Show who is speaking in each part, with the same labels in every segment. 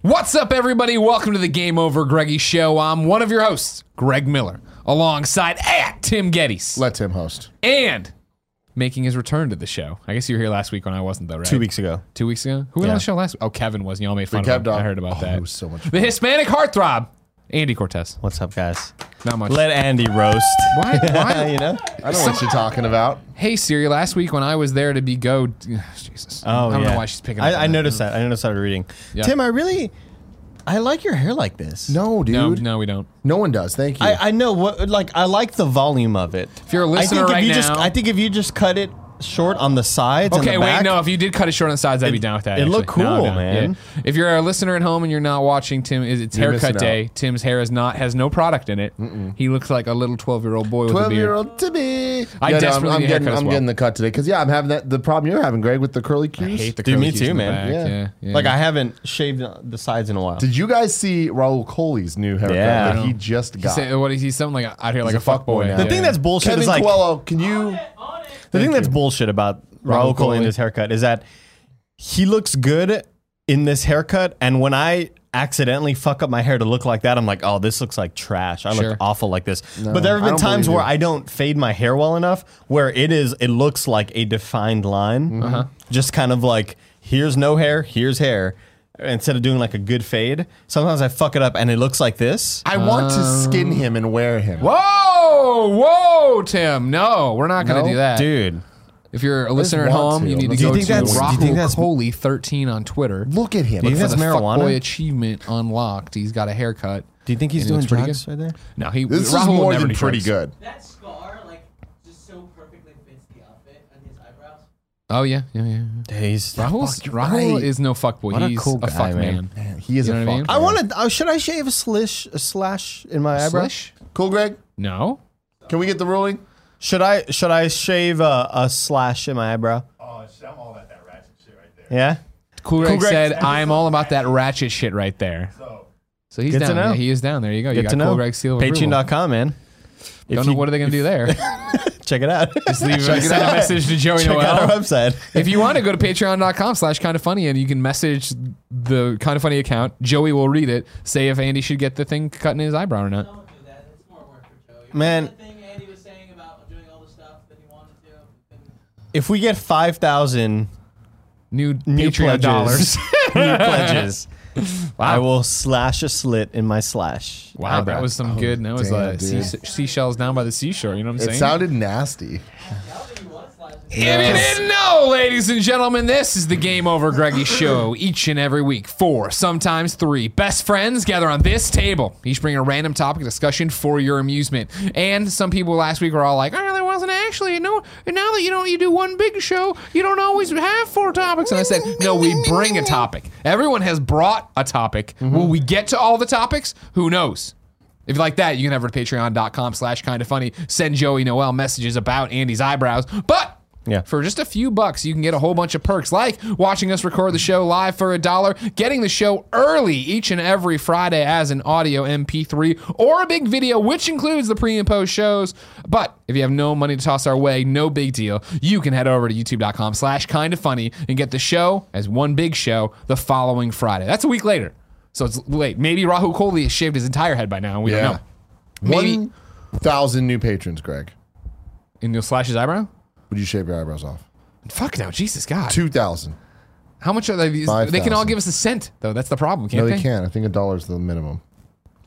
Speaker 1: What's up, everybody? Welcome to the Game Over Greggy Show. I'm one of your hosts, Greg Miller, alongside at Tim Geddes.
Speaker 2: Let Tim host.
Speaker 1: and making his return to the show. I guess you were here last week when I wasn't, though, right?
Speaker 3: two weeks ago.
Speaker 1: Two weeks ago? Who was on the show last week? Oh, Kevin was. and Y'all made fun of
Speaker 2: kept
Speaker 1: him.
Speaker 2: up.
Speaker 1: I heard about
Speaker 2: Oh,
Speaker 1: that.
Speaker 2: it was so much
Speaker 1: the Hispanic heartthrob, Andy Cortez.
Speaker 3: What's up, guys?
Speaker 1: Not much.
Speaker 3: Let Andy roast.
Speaker 1: why, why?
Speaker 3: you know?
Speaker 2: I know what you're talking about.
Speaker 1: Hey, Siri, last week when I was there to be go. Jesus.
Speaker 3: Oh,
Speaker 1: I don't
Speaker 3: yeah.
Speaker 1: know why she's picking up on
Speaker 3: I, I
Speaker 1: that.
Speaker 3: noticed that. I noticed that reading.
Speaker 1: Yeah.
Speaker 3: Tim, I really, I like your hair like this.
Speaker 2: No, dude.
Speaker 1: No, no, we don't.
Speaker 2: No one does. Thank you.
Speaker 3: I, I know what. Like, I like the volume of it.
Speaker 1: If you're a
Speaker 3: I
Speaker 1: listener
Speaker 3: think if
Speaker 1: right
Speaker 3: you just,
Speaker 1: now-
Speaker 3: I think if you just cut it short on the sides. and
Speaker 1: Okay,
Speaker 3: the
Speaker 1: wait,
Speaker 3: back-
Speaker 1: no. If you did cut it short on the sides, I'd be down with that.
Speaker 3: it looked
Speaker 1: actually. No,
Speaker 3: cool,
Speaker 1: no,
Speaker 3: man.
Speaker 1: yeah. If you're a listener at home and you're not watching, Tim, is it's
Speaker 2: You're
Speaker 1: haircut
Speaker 2: missing
Speaker 1: day. Tim's hair is not has no product in it. He looks like a little twelve year old boy with a
Speaker 2: 12
Speaker 1: beard.
Speaker 2: year old to be.
Speaker 1: I
Speaker 2: no, I'm-
Speaker 1: desperately
Speaker 2: I'm,
Speaker 1: need a
Speaker 2: getting,
Speaker 1: haircut as
Speaker 2: I'm
Speaker 1: well.
Speaker 2: getting the cut today because, yeah, I'm having that. The problem you're having, Greg, with the curly cues.
Speaker 1: I hate the
Speaker 3: Dude,
Speaker 1: curly
Speaker 3: me
Speaker 1: cues
Speaker 3: too,
Speaker 1: in the
Speaker 3: man.
Speaker 1: back,
Speaker 2: Yeah.
Speaker 1: Yeah. yeah.
Speaker 3: Like I haven't shaved the sides in a while.
Speaker 2: Did you guys see Raul Coley's new haircut
Speaker 3: Yeah.
Speaker 2: that he just
Speaker 1: He
Speaker 2: got?
Speaker 1: said, what is he? Something like out here like
Speaker 2: a
Speaker 1: a fuck
Speaker 2: fuckboy
Speaker 1: boy.
Speaker 2: now.
Speaker 3: the
Speaker 1: Yeah.
Speaker 3: thing that's bullshit
Speaker 2: Kevin
Speaker 3: is like
Speaker 2: Coelho, can you?
Speaker 3: the thing that's bullshit about
Speaker 1: Raul
Speaker 3: Raul Cole
Speaker 1: Coley.
Speaker 3: and his haircut is that he looks good in this haircut, and when I accidentally fuck up my hair to look like that, I'm like, oh, this looks like trash. I
Speaker 1: Sure.
Speaker 3: look awful like this. but there have
Speaker 2: I
Speaker 3: been
Speaker 2: don't
Speaker 3: times
Speaker 2: believe
Speaker 3: where
Speaker 2: you.
Speaker 3: I don't fade my hair well enough, where it is, it looks like a defined
Speaker 2: Mm-hmm.
Speaker 3: line, just kind of like here's no hair, here's hair. Instead of doing like a good fade, sometimes I fuck it up and it looks like this.
Speaker 2: I want to
Speaker 1: Um,
Speaker 2: skin him and wear him.
Speaker 1: Whoa, whoa, Tim! No, we're not going to
Speaker 2: No?
Speaker 1: do that,
Speaker 3: Dude,
Speaker 1: If you're a listener at
Speaker 2: want
Speaker 1: home,
Speaker 2: to.
Speaker 1: you need to
Speaker 2: Do you
Speaker 1: go
Speaker 3: think
Speaker 1: to
Speaker 3: that's- do you think
Speaker 1: Raul
Speaker 3: that's-
Speaker 1: Coley thirteen on Twitter.
Speaker 2: Look at him.
Speaker 3: Do you think
Speaker 1: for
Speaker 3: that's
Speaker 1: the
Speaker 3: marijuana?
Speaker 1: fuckboy achievement unlocked. He's got a haircut.
Speaker 3: do you think he's
Speaker 1: And he
Speaker 3: doing
Speaker 1: looks pretty
Speaker 3: drugs right there?
Speaker 1: No, he.
Speaker 2: This
Speaker 1: Rahul
Speaker 2: is
Speaker 1: will
Speaker 2: more
Speaker 1: never
Speaker 2: than
Speaker 1: do
Speaker 2: pretty
Speaker 1: drugs.
Speaker 2: good.
Speaker 4: That scar, like, just so perfectly fits the outfit and his eyebrows.
Speaker 1: Oh yeah, yeah, yeah.
Speaker 3: Yeah, he's-
Speaker 1: Rahul's,
Speaker 2: Fuck, you're
Speaker 1: Rahul
Speaker 2: right.
Speaker 1: is no fuckboy.
Speaker 3: a
Speaker 1: He's a,
Speaker 3: cool guy,
Speaker 1: fuck man.
Speaker 3: man.
Speaker 2: Man, he is
Speaker 1: You
Speaker 2: a
Speaker 1: know what I mean?
Speaker 2: fuck.
Speaker 3: I want to. Oh, should I shave a slish, a slash in my eyebrow?
Speaker 1: Slish?
Speaker 2: Cool, Greg.
Speaker 1: No.
Speaker 2: Can we get the ruling?
Speaker 3: Should I should I shave a, a slash in my eyebrow?
Speaker 5: Oh, shit, I'm all about that ratchet shit right there.
Speaker 3: Yeah.
Speaker 1: Cool Greg,
Speaker 3: Cool Greg
Speaker 1: said,
Speaker 3: said-
Speaker 1: "I am all about that ratchet shit right there."
Speaker 5: So,
Speaker 1: So he's
Speaker 3: Good to
Speaker 1: down.
Speaker 3: know.
Speaker 1: Yeah, he is down. There you go. you
Speaker 3: Good
Speaker 1: got
Speaker 3: to know.
Speaker 1: Cool Greg seal of approval.
Speaker 3: Patreon.com, man. If
Speaker 1: Don't know
Speaker 3: you
Speaker 1: what are they gonna do there.
Speaker 3: check it out. Just
Speaker 1: Leave send a message to Joey
Speaker 3: check out our
Speaker 1: Noel.
Speaker 3: website.
Speaker 1: If you want to go to patreon.com slash kind of funny and you can message the kind of funny account, Joey will read it, say if Andy should get the thing cut in his eyebrow or not.
Speaker 4: Don't do that. It's more work for Joey.
Speaker 3: Man.
Speaker 4: The thing Andy was saying about doing all the stuff that he wanted to. and-
Speaker 3: If we get five thousand
Speaker 1: New,
Speaker 3: new
Speaker 1: Patreon
Speaker 3: pledges,
Speaker 1: dollars.
Speaker 3: new pledges, I will slash a slit in my slash.
Speaker 1: Wow,
Speaker 3: eyebrow.
Speaker 1: that was some good. And that was
Speaker 2: oh, damn,
Speaker 1: uh, sea,
Speaker 2: dude.
Speaker 1: seashells down by the seashore. You know what I'm
Speaker 2: It
Speaker 1: saying?
Speaker 2: sounded nasty.
Speaker 1: If you didn't know, ladies and gentlemen, this is the Game Over Greggy show. Each and every week, four, sometimes three best friends gather on this table. Each bring a random topic of discussion for your amusement. And some people last week were all like, "Oh, there wasn't actually no." And now that you don't, you do one big show, you don't always have four topics. And I said, "No, we bring a topic. Everyone has brought a topic.
Speaker 2: Mm-hmm.
Speaker 1: Will we get to all the topics? Who knows." If you like that, you can head over to patreon.com slash kind of funny. Send Joey Noel messages about Andy's eyebrows. But
Speaker 3: Yeah.
Speaker 1: for just a few bucks, you can get a whole bunch of perks like watching us record the show live for a dollar, getting the show early each and every Friday as an audio MP3 or a big video, which includes the pre and post shows. But if you have no money to toss our way, no big deal. You can head over to youtube.com slash kind of funny and get the show as one big show the following Friday. That's a week later. So it's late. Maybe Rahul Kohli has shaved his entire head by now. We don't
Speaker 2: Yeah.
Speaker 1: know. Maybe-
Speaker 2: One thousand new patrons, Greg.
Speaker 1: And you'll slash his eyebrow?
Speaker 2: Would you shave your eyebrows off?
Speaker 1: Fuck no, Jesus God.
Speaker 2: Two thousand.
Speaker 1: How much are they? They can all
Speaker 2: 5,000.
Speaker 1: give us a cent, though. That's the problem, can't
Speaker 2: No,
Speaker 1: they?
Speaker 2: they can. I think a dollar's the minimum.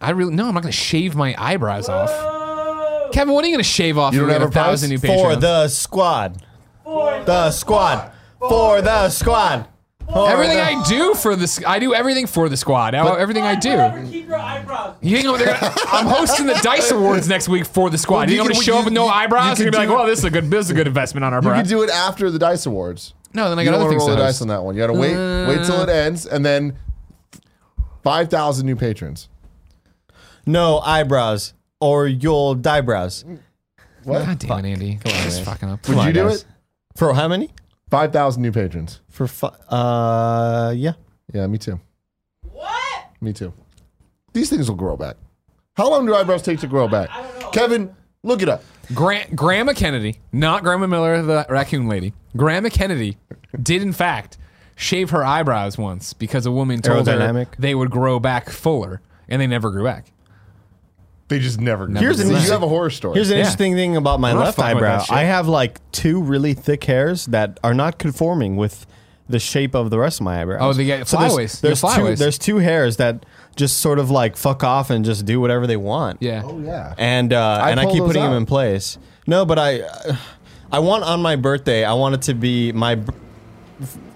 Speaker 1: I really no. I'm not going to shave my eyebrows off. Kevin, what are you going to shave off? if
Speaker 2: You don't
Speaker 1: we
Speaker 2: have
Speaker 1: get
Speaker 2: a price?
Speaker 1: thousand new
Speaker 3: for
Speaker 1: patrons.
Speaker 3: the squad. For the squad. For the squad. For
Speaker 1: everything
Speaker 3: the-
Speaker 1: I do for this, I do everything for the squad. everything I do.
Speaker 4: Forever keep your eyebrows.
Speaker 1: You think I'm, they're gonna, I'm hosting the Dice Awards next week for the squad.
Speaker 2: Well,
Speaker 1: you think
Speaker 2: you
Speaker 1: I'm going
Speaker 2: can-
Speaker 1: to show
Speaker 2: you-
Speaker 1: up with no
Speaker 2: you-
Speaker 1: eyebrows?
Speaker 2: you
Speaker 1: You're going to
Speaker 2: can
Speaker 1: be like,
Speaker 2: do-
Speaker 1: well, this is a good, this is a good investment on our
Speaker 2: You
Speaker 1: brow.
Speaker 2: could do it after the Dice Awards.
Speaker 1: No, then I
Speaker 2: You
Speaker 1: got
Speaker 2: don't
Speaker 1: other
Speaker 2: want to
Speaker 1: things
Speaker 2: roll
Speaker 1: to host. Uh.
Speaker 2: the dice on that one. You got to wait, wait till it ends, and then five thousand new patrons.
Speaker 3: no eyebrows or you'll die brows.
Speaker 1: God damn it, Andy! Come on, just fucking up.
Speaker 2: Would
Speaker 3: Come
Speaker 2: you
Speaker 3: on,
Speaker 2: do
Speaker 3: guys.
Speaker 2: it?
Speaker 3: For how many?
Speaker 2: Five thousand new patrons.
Speaker 3: For fu- uh yeah.
Speaker 2: Yeah, me too.
Speaker 4: What?
Speaker 2: Me too. These things will grow back. How long do eyebrows take to grow back? Kevin, look it up.
Speaker 1: Gra- Grandma Kennedy, not Grandma Miller, the raccoon lady. Grandma Kennedy did, in fact, shave her eyebrows once because a woman told her
Speaker 3: Aerodynamic.
Speaker 1: they would grow back fuller, and they never grew back.
Speaker 2: They just never. Know.
Speaker 3: Here's an
Speaker 2: you
Speaker 3: interesting-
Speaker 2: have a horror story.
Speaker 3: Here's an
Speaker 1: Yeah.
Speaker 3: interesting thing about my
Speaker 1: I'm not
Speaker 3: left
Speaker 1: fucking with that
Speaker 3: eyebrow.
Speaker 1: shit.
Speaker 3: I have like two really thick hairs that are not conforming with the shape of the rest of my eyebrows.
Speaker 1: Oh, they get flyaways.
Speaker 3: there's, there's
Speaker 1: They're
Speaker 3: two.
Speaker 1: flyaways.
Speaker 3: There's two hairs that just sort of like fuck off and just do whatever they want.
Speaker 1: Yeah.
Speaker 2: oh yeah.
Speaker 3: And uh, and I
Speaker 2: pull
Speaker 3: keep
Speaker 2: those
Speaker 3: putting them
Speaker 2: out.
Speaker 3: in place. No, but I uh, I want on my birthday. I want it to be my b-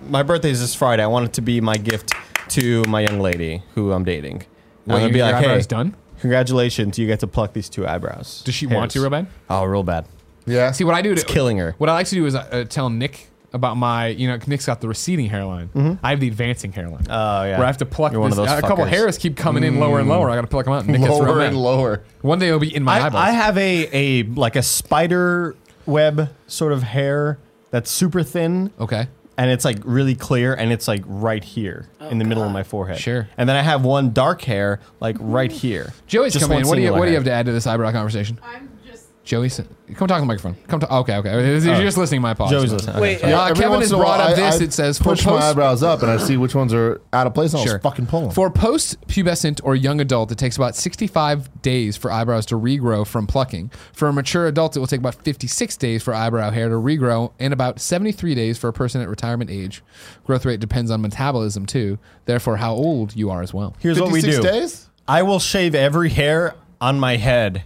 Speaker 3: my birthday is this Friday. I want it to be my gift to my young lady who I'm dating.
Speaker 1: Well,
Speaker 3: I'm gonna
Speaker 1: your-
Speaker 3: be
Speaker 1: your
Speaker 3: like, hey,
Speaker 1: eyebrow's done?
Speaker 3: congratulations, you get to pluck these two eyebrows.
Speaker 1: Does she want to
Speaker 3: Hairs.
Speaker 1: real bad?
Speaker 3: Oh, real bad.
Speaker 2: Yeah.
Speaker 1: See what I do.
Speaker 3: It's
Speaker 1: to,
Speaker 3: killing her.
Speaker 1: What I like to do is uh, uh, tell Nick about my. You know, Nick's got the receding hairline. I have the advancing hairline.
Speaker 3: Mm-hmm. Oh yeah.
Speaker 1: Where I have to pluck
Speaker 3: You're one
Speaker 1: this-
Speaker 3: of those
Speaker 1: uh, a couple
Speaker 3: fuckers. Mm.
Speaker 1: hairs keep coming in lower and lower. I got to pluck them out. Nick gets real
Speaker 2: lower
Speaker 1: mad.
Speaker 2: and lower.
Speaker 1: One day it'll be in my eyeballs.
Speaker 3: I, I have a a like a spider web sort of hair that's super thin.
Speaker 1: okay.
Speaker 3: And it's like really clear, and it's like right here
Speaker 2: Oh,
Speaker 3: in the middle of my forehead.
Speaker 1: Sure.
Speaker 3: And then I have one dark hair, like
Speaker 2: Mm-hmm.
Speaker 3: right here.
Speaker 1: Joey's
Speaker 3: Just
Speaker 1: coming
Speaker 3: one
Speaker 1: in. What do you
Speaker 3: singular
Speaker 1: What do you have
Speaker 3: hair.
Speaker 1: to add to this eyebrow conversation?
Speaker 6: I'm just.
Speaker 1: Joey, sit- come talk to the microphone. Come to. Okay, okay. You're just listening. to My apologies.
Speaker 3: Joey's listening.
Speaker 6: Wait,
Speaker 1: Yeah.
Speaker 6: uh,
Speaker 1: Uh,
Speaker 2: every
Speaker 1: Kevin
Speaker 2: once
Speaker 1: has
Speaker 2: in a while,
Speaker 1: brought up
Speaker 2: I-
Speaker 1: this.
Speaker 2: I
Speaker 1: It says, for
Speaker 2: push my
Speaker 1: post-
Speaker 2: eyebrows up and I see which ones are out of place. And I'll
Speaker 1: Sure.
Speaker 2: just fucking pull them.
Speaker 1: For a post pubescent or young adult, it takes about 65 days for eyebrows to regrow from plucking. For a mature adult, it will take about 56 days for eyebrow hair to regrow and about 73 days for a person at retirement age. Growth rate depends on metabolism, too, therefore, how old you are as well.
Speaker 3: Here's what we do.
Speaker 2: 56 days.
Speaker 3: I will shave every hair on my head.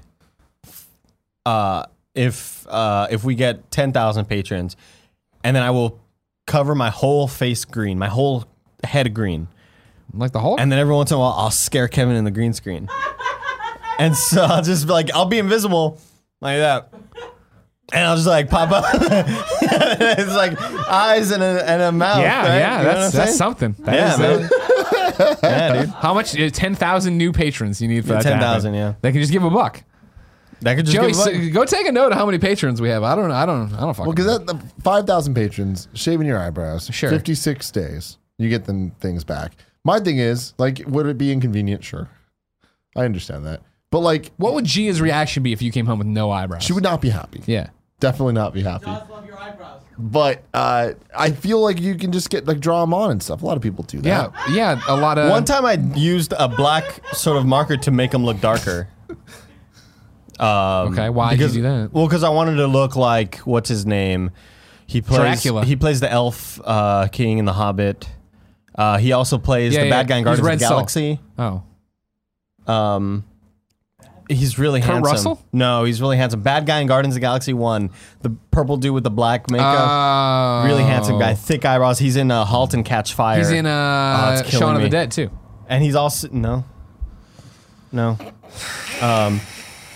Speaker 3: Uh, if uh, if we get ten thousand patrons, and then I will cover my whole face green, my whole head green.
Speaker 1: Like the Hulk?
Speaker 3: And then every once in a while, I'll scare Kevin in the green screen. and so I'll just be like, I'll be invisible like that. And I'll just like pop up. it's like eyes and a, and a mouth.
Speaker 1: yeah,
Speaker 3: right?
Speaker 1: yeah,
Speaker 3: You know
Speaker 1: that's
Speaker 3: what I'm
Speaker 1: that's
Speaker 3: saying?
Speaker 1: something. That
Speaker 3: Yeah,
Speaker 1: is- uh,
Speaker 3: man. yeah, dude.
Speaker 1: How much? uh, 10,000 new patrons you need for
Speaker 3: Yeah,
Speaker 1: that. to happen.
Speaker 3: 10,000, yeah.
Speaker 1: They can just give a buck.
Speaker 3: That could just
Speaker 1: Joey,
Speaker 3: give a
Speaker 1: s- go take a note of how many patrons we have. I don't, I don't, I don't fucking
Speaker 2: Well,
Speaker 1: know.
Speaker 2: because that the five thousand patrons shaving your eyebrows.
Speaker 1: Sure.
Speaker 2: Fifty six days. You get them things back. My thing is like, would it be inconvenient? Sure, I understand that. But like,
Speaker 1: What would Gia's reaction be if you came home with no eyebrows?
Speaker 2: she would not be happy.
Speaker 1: yeah.
Speaker 2: Definitely not be happy.
Speaker 4: Guys love your eyebrows.
Speaker 2: But uh, I feel like you can just get like draw them on and stuff. A lot of people do that.
Speaker 1: Yeah, Uh, yeah, a lot of
Speaker 3: One time I used a black sort of marker to make them look darker. Um,
Speaker 1: Okay, why'd you
Speaker 3: because,
Speaker 1: do that?
Speaker 3: Well, because I wanted to look like what's his name. He plays
Speaker 1: Dracula.
Speaker 3: He plays the elf uh, king in The Hobbit. Uh, he also plays
Speaker 1: Yeah,
Speaker 3: the
Speaker 1: yeah,
Speaker 3: bad guy in
Speaker 1: he's
Speaker 3: Guardians
Speaker 1: Red
Speaker 3: of the
Speaker 1: Skull.
Speaker 3: Galaxy.
Speaker 1: Oh,
Speaker 3: Um, he's really handsome.
Speaker 1: Russell?
Speaker 3: No, he's really handsome. Bad guy in Guardians of the Galaxy One. The purple dude with the black makeup.
Speaker 1: uh,
Speaker 3: really handsome guy, thick eyebrows. He's in uh, *Halt and Catch Fire*.
Speaker 1: He's in
Speaker 3: Oh,
Speaker 1: uh,
Speaker 3: it's killing
Speaker 1: Shaun of the
Speaker 3: me.
Speaker 1: Dead too.
Speaker 3: And he's also no, no, um,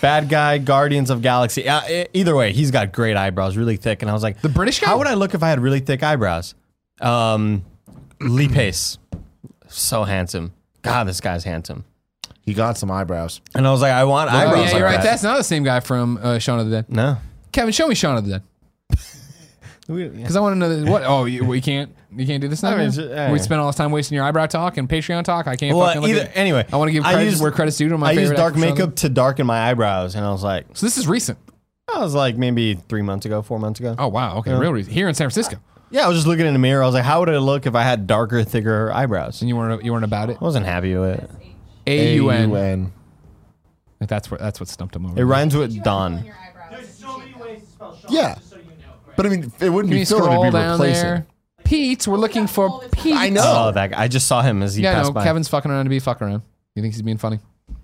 Speaker 3: bad guy, Guardians of Galaxy. Uh, e- either way, he's got great eyebrows, really thick. And I was like, the
Speaker 1: British guy?
Speaker 3: How would I look if I had really thick eyebrows? Um, Lee Pace, so handsome. God, this guy's handsome.
Speaker 2: He got some eyebrows.
Speaker 3: And I was like, I want
Speaker 1: Oh
Speaker 3: eyebrows.
Speaker 1: yeah,
Speaker 3: like
Speaker 1: you're right.
Speaker 3: that.
Speaker 1: That's not the same guy from uh, Shaun of the Dead.
Speaker 3: no.
Speaker 1: Kevin, show me Shaun of the Dead because I want to know that, what. Oh, you, we can't. You can't do this now.
Speaker 3: I mean, ju-
Speaker 1: we
Speaker 3: alright.
Speaker 1: spend all this time wasting your eyebrow talk and Patreon talk. I can't. fucking
Speaker 3: Well,
Speaker 1: look
Speaker 3: either
Speaker 1: at it.
Speaker 3: anyway,
Speaker 1: I want to give
Speaker 3: I
Speaker 1: credit
Speaker 3: used-
Speaker 1: where credit's due to my
Speaker 3: I
Speaker 1: favorite
Speaker 3: used dark
Speaker 1: actor, Shaun of the
Speaker 3: makeup
Speaker 1: Dead.
Speaker 3: to darken my eyebrows, and I was like,
Speaker 1: So this is recent.
Speaker 3: I was like maybe three months ago, four months ago.
Speaker 1: Oh wow. Okay, real recent. Here in San Francisco,
Speaker 3: Yeah, I was just looking in the mirror. I was like, how would I look if I had darker, thicker eyebrows?
Speaker 1: and you weren't. You weren't about it.
Speaker 3: I wasn't happy with it.
Speaker 1: A U N.
Speaker 2: AUN.
Speaker 1: That's what. That's what stumped him over.
Speaker 3: It rhymes
Speaker 6: you
Speaker 3: with
Speaker 6: have on
Speaker 3: Don.
Speaker 6: your eyebrows
Speaker 4: There's
Speaker 6: if you
Speaker 4: so
Speaker 6: shave
Speaker 4: many
Speaker 6: them.
Speaker 4: ways to spell Sean,
Speaker 2: Yeah.
Speaker 4: just so you know. Right?
Speaker 2: But I mean, it wouldn't
Speaker 1: Can
Speaker 2: be
Speaker 1: you
Speaker 2: filler to
Speaker 1: scroll
Speaker 2: be
Speaker 1: down
Speaker 2: replacing.
Speaker 1: there? Pete, we're looking for
Speaker 6: all the
Speaker 1: Pete.
Speaker 6: time.
Speaker 2: I know.
Speaker 3: Oh, that guy. I just saw him as he
Speaker 1: Yeah,
Speaker 3: passed
Speaker 1: no,
Speaker 3: by.
Speaker 1: Kevin's fucking around to be fuck around. You think he's being funny?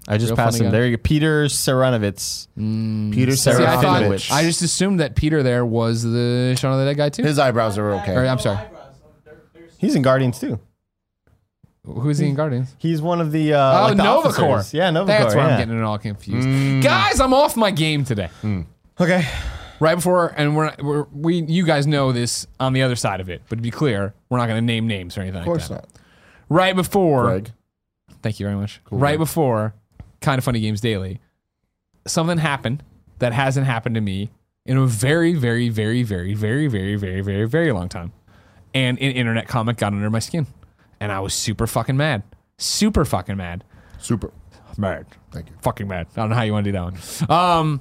Speaker 3: I just
Speaker 1: real
Speaker 3: passed
Speaker 1: funny
Speaker 3: him.
Speaker 1: guy. Mm.
Speaker 3: There you go. Peter Saranovitz.
Speaker 2: Peter
Speaker 3: Sarah
Speaker 1: See, I, thought,
Speaker 3: Finovich.
Speaker 1: I just assumed that Peter there was the Shaun of the Dead guy too.
Speaker 2: his eyebrows are
Speaker 1: Or,
Speaker 2: okay.
Speaker 1: I'm sorry.
Speaker 4: Eyebrows, um, they're- they're so-
Speaker 3: He's in Guardians too.
Speaker 1: Who's he in Guardians?
Speaker 3: He's one of the uh,
Speaker 1: oh,
Speaker 3: like the
Speaker 1: Novacor.
Speaker 3: officers. Yeah, Novacor.
Speaker 1: That's where
Speaker 3: yeah.
Speaker 1: I'm getting it all confused. Guys, I'm off my game today.
Speaker 3: Okay.
Speaker 1: Right before, and we're, we're we you guys know this on the other side of it, but to be clear, we're not going to name names or anything.
Speaker 2: Of course
Speaker 1: like that.
Speaker 2: not.
Speaker 1: Right before,
Speaker 2: Greg.
Speaker 1: Thank you very much. right before Kind of Funny Games Daily, something happened that hasn't happened to me in a very, very, very, very, very, very, very, very, very long time. And an internet comment got under my skin. And I was super fucking mad. Super fucking mad.
Speaker 2: Super.
Speaker 1: Mad.
Speaker 2: Thank you.
Speaker 1: Fucking mad. I don't know how you want to do that one. Um,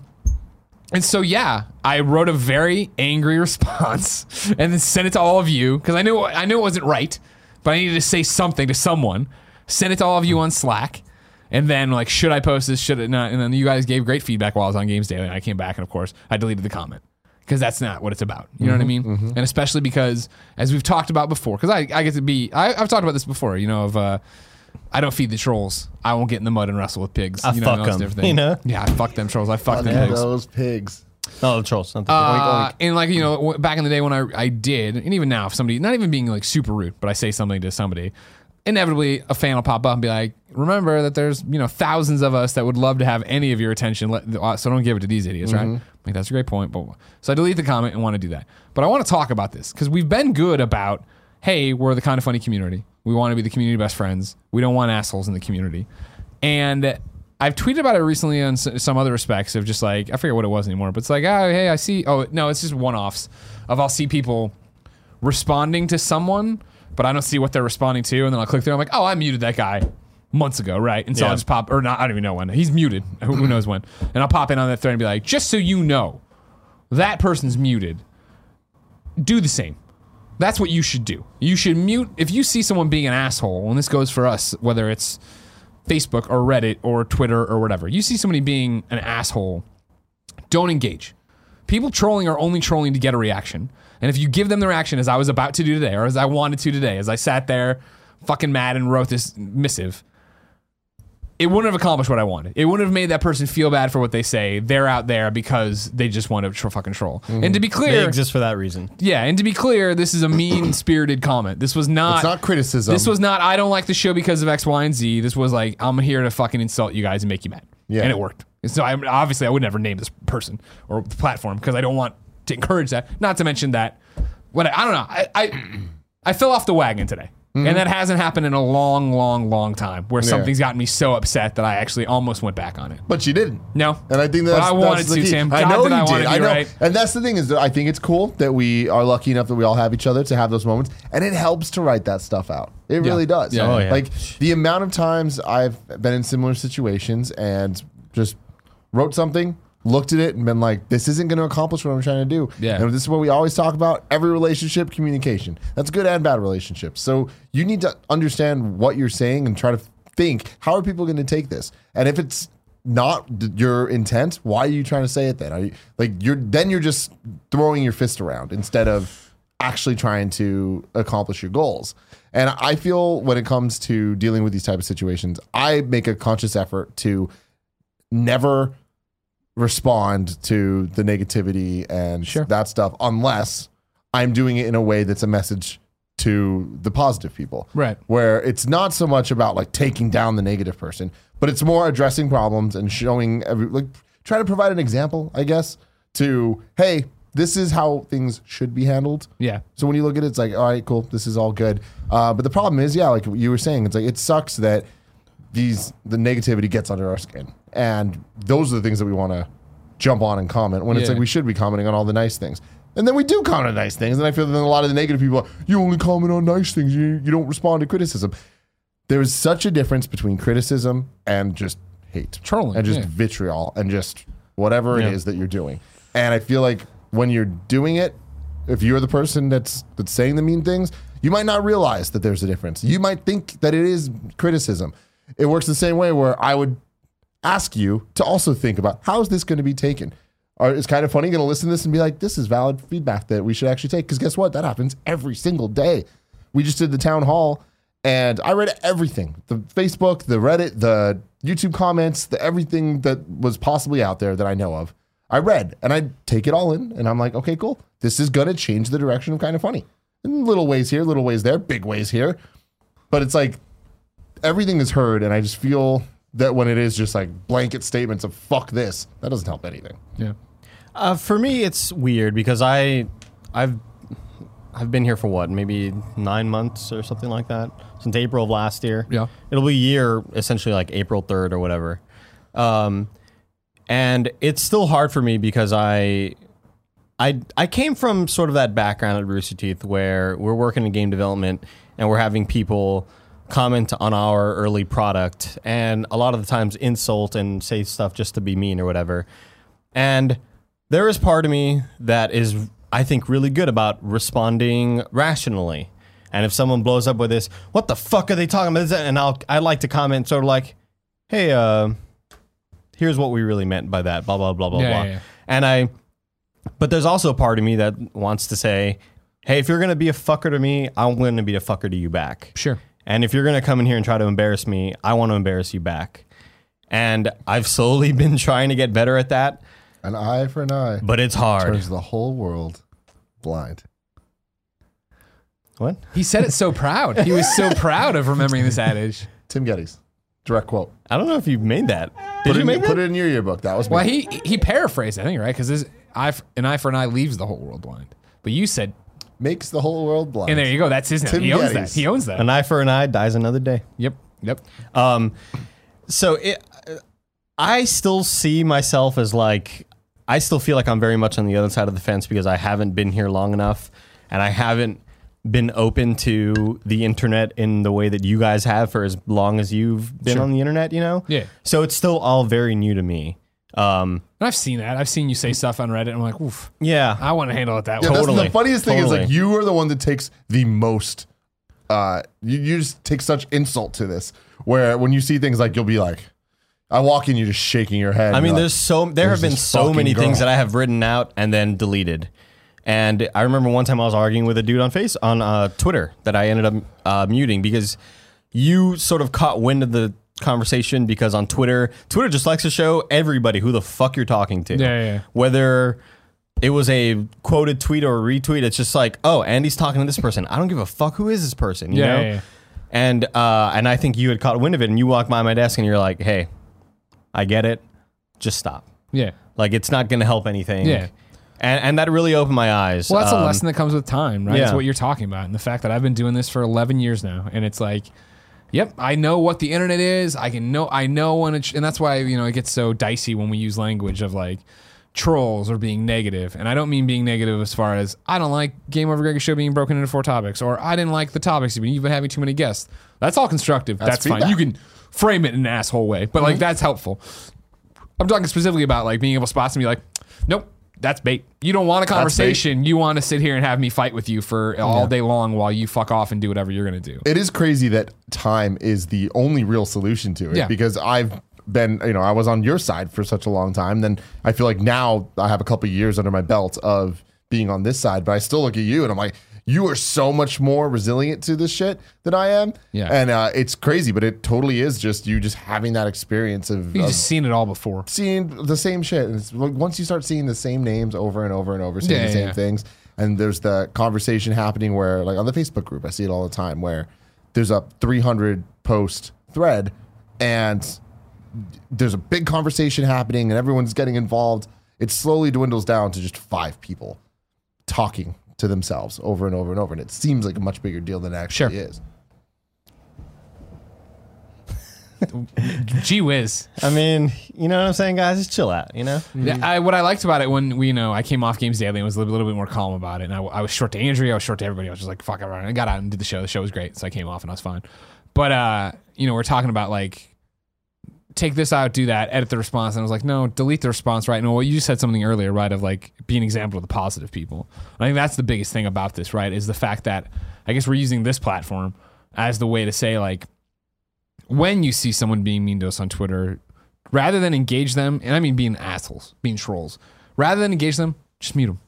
Speaker 1: And so, yeah, I wrote a very angry response and then sent it to all of you because I knew I knew it wasn't right, but I needed to say something to someone. Sent it to all of you on Slack, and then like, should I post this? Should it not? And then you guys gave great feedback while I was on Games Daily. And I came back and of course I deleted the comment because that's not what it's about. You
Speaker 3: Mm-hmm,
Speaker 1: know what I mean? And especially because as we've talked about before, because I, I get to be I, I've talked about this before. You know of. Uh, I don't feed the trolls. I won't get in the mud and wrestle with pigs.
Speaker 3: I
Speaker 1: you know,
Speaker 3: fuck
Speaker 1: and all this
Speaker 3: 'em,
Speaker 1: different thing.
Speaker 3: you know?
Speaker 1: Yeah, I fuck them trolls. I fuck them
Speaker 2: Yeah,
Speaker 1: pigs.
Speaker 2: those pigs.
Speaker 3: No, the trolls. Not the
Speaker 1: Uh, and like you know, w- back in the day when I I did, and even now, if somebody not even being like super rude, but I say something to somebody, inevitably a fan will pop up and be like, "Remember that there's you know thousands of us that would love to have any of your attention, let, uh, so don't give it to these idiots." Right? Like that's a great point. But so I delete the comment and want to do that, but I want to talk about this because we've been good about, hey, we're the kind of funny community. We want to be the community best friends. We don't want assholes in the community, and I've tweeted about it recently on s- some other respects of just like I forget what it was anymore, but it's like oh hey I see oh no it's just one offs of I'll see people responding to someone, but I don't see what they're responding to, and then I'll click through. I'm like oh I muted that guy months ago right, and so I'll
Speaker 3: Yeah.
Speaker 1: just pop or not I don't even know when he's muted who, who knows when, and I'll pop in on that thread and be like just so you know that person's muted, do the same. That's what you should do. You should mute if you see someone being an asshole, and this goes for us whether it's Facebook or Reddit or Twitter or whatever. You see somebody being an asshole, don't engage. People trolling are only trolling to get a reaction. And if you give them the reaction as I was about to do today, or as I wanted to today, as I sat there fucking mad and wrote this missive, it wouldn't have accomplished what I wanted. It wouldn't have made that person feel bad for what they say. They're out there because they just want to tro- fucking troll. And to be clear,
Speaker 3: they exist for that reason.
Speaker 1: yeah, and to be clear, this is a mean spirited comment. This was not.
Speaker 2: It's not criticism.
Speaker 1: This was not. I don't like the show because of X, Y, and Z. This was like I'm here to fucking insult you guys and make you mad.
Speaker 2: Yeah.
Speaker 1: and it worked. And so I obviously I would never name this person or the platform because I don't want to encourage that. Not to mention that. What I, I don't know. I, I I fell off the wagon today. And that hasn't happened in a long, long, long time where something's gotten me so upset that I actually almost went back on it.
Speaker 2: but you didn't.
Speaker 1: No.
Speaker 2: And I think
Speaker 1: But
Speaker 2: that's
Speaker 1: I
Speaker 2: that's
Speaker 1: wanted
Speaker 2: the
Speaker 1: to,
Speaker 2: key.
Speaker 1: Tim.
Speaker 2: I
Speaker 1: God,
Speaker 2: know
Speaker 1: did
Speaker 2: you
Speaker 1: I wanna
Speaker 2: did.
Speaker 1: be
Speaker 2: I know.
Speaker 1: right.
Speaker 2: And that's the thing is that I think it's cool that we are lucky enough that we all have each other to have those moments, and it helps to write that stuff out. It really does.
Speaker 1: Yeah.
Speaker 3: Oh, yeah.
Speaker 2: Like the amount of times I've been in similar situations and just wrote something. Looked at it and been like, "This isn't going to accomplish what I'm trying to do."
Speaker 1: Yeah.
Speaker 2: and this is what we always talk about: every relationship, communication. That's good and bad relationships. So you need to understand what you're saying and try to think: how are people going to take this? And if it's not d- your intent, why are you trying to say it then? Are you like you're then you're just throwing your fist around instead of actually trying to accomplish your goals. And I feel when it comes to dealing with these type of situations, I make a conscious effort to never respond to the negativity and that stuff unless I'm doing it in a way that's a message to the positive people.
Speaker 1: Right.
Speaker 2: Where it's not so much about like taking down the negative person, but it's more addressing problems and showing every like try to provide an example, I guess, to hey, this is how things should be handled.
Speaker 1: Yeah.
Speaker 2: So when you look at it, it's like, all right, cool, this is all good. Uh, but the problem is, yeah, like you were saying, it's like it sucks that these the negativity gets under our skin, and those are the things that we want to jump on and comment when it's
Speaker 1: Yeah.
Speaker 2: like we should be commenting on all the nice things. And then we do comment on nice things, and I feel that a lot of the negative people, are, you only comment on nice things, you, you don't respond to criticism. There is such a difference between criticism and just hate,
Speaker 1: Trolling,
Speaker 2: and just
Speaker 1: yeah.
Speaker 2: vitriol, and just whatever it is that you're doing. And I feel like when you're doing it, if you're the person that's that's saying the mean things, you might not realize that there's a difference. You might think that it is criticism. It works the same way where I would ask you to also think about how is this going to be taken? Are, is kind of funny going to listen to this and be like, this is valid feedback that we should actually take? Because guess what? That happens every single day. We just did the town hall and I read everything the Facebook, the Reddit, the YouTube comments, the everything that was possibly out there that I know of. I read and I take it all in and I'm like, okay, cool. This is going to change the direction of kind of funny. In little ways here, little ways there, big ways here. But it's like everything is heard, and I just feel that when it is just like blanket statements of "fuck this," that doesn't help anything.
Speaker 1: Yeah.
Speaker 3: Uh, for me, it's weird because I, I've, I've been here for what, maybe nine months or something like that since April of last year.
Speaker 1: Yeah.
Speaker 3: it'll be a year essentially, like April third or whatever. Um, and it's still hard for me because I, I, I came from sort of that background at Rooster Teeth where we're working in game development and we're having people comment on our early product and a lot of the times insult and say stuff just to be mean or whatever. And there is part of me that is, I think, really good about responding rationally. And if someone blows up with this, what the fuck are they talking about? And I'll, I like to comment sort of like, hey, uh, here's what we really meant by that, blah, blah, blah, blah,
Speaker 1: Yeah,
Speaker 3: blah.
Speaker 1: yeah, yeah.
Speaker 3: And I, but there's also a part of me that wants to say, hey, if you're going to be a fucker to me, I'm going to be a fucker to you back.
Speaker 1: Sure.
Speaker 3: And if you're going to come in here and try to embarrass me, I want to embarrass you back. And I've slowly been trying to get better at that,
Speaker 2: An eye for an eye
Speaker 3: but it's hard.
Speaker 2: turns the whole world blind.
Speaker 3: What?
Speaker 1: He said it so proud. He was so proud of remembering this adage.
Speaker 2: Tim Gettys, direct quote.
Speaker 3: I don't know if you made that. Did
Speaker 2: put
Speaker 3: you
Speaker 2: it, in-
Speaker 3: make that?
Speaker 2: put it in your yearbook. That was
Speaker 1: Well,
Speaker 2: me.
Speaker 1: he he paraphrased, I think, right? Because eye f- an eye for an eye leaves the whole world blind. But you said,
Speaker 2: makes the whole world blind.
Speaker 1: and there you go. That's his. Now.
Speaker 2: Tim
Speaker 1: He owns that.
Speaker 2: Geddes.
Speaker 1: He owns that.
Speaker 3: An eye for an eye dies another day.
Speaker 1: Yep. Yep.
Speaker 3: Um, so it, I still see myself as like, I still feel like I'm very much on the other side of the fence because I haven't been here long enough and I haven't been open to the internet in the way that you guys have for as long as you've been on the internet, you know?
Speaker 1: Yeah.
Speaker 3: So it's still all very new to me. Um,
Speaker 1: And I've seen that. I've seen you say stuff on Reddit. And I'm like, oof.
Speaker 3: yeah.
Speaker 1: I want to handle it that
Speaker 2: Yeah,
Speaker 1: way.
Speaker 2: that's
Speaker 3: Totally.
Speaker 2: the funniest thing is like
Speaker 3: Totally.
Speaker 2: you are the one that takes the most. Uh, you, you just take such insult to this. Where when you see things like you'll be like, I walk in, you're just shaking your head.
Speaker 3: I
Speaker 2: You're
Speaker 3: mean,
Speaker 2: like,
Speaker 3: there's so there
Speaker 2: "There's
Speaker 3: have been
Speaker 2: this
Speaker 3: so
Speaker 2: fucking
Speaker 3: many
Speaker 2: girl."
Speaker 3: things that I have written out and then deleted. And I remember one time I was arguing with a dude on face on uh, Twitter that I ended up uh, muting because you sort of caught wind of the conversation because on Twitter, Twitter just likes to show everybody who the fuck you're talking to.
Speaker 1: Yeah, yeah, yeah.
Speaker 3: Whether it was a quoted tweet or a retweet, it's just like, oh, Andy's talking to this person. I don't give a fuck who is this person. You
Speaker 1: Yeah,
Speaker 3: know?
Speaker 1: yeah, yeah.
Speaker 3: And uh, and I think you had caught wind of it, and you walked by my desk, and you're like, hey, I get it. Just stop.
Speaker 1: yeah.
Speaker 3: Like it's not going to help anything.
Speaker 1: Yeah.
Speaker 3: And and that really opened my eyes.
Speaker 1: Well, that's
Speaker 3: Um,
Speaker 1: a lesson that comes with time, right? It's
Speaker 3: yeah.
Speaker 1: what you're talking about, and the fact that I've been doing this for 11 years now, and it's like, yep, I know what the internet is. I can know, I know when it's, and that's why you know it gets so dicey when we use language of like trolls or being negative. And I don't mean being negative as far as I don't like Game Over Greg's show being broken into four topics, or I didn't like the topics you've been- you've been having too many guests. That's all constructive. That's, fine.
Speaker 2: feedback.
Speaker 1: You can frame it in an asshole way, but like that's helpful. I'm talking specifically about like being able to spot somebody like, nope, that's bait. You don't want a conversation. You want to sit here and have me fight with you for all day long while you fuck off and do whatever you're gonna do.
Speaker 2: it is crazy that time is the only real solution to it
Speaker 1: Yeah.
Speaker 2: because I've been, you know, I was on your side for such a long time. Then I feel like now I have a couple years under my belt of being on this side, but I still look at you and I'm like, you are so much more resilient to this shit than I am.
Speaker 1: Yeah.
Speaker 2: And uh, it's crazy, but it totally is just you just having that experience of,
Speaker 1: You've
Speaker 2: of
Speaker 1: just seen it all before.
Speaker 2: seeing the same shit. And it's like once you start seeing the same names over and over and over, seeing
Speaker 1: Yeah,
Speaker 2: the
Speaker 1: yeah,
Speaker 2: same
Speaker 1: yeah.
Speaker 2: things, and there's the conversation happening where, like on the Facebook group, I see it all the time where there's a 300 post thread and there's a big conversation happening and everyone's getting involved. It slowly dwindles down to just five people talking to themselves over and over and over. And it seems like a much bigger deal than it actually
Speaker 1: Sure.
Speaker 2: is.
Speaker 1: Gee whiz.
Speaker 3: I mean, you know what I'm saying, guys? Just chill out. You know.
Speaker 1: Yeah, I, what I liked about it when we, you know, I came off Games Daily and was a little, little bit more calm about it. And I, I was short to Andrea, I was short to everybody. I was just like, fuck everyone. I got out and did the show. The show was great. So I came off and I was fine. But, uh, you know, we're talking about like, take this out, do that, edit the response. And I was like, no, delete the response, right? No, well, you said something earlier, right? Of like, be an example of the positive people. I think that's the biggest thing about this, right? Is the fact that I guess we're using this platform as the way to say, like, when you see someone being mean to us on Twitter, rather than engage them, and I mean being assholes, being trolls, rather than engage them, just mute them.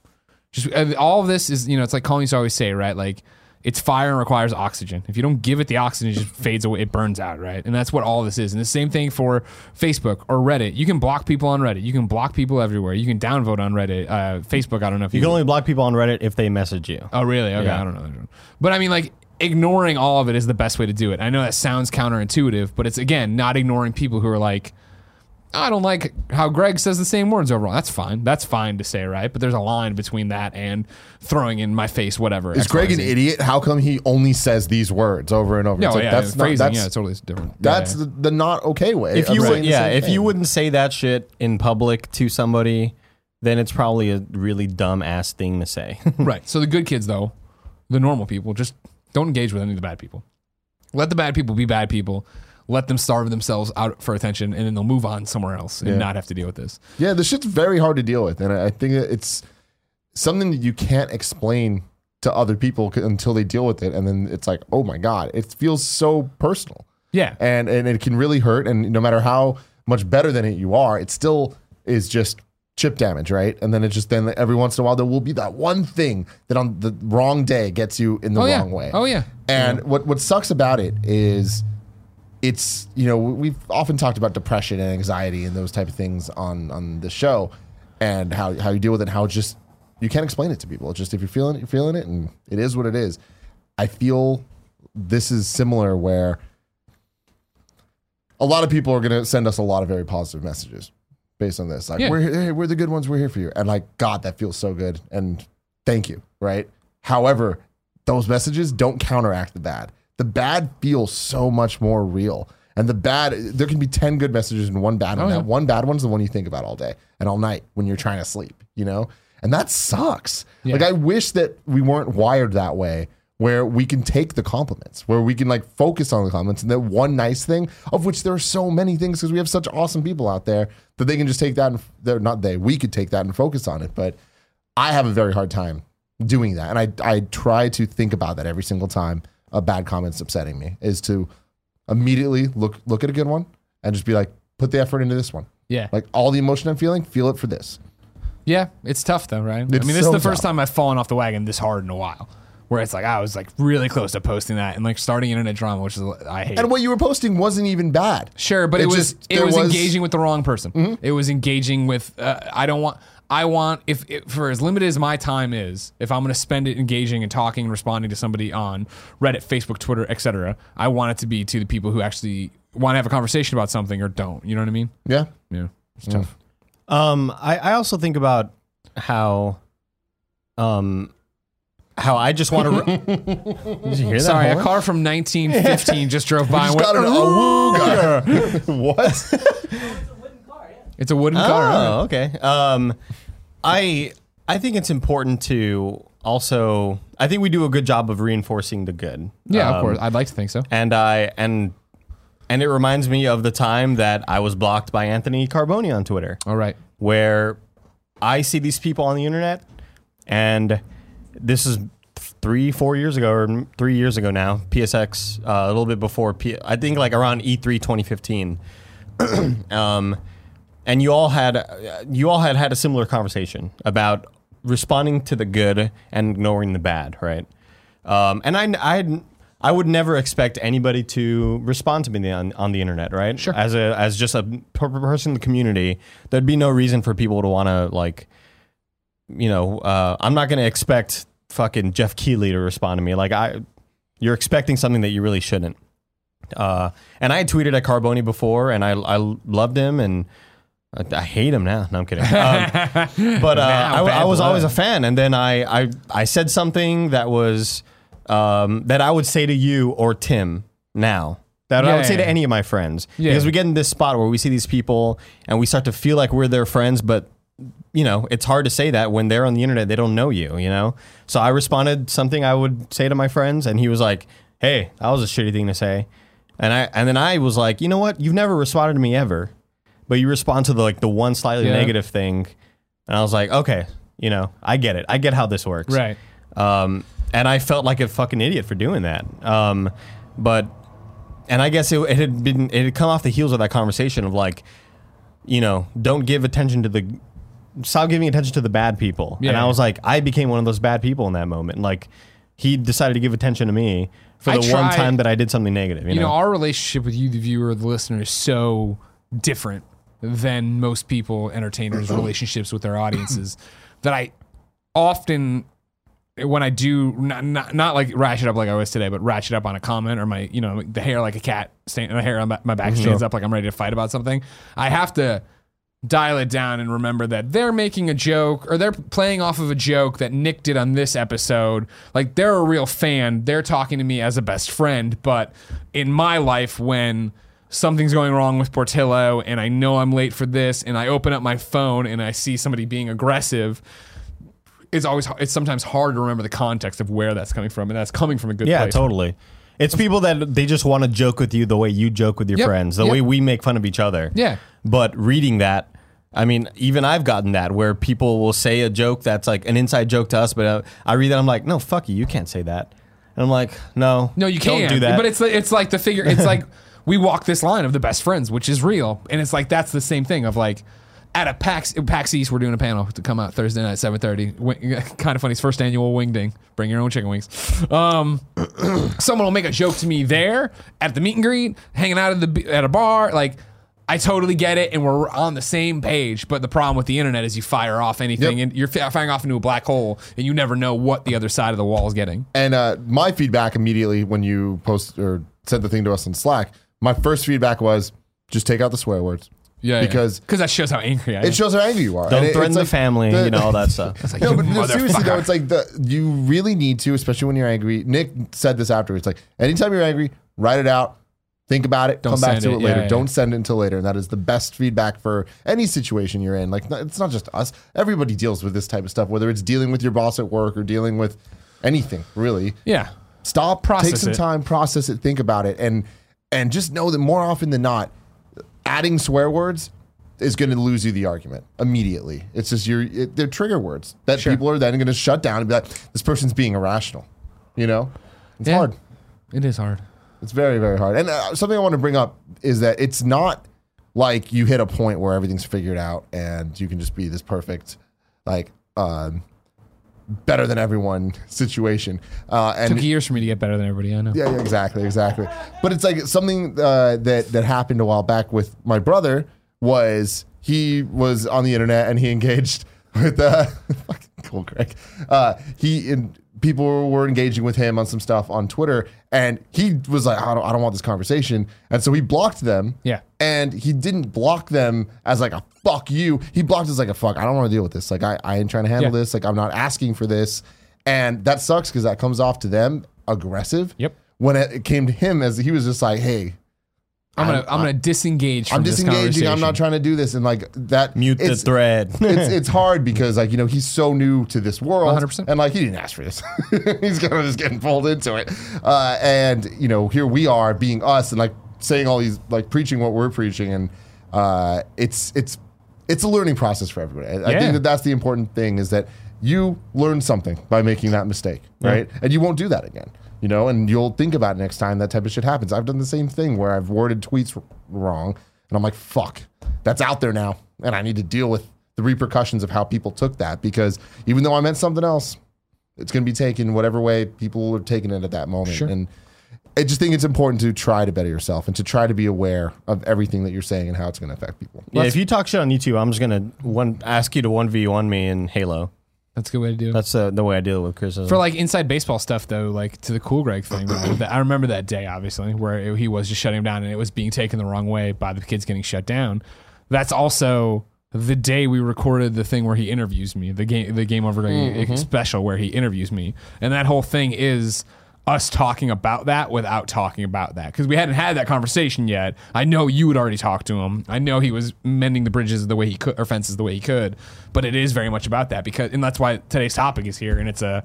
Speaker 1: Just uh, all of this is, you know, it's like Colin used to always say, right? Like, it's fire and requires oxygen. If you don't give it the oxygen, it just fades away. It burns out, right? And that's what all this is. And the same thing for Facebook or Reddit. You can block people on Reddit. You can block people everywhere. You can downvote on Reddit. Uh, Facebook, I don't know if
Speaker 3: You can only block people on Reddit if they message you.
Speaker 1: Oh, really? Okay,
Speaker 3: Yeah.
Speaker 1: I don't know. But I mean, like, ignoring all of it is the best way to do it. I know that sounds counterintuitive, but it's again not ignoring people who are like, I don't like how Greg says the same words overall. That's fine. That's fine to say, right? But there's a line between that and throwing in my face whatever.
Speaker 2: Is Greg an idiot? How come he only says these words over and over?
Speaker 1: No,
Speaker 2: It's like,
Speaker 1: yeah,
Speaker 2: that's
Speaker 1: phrasing.
Speaker 2: not, that's,
Speaker 1: yeah, it's totally different.
Speaker 2: That's
Speaker 1: Yeah, yeah.
Speaker 2: The, the not okay way.
Speaker 3: If
Speaker 2: of
Speaker 3: you
Speaker 2: saying
Speaker 3: would,
Speaker 2: the
Speaker 3: yeah,
Speaker 2: same
Speaker 3: if
Speaker 2: thing.
Speaker 3: you wouldn't say that shit in public to somebody, then it's probably a really dumb ass thing to say.
Speaker 1: right. So the good kids, though, the normal people, just don't engage with any of the bad people. Let the bad people be bad people. let them starve themselves out for attention, and then they'll move on somewhere else and
Speaker 2: Yeah.
Speaker 1: not have to deal with this.
Speaker 2: Yeah, this shit's very hard to deal with, and I I think that it's something that you can't explain to other people c- until they deal with it, and then it's like, oh my god, it feels so personal.
Speaker 1: Yeah.
Speaker 2: and and it can really hurt, and no matter how much better than it you are, it still is just chip damage, right? And then it just then every once in a while there will be that one thing that on the wrong day gets you in the
Speaker 1: Oh, yeah.
Speaker 2: wrong way.
Speaker 1: Oh, yeah.
Speaker 2: And what what sucks about it is it's you know we've often talked about depression and anxiety and those type of things on on the show and how how you deal with it and how just you can't explain it to people it's just if you're feeling it you're feeling it and it is what it is i feel this is similar where a lot of people are going to send us a lot of very positive messages based on this like
Speaker 1: Yeah.
Speaker 2: we're here, hey, we're the good ones we're here for you and like god that feels so good and thank you right however those messages don't counteract the bad the bad feels so much more real and the bad there can be 10 good messages and one bad one.
Speaker 1: Oh, yeah.
Speaker 2: that one bad one's the one you think about all day and all night when you're trying to sleep you know and that sucks like i wish that we weren't wired that way where we can take the compliments, where we can like focus on the compliments and that one nice thing, of which there are so many things because we have such awesome people out there that they can just take that and they're not they, we could take that and focus on it. But I have a very hard time doing that. And I, I try to think about that every single time a bad comment's upsetting me is to immediately look, look at a good one and just be like, put the effort into this one.
Speaker 1: Yeah.
Speaker 2: Like all the emotion I'm feeling, feel it for this.
Speaker 1: Yeah, it's tough though, right? I
Speaker 2: It's
Speaker 1: mean, this is
Speaker 2: so
Speaker 1: the first
Speaker 2: tough.
Speaker 1: time I've fallen off the wagon this hard in a while. Where it's like I was like really close to posting that and like starting internet drama, which is I hate.
Speaker 2: And what you were posting wasn't even bad.
Speaker 1: Sure, but it, was it
Speaker 2: there Mm-hmm.
Speaker 1: was, engaging with the wrong person. It was engaging with uh, I don't want I want if, if for as limited as my time is, if I'm going to spend it engaging and talking and responding to somebody on Reddit, Facebook, Twitter, etc., I want it to be to the people who actually want to have a conversation about something or don't. You know what I mean?
Speaker 2: Yeah.
Speaker 1: Yeah.
Speaker 2: Mm.
Speaker 1: It's tough.
Speaker 3: Um, I, I also think about how, um, how I just want to. Did you hear that?
Speaker 1: Sorry, a
Speaker 3: horn?
Speaker 1: car from 1915 just drove by. and
Speaker 2: Just got
Speaker 1: went,
Speaker 2: an awooga. what?
Speaker 4: It's a wooden car, yeah.
Speaker 1: It's a wooden car.
Speaker 3: Oh, okay. Um, I I think it's important to also. I think we do a good job of reinforcing the good.
Speaker 1: Yeah, of
Speaker 3: Um,
Speaker 1: course. I'd like to think so.
Speaker 3: And I and and it reminds me of the time that I was blocked by Anthony Carboni on Twitter
Speaker 1: All right.
Speaker 3: where I see these people on the internet, and this is three, four years ago, or m- three years ago now, PSX, uh, a little bit before, P- I think like around E E3 2015. um, and you all had uh, you all had had a similar conversation about responding to the good and ignoring the bad, right? Um, and I, I, had- I would never expect anybody to respond to me on, on the internet, right? Sure. As a as just a per- per- person in the community, there'd be no reason for people to want to like, you know, uh, I'm not going to expect fucking Jeff Keeley to respond to me. Like I, you're expecting something that you really shouldn't. Uh, and I had tweeted at Carboni before, and I I loved him, and I, I hate him now. No, I'm kidding. Um, but uh, I, I was always a fan, and then I, I I said something that was um, that I would say to you or Tim now that I
Speaker 1: Yeah,
Speaker 3: would say
Speaker 1: yeah,
Speaker 3: to
Speaker 1: yeah.
Speaker 3: any of my friends
Speaker 1: Yeah.
Speaker 3: because we get in this spot where we see these people and we start to feel like we're their friends, but you know it's hard to say that when they're on the internet they don't know you. You know, so I responded something I would say to my friends, and he was like, "Hey, that was a shitty thing to say," and I and then I was like, "You know what? You've never responded to me ever." But you respond to the, like the one slightly
Speaker 1: Yeah.
Speaker 3: negative thing, and I was like, okay, you know, I get it. I get how this works.
Speaker 1: Right.
Speaker 3: Um, and I felt like a fucking idiot for doing that. Um, but, and I guess it, it had been, it had come off the heels of that conversation of like, you know, don't give attention to the, stop giving attention to the bad people. And
Speaker 1: Yeah.
Speaker 3: I was like, I became one of those bad people in that moment. Like, he decided to give attention to me for
Speaker 1: I
Speaker 3: the one
Speaker 1: tried-
Speaker 3: time that I did something negative. You,
Speaker 1: you know,
Speaker 3: know,
Speaker 1: our relationship with you, the viewer, the listener, is so different than most people, entertainers' relationships with their audiences that I often, when I do, not, not, not like ratchet up like I was today, but ratchet up on a comment or my, you know, the hair like a cat, stand, the hair on my my back stands up like I'm ready to fight about something. I have to dial it down and remember that they're making a joke or they're playing off of a joke that Nick did on this episode. Like they're a real fan. They're talking to me as a best friend, but in my life when something's going wrong with Portillo and I know I'm late for this and I open up my phone and I see somebody being aggressive, it's always it's sometimes hard to remember the context of where that's coming from and that's coming from a good
Speaker 3: yeah,
Speaker 1: place.
Speaker 3: totally. It's people that they just want to joke with you the way you joke with your
Speaker 1: Yep,
Speaker 3: friends, the
Speaker 1: yep.
Speaker 3: way we make fun of each other.
Speaker 1: Yeah.
Speaker 3: But reading that, I mean, even I've gotten that where people will say a joke that's like an inside joke to us, but uh, I read that I'm like, no, fuck you, you can't say that. And I'm like, no,
Speaker 1: No, you
Speaker 3: don't
Speaker 1: can't
Speaker 3: do that.
Speaker 1: But it's it's like the figure. It's like we walk this line of the best friends, which is real, and it's like that's the same thing of like at a PAX PAX East, we're doing a panel to come out Thursday night at seven thirty. Kind of funny's first annual wing ding. Bring your own chicken wings. Um, someone will make a joke to me there at the meet and greet, hanging out at the at a bar, like. I totally get it, and we're on the same page. But the problem with the internet is you fire off anything,
Speaker 2: Yep.
Speaker 1: and you're fi- firing off into a black hole, and you never know what the other side of the wall is getting.
Speaker 2: And uh, my feedback immediately when you post or sent the thing to us on Slack, my first feedback was just take out the swear words.
Speaker 1: Yeah,
Speaker 2: Because-
Speaker 1: because that shows how angry I am.
Speaker 2: It shows how angry you are.
Speaker 3: don't
Speaker 2: And it-
Speaker 3: threaten
Speaker 2: it's
Speaker 3: the
Speaker 2: like
Speaker 3: family,
Speaker 2: the-
Speaker 3: you know, all that stuff.
Speaker 1: It's like,
Speaker 2: No,
Speaker 1: you
Speaker 2: but no, seriously though,
Speaker 1: motherfucker.
Speaker 2: it's like the you really need to, especially when you're angry. Nick said this afterwards. Like anytime you're angry, write it out, think about it,
Speaker 1: Don't
Speaker 2: come back
Speaker 1: send
Speaker 2: to it,
Speaker 1: it. Yeah,
Speaker 2: later.
Speaker 1: yeah.
Speaker 2: Don't send it until later. And that is the best feedback for any situation you're in. Like it's not just us. Everybody deals with this type of stuff, whether it's dealing with your boss at work or dealing with anything really.
Speaker 1: yeah,
Speaker 2: Stop, take
Speaker 1: Process
Speaker 2: some
Speaker 1: it.
Speaker 2: time, process it, think about it, and and just know that more often than not, adding swear words is going to lose you the argument immediately. It's just your it, they're trigger words that people are then going to shut down and be like, this person's being irrational. You know, it's
Speaker 1: Yeah.
Speaker 2: hard.
Speaker 1: it is hard.
Speaker 2: It's very very hard. And uh, something I want to bring up is that it's not like you hit a point where everything's figured out and you can just be this perfect, like. um better than everyone situation uh and
Speaker 1: Took years for me to get better than everybody I know.
Speaker 2: yeah, yeah, exactly, exactly. But it's like something uh, that that happened a while back with my brother was he was on the internet and he engaged with uh, fucking cool Greg. Uh, he and people were engaging with him on some stuff on Twitter, and he was like, I don't, I don't want this conversation, and so he blocked them.
Speaker 1: Yeah.
Speaker 2: and he didn't block them as like a fuck you. He blocked us like a fuck. I don't want to deal with this. Like I, I ain't trying to handle
Speaker 1: Yeah.
Speaker 2: this. Like I'm not asking for this, and that sucks because that comes off to them aggressive
Speaker 1: Yep.
Speaker 2: when it it came to him as he was just like, "Hey,
Speaker 1: I'm gonna I'm, gonna disengage. From
Speaker 2: I'm
Speaker 1: this
Speaker 2: disengaging. I'm
Speaker 1: conversation.
Speaker 2: not trying to do this." And like that,
Speaker 3: Mute the
Speaker 2: it's,
Speaker 3: thread.
Speaker 2: it's it's hard because like you know he's so new to this world,
Speaker 1: 100%.
Speaker 2: and like he didn't ask for this. he's kind of just getting pulled into it, uh, and you know here we are being us and like saying all these like preaching what we're preaching, and uh, it's it's it's a learning process for everybody. I, I
Speaker 1: Yeah.
Speaker 2: think that that's the important thing is that you learn something by making that mistake, right? And you won't do that again. You know, and you'll think about it next time that type of shit happens. I've done the same thing where I've worded tweets r- wrong, and I'm like, "Fuck, that's out there now, and I need to deal with the repercussions of how people took that because even though I meant something else, it's going to be taken whatever way people are taking it at that moment. And I just think it's important to try to better yourself and to try to be aware of everything that you're saying and how it's going to affect people.
Speaker 3: yeah, if you talk shit on YouTube, I'm just gonna one ask you to one v one me in Halo.
Speaker 1: That's a good way to do it.
Speaker 3: That's uh, the way I deal with criticism.
Speaker 1: for like inside baseball stuff though, like to the cool Greg thing. right, that- I remember that day obviously where it- he was just shutting him down and it was being taken the wrong way by the kids getting shut down. That's also the day we recorded the thing where he interviews me, the game, the game over Greg special where he interviews me, and that whole thing is us talking about that without talking about that because we hadn't had that conversation yet. I know you had already talked to him. I know he was mending the bridges the way he could or fences the way he could, but it is very much about that because and that's why today's topic is here and it's a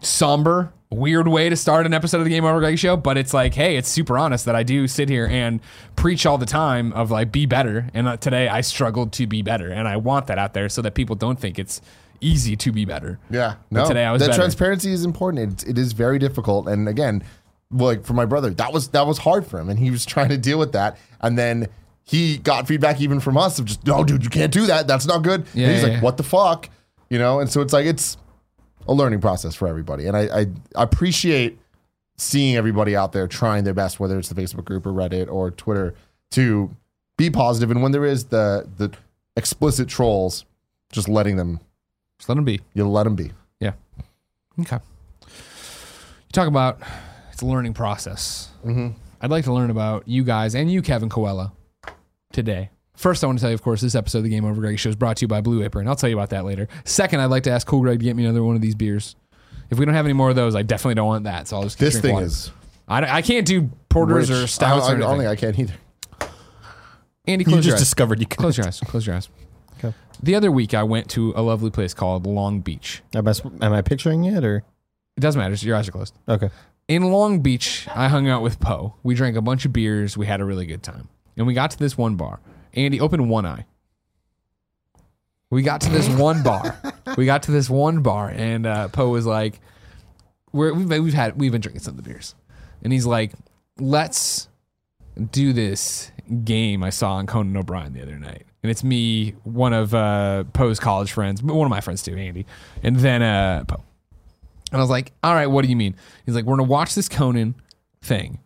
Speaker 1: somber, weird way to start an episode of the Game Over Greg show, but it's like, hey, it's super honest that I do sit here and preach all the time of like be better, and uh, today I struggled to be better, and I want that out there so that people don't think it's easy to be better.
Speaker 2: Yeah,
Speaker 1: But
Speaker 2: no.
Speaker 1: today I was
Speaker 2: that
Speaker 1: better.
Speaker 2: transparency is important. It, it is very difficult, and again, like for my brother, that was that was hard for him, and he was trying to deal with that, and then he got feedback even from us of just, no, dude, you can't do that. That's not good.
Speaker 1: Yeah,
Speaker 2: and he's
Speaker 1: yeah,
Speaker 2: like,
Speaker 1: yeah.
Speaker 2: what the fuck, you know? And so it's like it's a learning process for everybody, and I, I appreciate seeing everybody out there trying their best, whether it's the Facebook group or Reddit or Twitter, to be positive. And when there is the the explicit trolls, just letting them,
Speaker 1: Just let them be.
Speaker 2: you let them be.
Speaker 1: Yeah. Okay. You talk about it's a learning process.
Speaker 2: Mm-hmm.
Speaker 1: I'd like to learn about you guys and you, Kevin Coelho, today. First, I want to tell you, of course, this episode of the Game Over Greg show is brought to you by Blue Apron. I'll tell you about that later. Second, I'd like to ask Cool Greg to get me another one of these beers. If we don't have any more of those, I definitely don't want that. So I'll just
Speaker 2: This
Speaker 1: drink
Speaker 2: thing
Speaker 1: water.
Speaker 2: is
Speaker 1: I, don't- I can't do porters or
Speaker 2: Rich.
Speaker 1: stouts or
Speaker 2: I, I, I don't
Speaker 1: anything.
Speaker 2: think I can either.
Speaker 1: Andy,
Speaker 3: you
Speaker 1: close your
Speaker 3: just
Speaker 1: eyes.
Speaker 3: discovered you could.
Speaker 1: close your eyes. Close your eyes. The other week, I went to a lovely place called Long Beach.
Speaker 3: Am I, am I picturing it or
Speaker 1: It doesn't matter. Your eyes are closed.
Speaker 3: okay?
Speaker 1: in Long Beach, I hung out with Poe. We drank a bunch of beers. We had a really good time. And we got to this one bar. Andy, open one eye. We got to this one bar. We got to this one bar, and uh, Poe was like, we're, we've, we've had we've been drinking some of the beers, and he's like, let's do this game I saw on Conan O'Brien the other night, and it's me, one of uh, Poe's college friends, but one of my friends too, Andy, and then uh, Poe, and I was like, all right, what do you mean? He's like, we're gonna watch this Conan thing,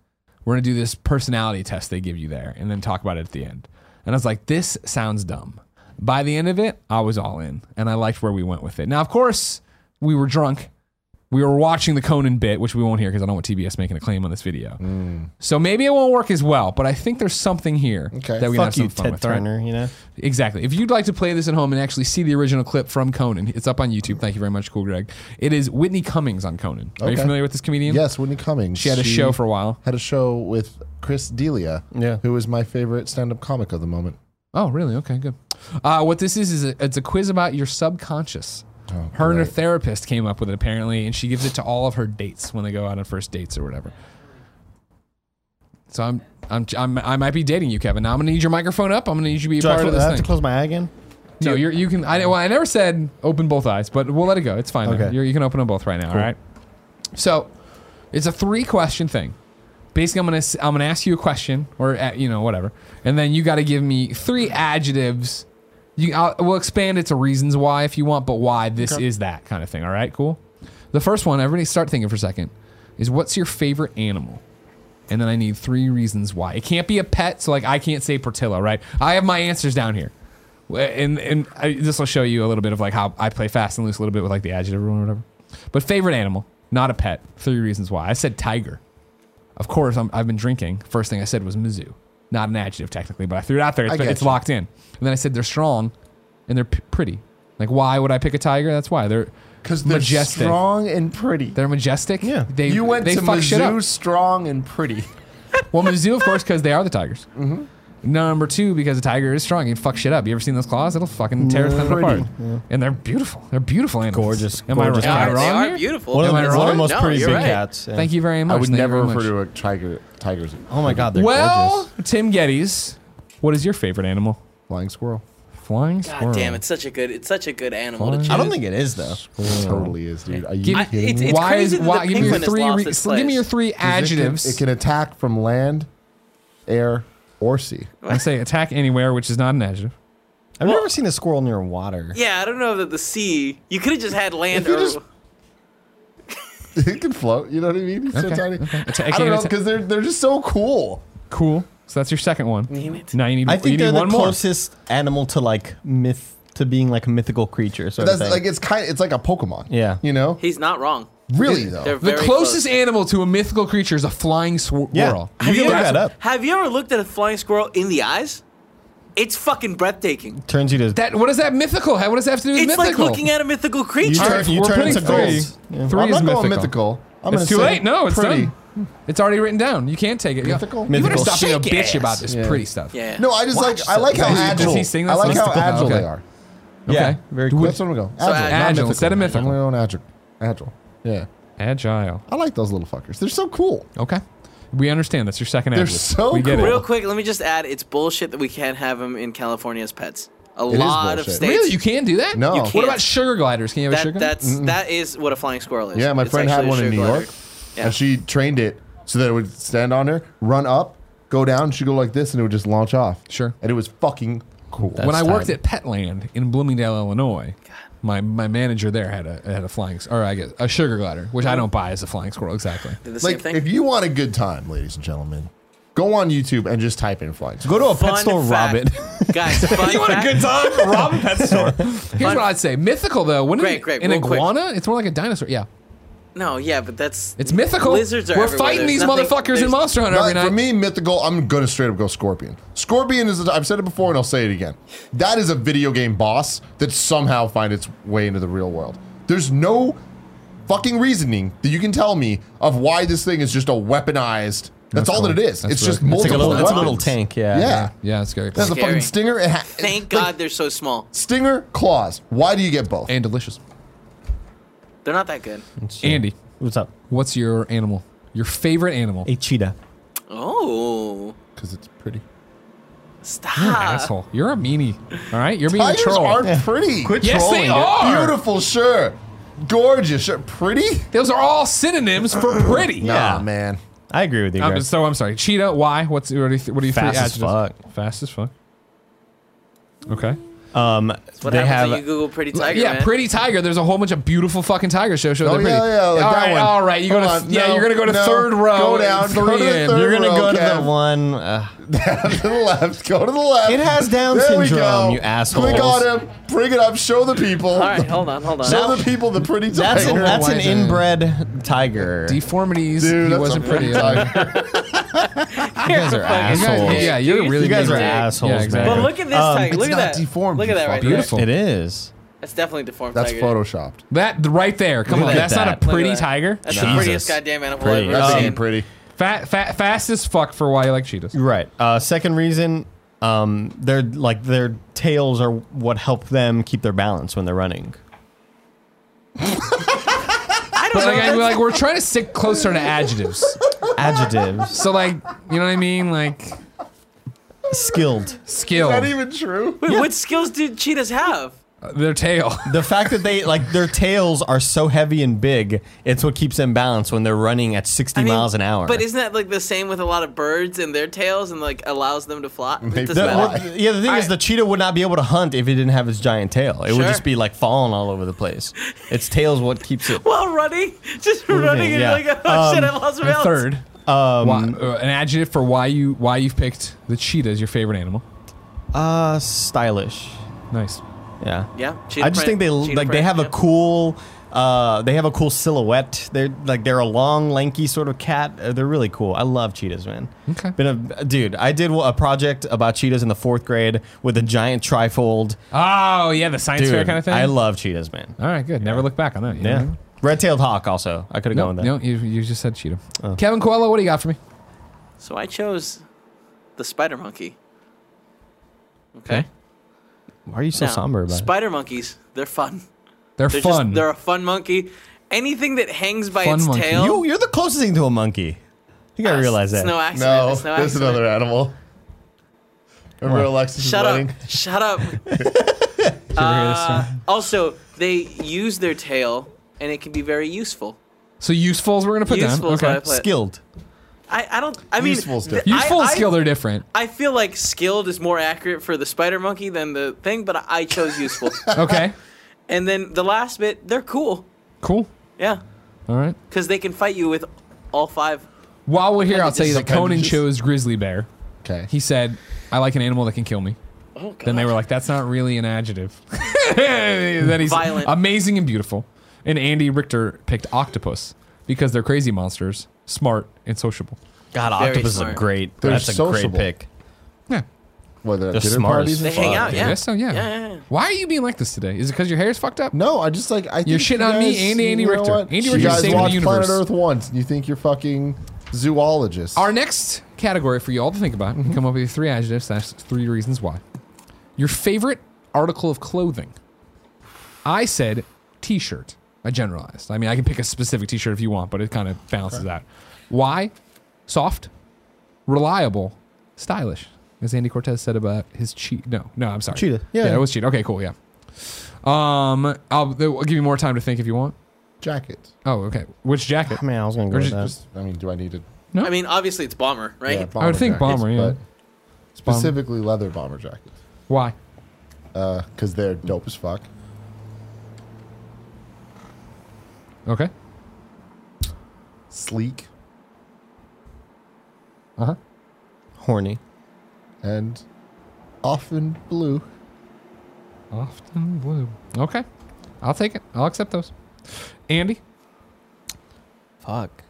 Speaker 1: we're gonna do this personality test they give you there, and then talk about it at the end, and I was like, this sounds dumb. By the end of it, I was all in, and I liked where we went with it. Now, of course, we were drunk we were watching the Conan bit, which we won't hear because I don't want TBS making a claim on this video. So maybe it won't work as well, but I think there's something here
Speaker 2: Okay.
Speaker 1: that we can have
Speaker 3: Fuck
Speaker 1: some
Speaker 3: you,
Speaker 1: fun
Speaker 3: Ted
Speaker 1: with. right?
Speaker 3: Turner. You know,
Speaker 1: Exactly. If you'd like to play this at home and actually see the original clip from Conan, it's up on YouTube. Thank you very much, Cool Greg. It is Whitney Cummings on Conan. Are you
Speaker 2: Okay.
Speaker 1: familiar with this comedian?
Speaker 2: Yes, Whitney Cummings.
Speaker 1: She had a show for a while.
Speaker 2: had a show with Chris Delia,
Speaker 3: Yeah.
Speaker 2: who is my favorite stand-up comic of the moment.
Speaker 1: Oh, really? Okay, good. Uh, what this is is a, it's a quiz about your subconscious.
Speaker 3: Oh,
Speaker 1: her and her therapist came up with it apparently, and she gives it to all of her dates when they go out on first dates or whatever. So I'm I'm, I'm I might be dating you, Kevin. Now I'm gonna need your microphone up. I'm gonna need you to be a
Speaker 3: do I,
Speaker 1: part
Speaker 3: cl-
Speaker 1: of
Speaker 3: I
Speaker 1: this
Speaker 3: have to
Speaker 1: thing.
Speaker 3: close my eye again?
Speaker 1: no, you're, you can. I, well, I never said open both eyes, but we'll let it go. It's fine.
Speaker 3: Okay.
Speaker 1: You're, you can open them both right now. All right. So it's a three question thing. Basically, I'm gonna s- I'm gonna ask you a question or uh, you know whatever, and then you got to give me three adjectives. You I'll, we'll expand it to reasons why if you want, but why this is that kind of thing. All right, cool. The first one, everybody, start thinking for a second. Is what's your favorite animal? And then I need three reasons why. It can't be a pet, so like I can't say Portillo, right? I have my answers down here. Wh- and and I, this will show you a little bit of like how I play fast and loose a little bit with like the adjective or whatever. But favorite animal, not a pet. Three reasons why. I said tiger. Of course, I'm, I've been drinking. First thing I said was Mizzou. Not an adjective technically, but I threw it out there. It's,
Speaker 2: I
Speaker 1: been-
Speaker 2: get
Speaker 1: it's
Speaker 2: you.
Speaker 1: locked in. And then I said they're strong and they're p- pretty. Like why would I pick a tiger? That's why they're
Speaker 2: Because they're
Speaker 1: majestic.
Speaker 2: strong and pretty.
Speaker 1: They're majestic.
Speaker 3: Yeah.
Speaker 1: they
Speaker 2: you went
Speaker 1: they
Speaker 2: to
Speaker 1: fuck shit up.
Speaker 2: Mizzou strong and pretty.
Speaker 1: Well, Mizzou, of course, because they are the Tigers.
Speaker 2: Mm-hmm.
Speaker 1: Number two, because a tiger is strong. You fuck shit up. You ever seen those claws? It'll fucking tear something
Speaker 2: Pretty.
Speaker 1: apart. And they're beautiful. They're beautiful animals.
Speaker 3: Gorgeous,
Speaker 1: Am
Speaker 3: gorgeous
Speaker 1: I wrong? Am I
Speaker 3: cats.
Speaker 6: they
Speaker 1: wrong
Speaker 6: are
Speaker 1: here?
Speaker 6: beautiful.
Speaker 3: One of,
Speaker 1: Am I
Speaker 3: the, one of
Speaker 1: wrong?
Speaker 3: the most
Speaker 6: No,
Speaker 3: pretty
Speaker 6: you're
Speaker 3: big
Speaker 6: right.
Speaker 3: cats. yeah.
Speaker 1: Thank you very much.
Speaker 2: I would
Speaker 1: Thank you
Speaker 2: never
Speaker 1: very
Speaker 2: refer
Speaker 1: much.
Speaker 2: to a tiger tigers
Speaker 3: Oh my god, they're
Speaker 1: Well,
Speaker 3: gorgeous.
Speaker 1: Tim Geddes, what is your favorite animal?
Speaker 2: flying squirrel.
Speaker 1: Flying squirrel.
Speaker 6: God damn, it's such a good it's such a good animal to
Speaker 1: Fine.
Speaker 6: choose.
Speaker 3: I don't think it is though.
Speaker 2: It totally is, dude. Are you
Speaker 1: Give-
Speaker 2: kidding
Speaker 6: it's-
Speaker 2: me?
Speaker 6: it's-
Speaker 1: why
Speaker 6: crazy
Speaker 1: is
Speaker 6: that
Speaker 1: why?
Speaker 6: the
Speaker 1: Give me your
Speaker 6: penguin has
Speaker 1: three.
Speaker 6: lost
Speaker 1: Re-
Speaker 6: its
Speaker 1: give me your
Speaker 6: place.
Speaker 1: three adjectives.
Speaker 2: It can, it can attack from land, air, or sea.
Speaker 1: I say attack anywhere, which is not an adjective.
Speaker 3: I've never seen a squirrel near water.
Speaker 6: Yeah, I don't know that the sea. You could have just had land.
Speaker 2: If you
Speaker 6: Or,
Speaker 2: just- it can float. You know what I mean? It's
Speaker 1: Okay,
Speaker 2: so tiny.
Speaker 1: okay. Atta-
Speaker 2: I
Speaker 1: can
Speaker 2: don't know
Speaker 1: atta-
Speaker 2: because they're they're just so cool.
Speaker 1: Cool. So that's your second one. Now you need.
Speaker 3: I think
Speaker 1: you need
Speaker 3: they're the
Speaker 1: one more.
Speaker 3: closest animal to like myth to being like a mythical creature. So
Speaker 2: That's like it's kind. It's like a Pokemon.
Speaker 3: Yeah.
Speaker 2: you know.
Speaker 6: he's not wrong.
Speaker 2: Really
Speaker 6: They're
Speaker 2: though.
Speaker 1: The
Speaker 6: very
Speaker 1: closest
Speaker 6: close.
Speaker 1: animal to a mythical creature is a flying swir-
Speaker 3: yeah.
Speaker 1: squirrel.
Speaker 3: You can look
Speaker 6: ever-
Speaker 3: that up.
Speaker 6: Have you ever looked at a flying squirrel in the eyes? It's fucking breathtaking.
Speaker 3: Turns you to
Speaker 1: That what is that mythical? How- What does that have to do with
Speaker 6: It's
Speaker 1: mythical?
Speaker 6: like looking at a mythical creature.
Speaker 3: turn-
Speaker 1: Alright,
Speaker 3: you
Speaker 1: we're
Speaker 3: turn
Speaker 1: putting
Speaker 3: into
Speaker 1: three.
Speaker 3: goals. Yeah.
Speaker 1: Three
Speaker 2: I'm
Speaker 1: is
Speaker 2: not
Speaker 1: mythical.
Speaker 2: going mythical. I'm
Speaker 1: It's
Speaker 2: gonna
Speaker 1: too
Speaker 2: say
Speaker 1: late. No, it's
Speaker 2: pretty.
Speaker 1: done. It's already written down. You can't take it.
Speaker 2: Mythical?
Speaker 1: You, you better
Speaker 3: Mythical.
Speaker 1: stop being a
Speaker 3: Shake
Speaker 1: bitch
Speaker 3: ass.
Speaker 1: about this
Speaker 2: Yeah.
Speaker 1: pretty stuff.
Speaker 6: yeah.
Speaker 2: No, I just like I like how
Speaker 1: Does he- does
Speaker 2: agile.
Speaker 1: he sing
Speaker 2: I
Speaker 1: that
Speaker 2: like
Speaker 1: song?
Speaker 2: how agile
Speaker 1: Okay.
Speaker 2: they are.
Speaker 1: Okay.
Speaker 3: Yeah, very
Speaker 1: Do
Speaker 3: cool.
Speaker 1: it-
Speaker 2: That's what I'm going.
Speaker 6: So
Speaker 2: Agile,
Speaker 6: agile
Speaker 2: not
Speaker 1: instead of mythical.
Speaker 2: I'm going agile. Agile. Yeah,
Speaker 1: Agile.
Speaker 2: I like those little fuckers. They're so cool.
Speaker 1: Okay. We understand that's your second
Speaker 2: They're
Speaker 1: adjective.
Speaker 2: so
Speaker 1: we get
Speaker 2: cool.
Speaker 1: it.
Speaker 6: Real quick, let me just add: it's bullshit that we can't have them in California as pets. A
Speaker 2: is
Speaker 6: lot of
Speaker 2: bullshit.
Speaker 6: states.
Speaker 1: Really, you can do that?
Speaker 2: No. You
Speaker 1: What
Speaker 6: can't.
Speaker 1: about sugar gliders? Can you have a
Speaker 6: that,
Speaker 1: sugar?
Speaker 6: that's that is what a flying squirrel is.
Speaker 2: Yeah, my
Speaker 6: It's
Speaker 2: friend had
Speaker 6: actually a
Speaker 2: one in
Speaker 6: sugar
Speaker 2: New
Speaker 6: glider.
Speaker 2: York, and she trained it so that it would stand on her, run up, go down, she'd go like this, and it would just launch off.
Speaker 1: Sure.
Speaker 2: And it was fucking cool.
Speaker 1: when I worked
Speaker 3: tight.
Speaker 1: at Petland in Bloomingdale, Illinois, my, my manager there had a had a flying s- or I guess a sugar glider, which I don't buy as a flying squirrel exactly.
Speaker 6: Did the same
Speaker 2: like,
Speaker 6: thing.
Speaker 2: if you want a good time, ladies and gentlemen, go on YouTube and just type in flying.
Speaker 3: go to a
Speaker 6: Fun
Speaker 3: pet store, rob it.
Speaker 6: fact. Guys, fun fact.
Speaker 3: time? Rob a pet store.
Speaker 1: Here's
Speaker 6: Fun-
Speaker 1: what I'd say. Mythical though, wouldn't
Speaker 6: Great,
Speaker 1: it?
Speaker 6: great,
Speaker 1: An
Speaker 6: real quick.
Speaker 1: iguana? It's more like a dinosaur. Yeah.
Speaker 6: No, yeah, but that's
Speaker 1: It's mythical.
Speaker 6: Lizards are
Speaker 1: We're
Speaker 6: everywhere.
Speaker 1: fighting
Speaker 6: There's
Speaker 1: these
Speaker 6: nothing-
Speaker 1: motherfuckers in
Speaker 6: there's-
Speaker 1: Monster Hunter every
Speaker 2: Not,
Speaker 1: night.
Speaker 2: for me, mythical. I'm gonna straight up go scorpion. Scorpion is. i I've said it before, and I'll say it again. That is a video game boss that somehow find its way into the real world. There's no fucking reasoning that you can tell me of why this thing is just a weaponized. That's, all that it is.
Speaker 1: That's
Speaker 2: it's
Speaker 1: really
Speaker 2: just
Speaker 1: cool.
Speaker 3: It's like
Speaker 2: multiple.
Speaker 3: a little, it's a
Speaker 2: weapons.
Speaker 3: little tank, yeah.
Speaker 2: Yeah.
Speaker 1: yeah, it's scary.
Speaker 2: That's a
Speaker 6: Scary.
Speaker 2: fucking stinger. It ha-
Speaker 6: Thank
Speaker 2: like,
Speaker 6: God they're so small.
Speaker 2: Stinger claws. Why do you get both?
Speaker 1: and delicious.
Speaker 6: They're not that good.
Speaker 1: Andy,
Speaker 3: uh, What's up?
Speaker 1: what's your animal? Your favorite animal.
Speaker 3: A cheetah.
Speaker 6: Oh,
Speaker 2: because it's pretty.
Speaker 6: stop.
Speaker 1: Asshole. You're a meanie. All right? You're being a
Speaker 2: Tigers
Speaker 1: troll.
Speaker 2: are pretty. Quit
Speaker 1: yes, they
Speaker 3: trolling, dude.
Speaker 1: are.
Speaker 2: Beautiful, sure. Gorgeous, sure. Pretty?
Speaker 1: Those are all synonyms for pretty.
Speaker 3: Yeah.
Speaker 2: Nah, man.
Speaker 3: I agree with you.
Speaker 1: I'm,
Speaker 3: Greg.
Speaker 1: Um, so I'm sorry. Cheetah. Why? What's what do you? What do you? three
Speaker 3: Fast as
Speaker 1: adjectives? Fast as fuck. Okay.
Speaker 3: Um,
Speaker 6: What
Speaker 3: they
Speaker 6: happens
Speaker 3: have
Speaker 6: when you Google pretty tiger?
Speaker 1: yeah,
Speaker 6: man?
Speaker 1: pretty tiger. There's a whole bunch of beautiful fucking tiger show. Show
Speaker 2: Oh,
Speaker 1: they're pretty.
Speaker 2: yeah, yeah, like
Speaker 1: all
Speaker 2: that
Speaker 1: right,
Speaker 2: one.
Speaker 1: all right. You're gonna
Speaker 2: Hold on.
Speaker 1: yeah.
Speaker 2: No,
Speaker 1: you're gonna go to
Speaker 2: no.
Speaker 1: third row.
Speaker 2: Go
Speaker 1: and
Speaker 2: down. Go to
Speaker 1: three
Speaker 2: the
Speaker 1: in.
Speaker 2: third
Speaker 3: You're gonna
Speaker 2: Bro,
Speaker 3: go to the
Speaker 2: Kev.
Speaker 3: one. Uh,
Speaker 2: Down to the left. Go to the left.
Speaker 3: It has Down
Speaker 2: there we
Speaker 3: syndrome,
Speaker 2: go.
Speaker 3: you assholes.
Speaker 2: Click on him. Bring it up. Show the people.
Speaker 6: All right, hold on, hold on.
Speaker 2: Show the people the pretty
Speaker 3: that's an,
Speaker 2: tiger.
Speaker 3: that's an
Speaker 1: Why is it-
Speaker 3: inbred tiger.
Speaker 1: Deformities.
Speaker 2: Dude,
Speaker 1: he
Speaker 2: that's
Speaker 1: wasn't
Speaker 2: a
Speaker 1: pretty. uh,
Speaker 2: tiger.
Speaker 3: You guys are
Speaker 1: You guys-
Speaker 3: assholes.
Speaker 1: yeah, you're
Speaker 6: Dude,
Speaker 1: really
Speaker 3: You guys
Speaker 1: mean.
Speaker 3: are
Speaker 6: Yeah,
Speaker 3: assholes,
Speaker 1: exactly.
Speaker 6: But
Speaker 3: man.
Speaker 6: look at this
Speaker 3: Um,
Speaker 6: tiger. Look
Speaker 2: it's
Speaker 6: at
Speaker 2: not
Speaker 6: that.
Speaker 2: deformed,
Speaker 6: Look at
Speaker 2: you
Speaker 6: that right
Speaker 2: fucker.
Speaker 1: Beautiful.
Speaker 3: It is.
Speaker 6: there. That's definitely deformed
Speaker 2: That's
Speaker 6: tiger.
Speaker 2: photoshopped.
Speaker 1: That right there. Come
Speaker 3: Look
Speaker 1: on,
Speaker 3: at
Speaker 1: that's not
Speaker 3: that.
Speaker 1: a
Speaker 3: Look
Speaker 6: Look at
Speaker 1: pretty
Speaker 6: that.
Speaker 1: tiger.
Speaker 6: That's
Speaker 3: Jesus.
Speaker 6: the prettiest goddamn animal
Speaker 3: Pretty.
Speaker 6: I've ever
Speaker 2: That's
Speaker 3: Um,
Speaker 2: being
Speaker 6: seen.
Speaker 2: pretty.
Speaker 1: Fat, fat, fast as fuck for why you like cheetahs.
Speaker 3: Right. Uh, second reason, um, they're like their tails are what help them keep their balance when they're running.
Speaker 6: I don't
Speaker 1: But like, I,
Speaker 6: know.
Speaker 1: like, we're trying to stick closer to adjectives.
Speaker 3: Adjectives.
Speaker 1: So like, you know what I mean? Like
Speaker 3: Skilled.
Speaker 1: skill,
Speaker 2: Not even true.
Speaker 6: Wait, what skills do cheetahs have?
Speaker 1: Uh, their tail.
Speaker 3: The fact that they like their tails are so heavy and big, it's what keeps them balanced when they're running at 60
Speaker 6: I mean,
Speaker 3: miles an hour.
Speaker 6: But isn't that like the same with a lot of birds and their tails and like allows them to fly?
Speaker 2: They
Speaker 3: The-
Speaker 6: to smell?
Speaker 2: fly.
Speaker 3: well, yeah, the thing is, the cheetah would not be able to hunt if it didn't have its giant tail. It would
Speaker 6: Sure.
Speaker 3: just be like falling all over the place. Its tail's what keeps it.
Speaker 6: While running, just running and
Speaker 3: yeah.
Speaker 6: like, oh shit, I lost my
Speaker 1: And
Speaker 6: balance.
Speaker 1: third,
Speaker 3: um,
Speaker 1: why- uh, an adjective for why you why you've picked the cheetah as your favorite animal.
Speaker 3: Uh, stylish.
Speaker 1: Nice.
Speaker 3: Yeah.
Speaker 6: Yeah, cheetah
Speaker 3: I just think
Speaker 6: print,
Speaker 3: they
Speaker 6: cheetah
Speaker 3: like they
Speaker 6: print,
Speaker 3: have
Speaker 6: yeah.
Speaker 3: a cool. Uh, they have a cool silhouette. They're like they're a long, lanky sort of cat. Uh, They're really cool. I love cheetahs, man.
Speaker 1: Okay.
Speaker 3: Been a dude. I did a project about cheetahs in the fourth grade with a giant trifold.
Speaker 1: Oh yeah, the science fair
Speaker 3: Dude,
Speaker 1: kind of thing.
Speaker 3: I love cheetahs, man.
Speaker 1: All right, good. Never look back on that. you know what I
Speaker 3: Yeah.
Speaker 1: mean?
Speaker 3: Red-tailed hawk. Also, I could have gone with that.
Speaker 1: No, no, you, you just said cheetah.
Speaker 3: Oh.
Speaker 1: Kevin Coelho, what do you got for me?
Speaker 6: So I chose the spider monkey. Okay.
Speaker 1: Okay.
Speaker 3: Why are you so
Speaker 6: Now,
Speaker 3: somber about
Speaker 6: Spider monkeys, they're fun.
Speaker 1: They're,
Speaker 6: They're
Speaker 1: fun.
Speaker 6: Just, they're a fun monkey. Anything that hangs by
Speaker 1: Fun
Speaker 6: its
Speaker 1: monkey.
Speaker 3: it?
Speaker 6: tail.
Speaker 3: You, you're the closest thing to a monkey. You
Speaker 6: Uh,
Speaker 3: gotta realize that.
Speaker 6: It's no accident.
Speaker 2: No,
Speaker 6: it's no
Speaker 2: there's
Speaker 6: accident.
Speaker 2: another animal. Remember Alexis'
Speaker 6: Shut
Speaker 2: wedding?
Speaker 6: up. Shut up. Uh, also, they use their tail and it can be very useful.
Speaker 1: so usefuls we're gonna put
Speaker 6: Useful is what
Speaker 1: down.
Speaker 6: I
Speaker 1: Okay.
Speaker 6: put.
Speaker 3: Skilled.
Speaker 6: I, I don't. I mean,
Speaker 2: Useful's
Speaker 6: th-
Speaker 2: different.
Speaker 6: I-
Speaker 1: Useful and
Speaker 6: I-
Speaker 1: skilled are different.
Speaker 6: I feel like skilled is more accurate for the spider monkey than the thing, but I chose useful.
Speaker 1: Okay.
Speaker 6: and then the last bit, they're cool.
Speaker 1: cool.
Speaker 6: Yeah,
Speaker 1: All right.
Speaker 6: because they can fight you with all five.
Speaker 1: While we're here, I'll tell you that Conan
Speaker 2: Appendages.
Speaker 1: chose grizzly bear.
Speaker 2: Okay.
Speaker 1: He said, "I like an animal that can kill me."
Speaker 6: Oh, God.
Speaker 1: Then they were like, "That's not really an adjective." then he's
Speaker 6: Violent.
Speaker 1: amazing and beautiful. And Andy Richter picked octopus because they're crazy monsters, smart and sociable.
Speaker 3: God,
Speaker 6: Very
Speaker 3: octopuses are
Speaker 6: smart.
Speaker 3: great.
Speaker 2: They're
Speaker 3: That's a
Speaker 2: sociable.
Speaker 3: great pick.
Speaker 1: Yeah.
Speaker 2: What, they're at
Speaker 3: They're
Speaker 2: dinner
Speaker 3: smart
Speaker 2: parties
Speaker 3: as
Speaker 2: and
Speaker 6: They hang
Speaker 2: stuff?
Speaker 6: out,
Speaker 1: I
Speaker 6: yeah.
Speaker 1: guess so. Yeah.
Speaker 6: Yeah, yeah, yeah.
Speaker 1: Why are you being like this today? Is it because your hair is fucked up?
Speaker 2: No, I just like I.
Speaker 1: You're
Speaker 2: think
Speaker 1: shitting
Speaker 2: you
Speaker 1: on me
Speaker 2: guys-
Speaker 1: and Andy
Speaker 2: you know
Speaker 1: Richter.
Speaker 2: what?
Speaker 1: Andy
Speaker 2: you
Speaker 1: Richter's
Speaker 2: guys
Speaker 1: saving the
Speaker 2: watched
Speaker 1: universe.
Speaker 2: Planet Earth once. and You think you're fucking zoologists?
Speaker 1: Our next category for you all to think about:
Speaker 3: Mm-hmm.
Speaker 1: and come up with three adjectives slash three reasons why. Your favorite article of clothing. I said T-shirt. I generalized. I mean, I can pick a specific T-shirt if you want, but it kind of balances out. Why? Soft, reliable, stylish. As Andy Cortez said about his cheat. No, no, I'm sorry.
Speaker 3: Cheetah.
Speaker 1: Yeah,
Speaker 3: Yeah.
Speaker 1: it was cheetah. Okay, cool. Yeah. Um, I'll, I'll give you more time to think if you want.
Speaker 2: jackets.
Speaker 1: Oh, okay. Which jacket?
Speaker 3: Ah, Man, I was gonna go
Speaker 1: Or
Speaker 3: with
Speaker 1: just-
Speaker 3: that.
Speaker 2: Just, I mean, do I need to?
Speaker 6: I mean, obviously it's bomber, right?
Speaker 2: Yeah,
Speaker 1: I would think
Speaker 2: jackets,
Speaker 1: bomber, yeah.
Speaker 2: but Specifically, leather bomber jackets,
Speaker 1: Why?
Speaker 2: because they're dope as fuck.
Speaker 1: Okay.
Speaker 2: Sleek
Speaker 1: Uh huh.
Speaker 3: Horny.
Speaker 2: and often blue.
Speaker 1: Often blue. Okay. I'll take it. I'll accept those. Andy,
Speaker 3: Fuck.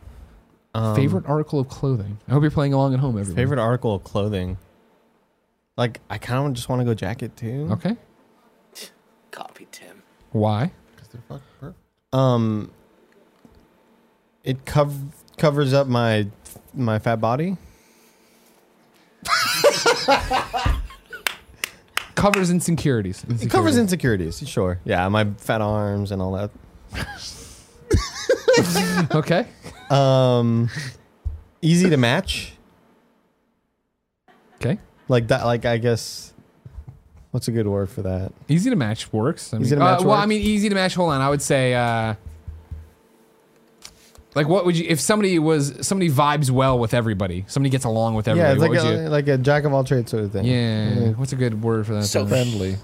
Speaker 1: favorite article of clothing. I hope you're playing along at home, everyone.
Speaker 3: Favorite article of clothing. Like I kind of just want to go jacket too.
Speaker 1: Okay.
Speaker 6: Copy Tim.
Speaker 1: Why?
Speaker 2: 'Cause they're fucking perfect.
Speaker 3: Um, it cov- covers up my my fat body.
Speaker 1: Covers insecurities.
Speaker 3: It covers insecurities. Sure. Yeah, my fat arms and all that.
Speaker 1: Okay.
Speaker 3: Um, easy to match.
Speaker 1: Okay.
Speaker 3: Like that. Like I guess. What's a good word for that?
Speaker 1: Easy to match works. I mean,
Speaker 3: Easy to match
Speaker 1: uh, well, I
Speaker 3: works?
Speaker 1: mean, easy to match. Hold on, I would say, uh, like, what would you if somebody was somebody vibes well with everybody, somebody gets along with
Speaker 3: Yeah,
Speaker 1: everybody?
Speaker 3: it's
Speaker 1: what
Speaker 3: like
Speaker 1: would
Speaker 3: a,
Speaker 1: you?
Speaker 3: like a jack of all trades sort of thing.
Speaker 1: yeah. what's a good word for that?
Speaker 6: So-
Speaker 1: Friend-
Speaker 3: Friendly,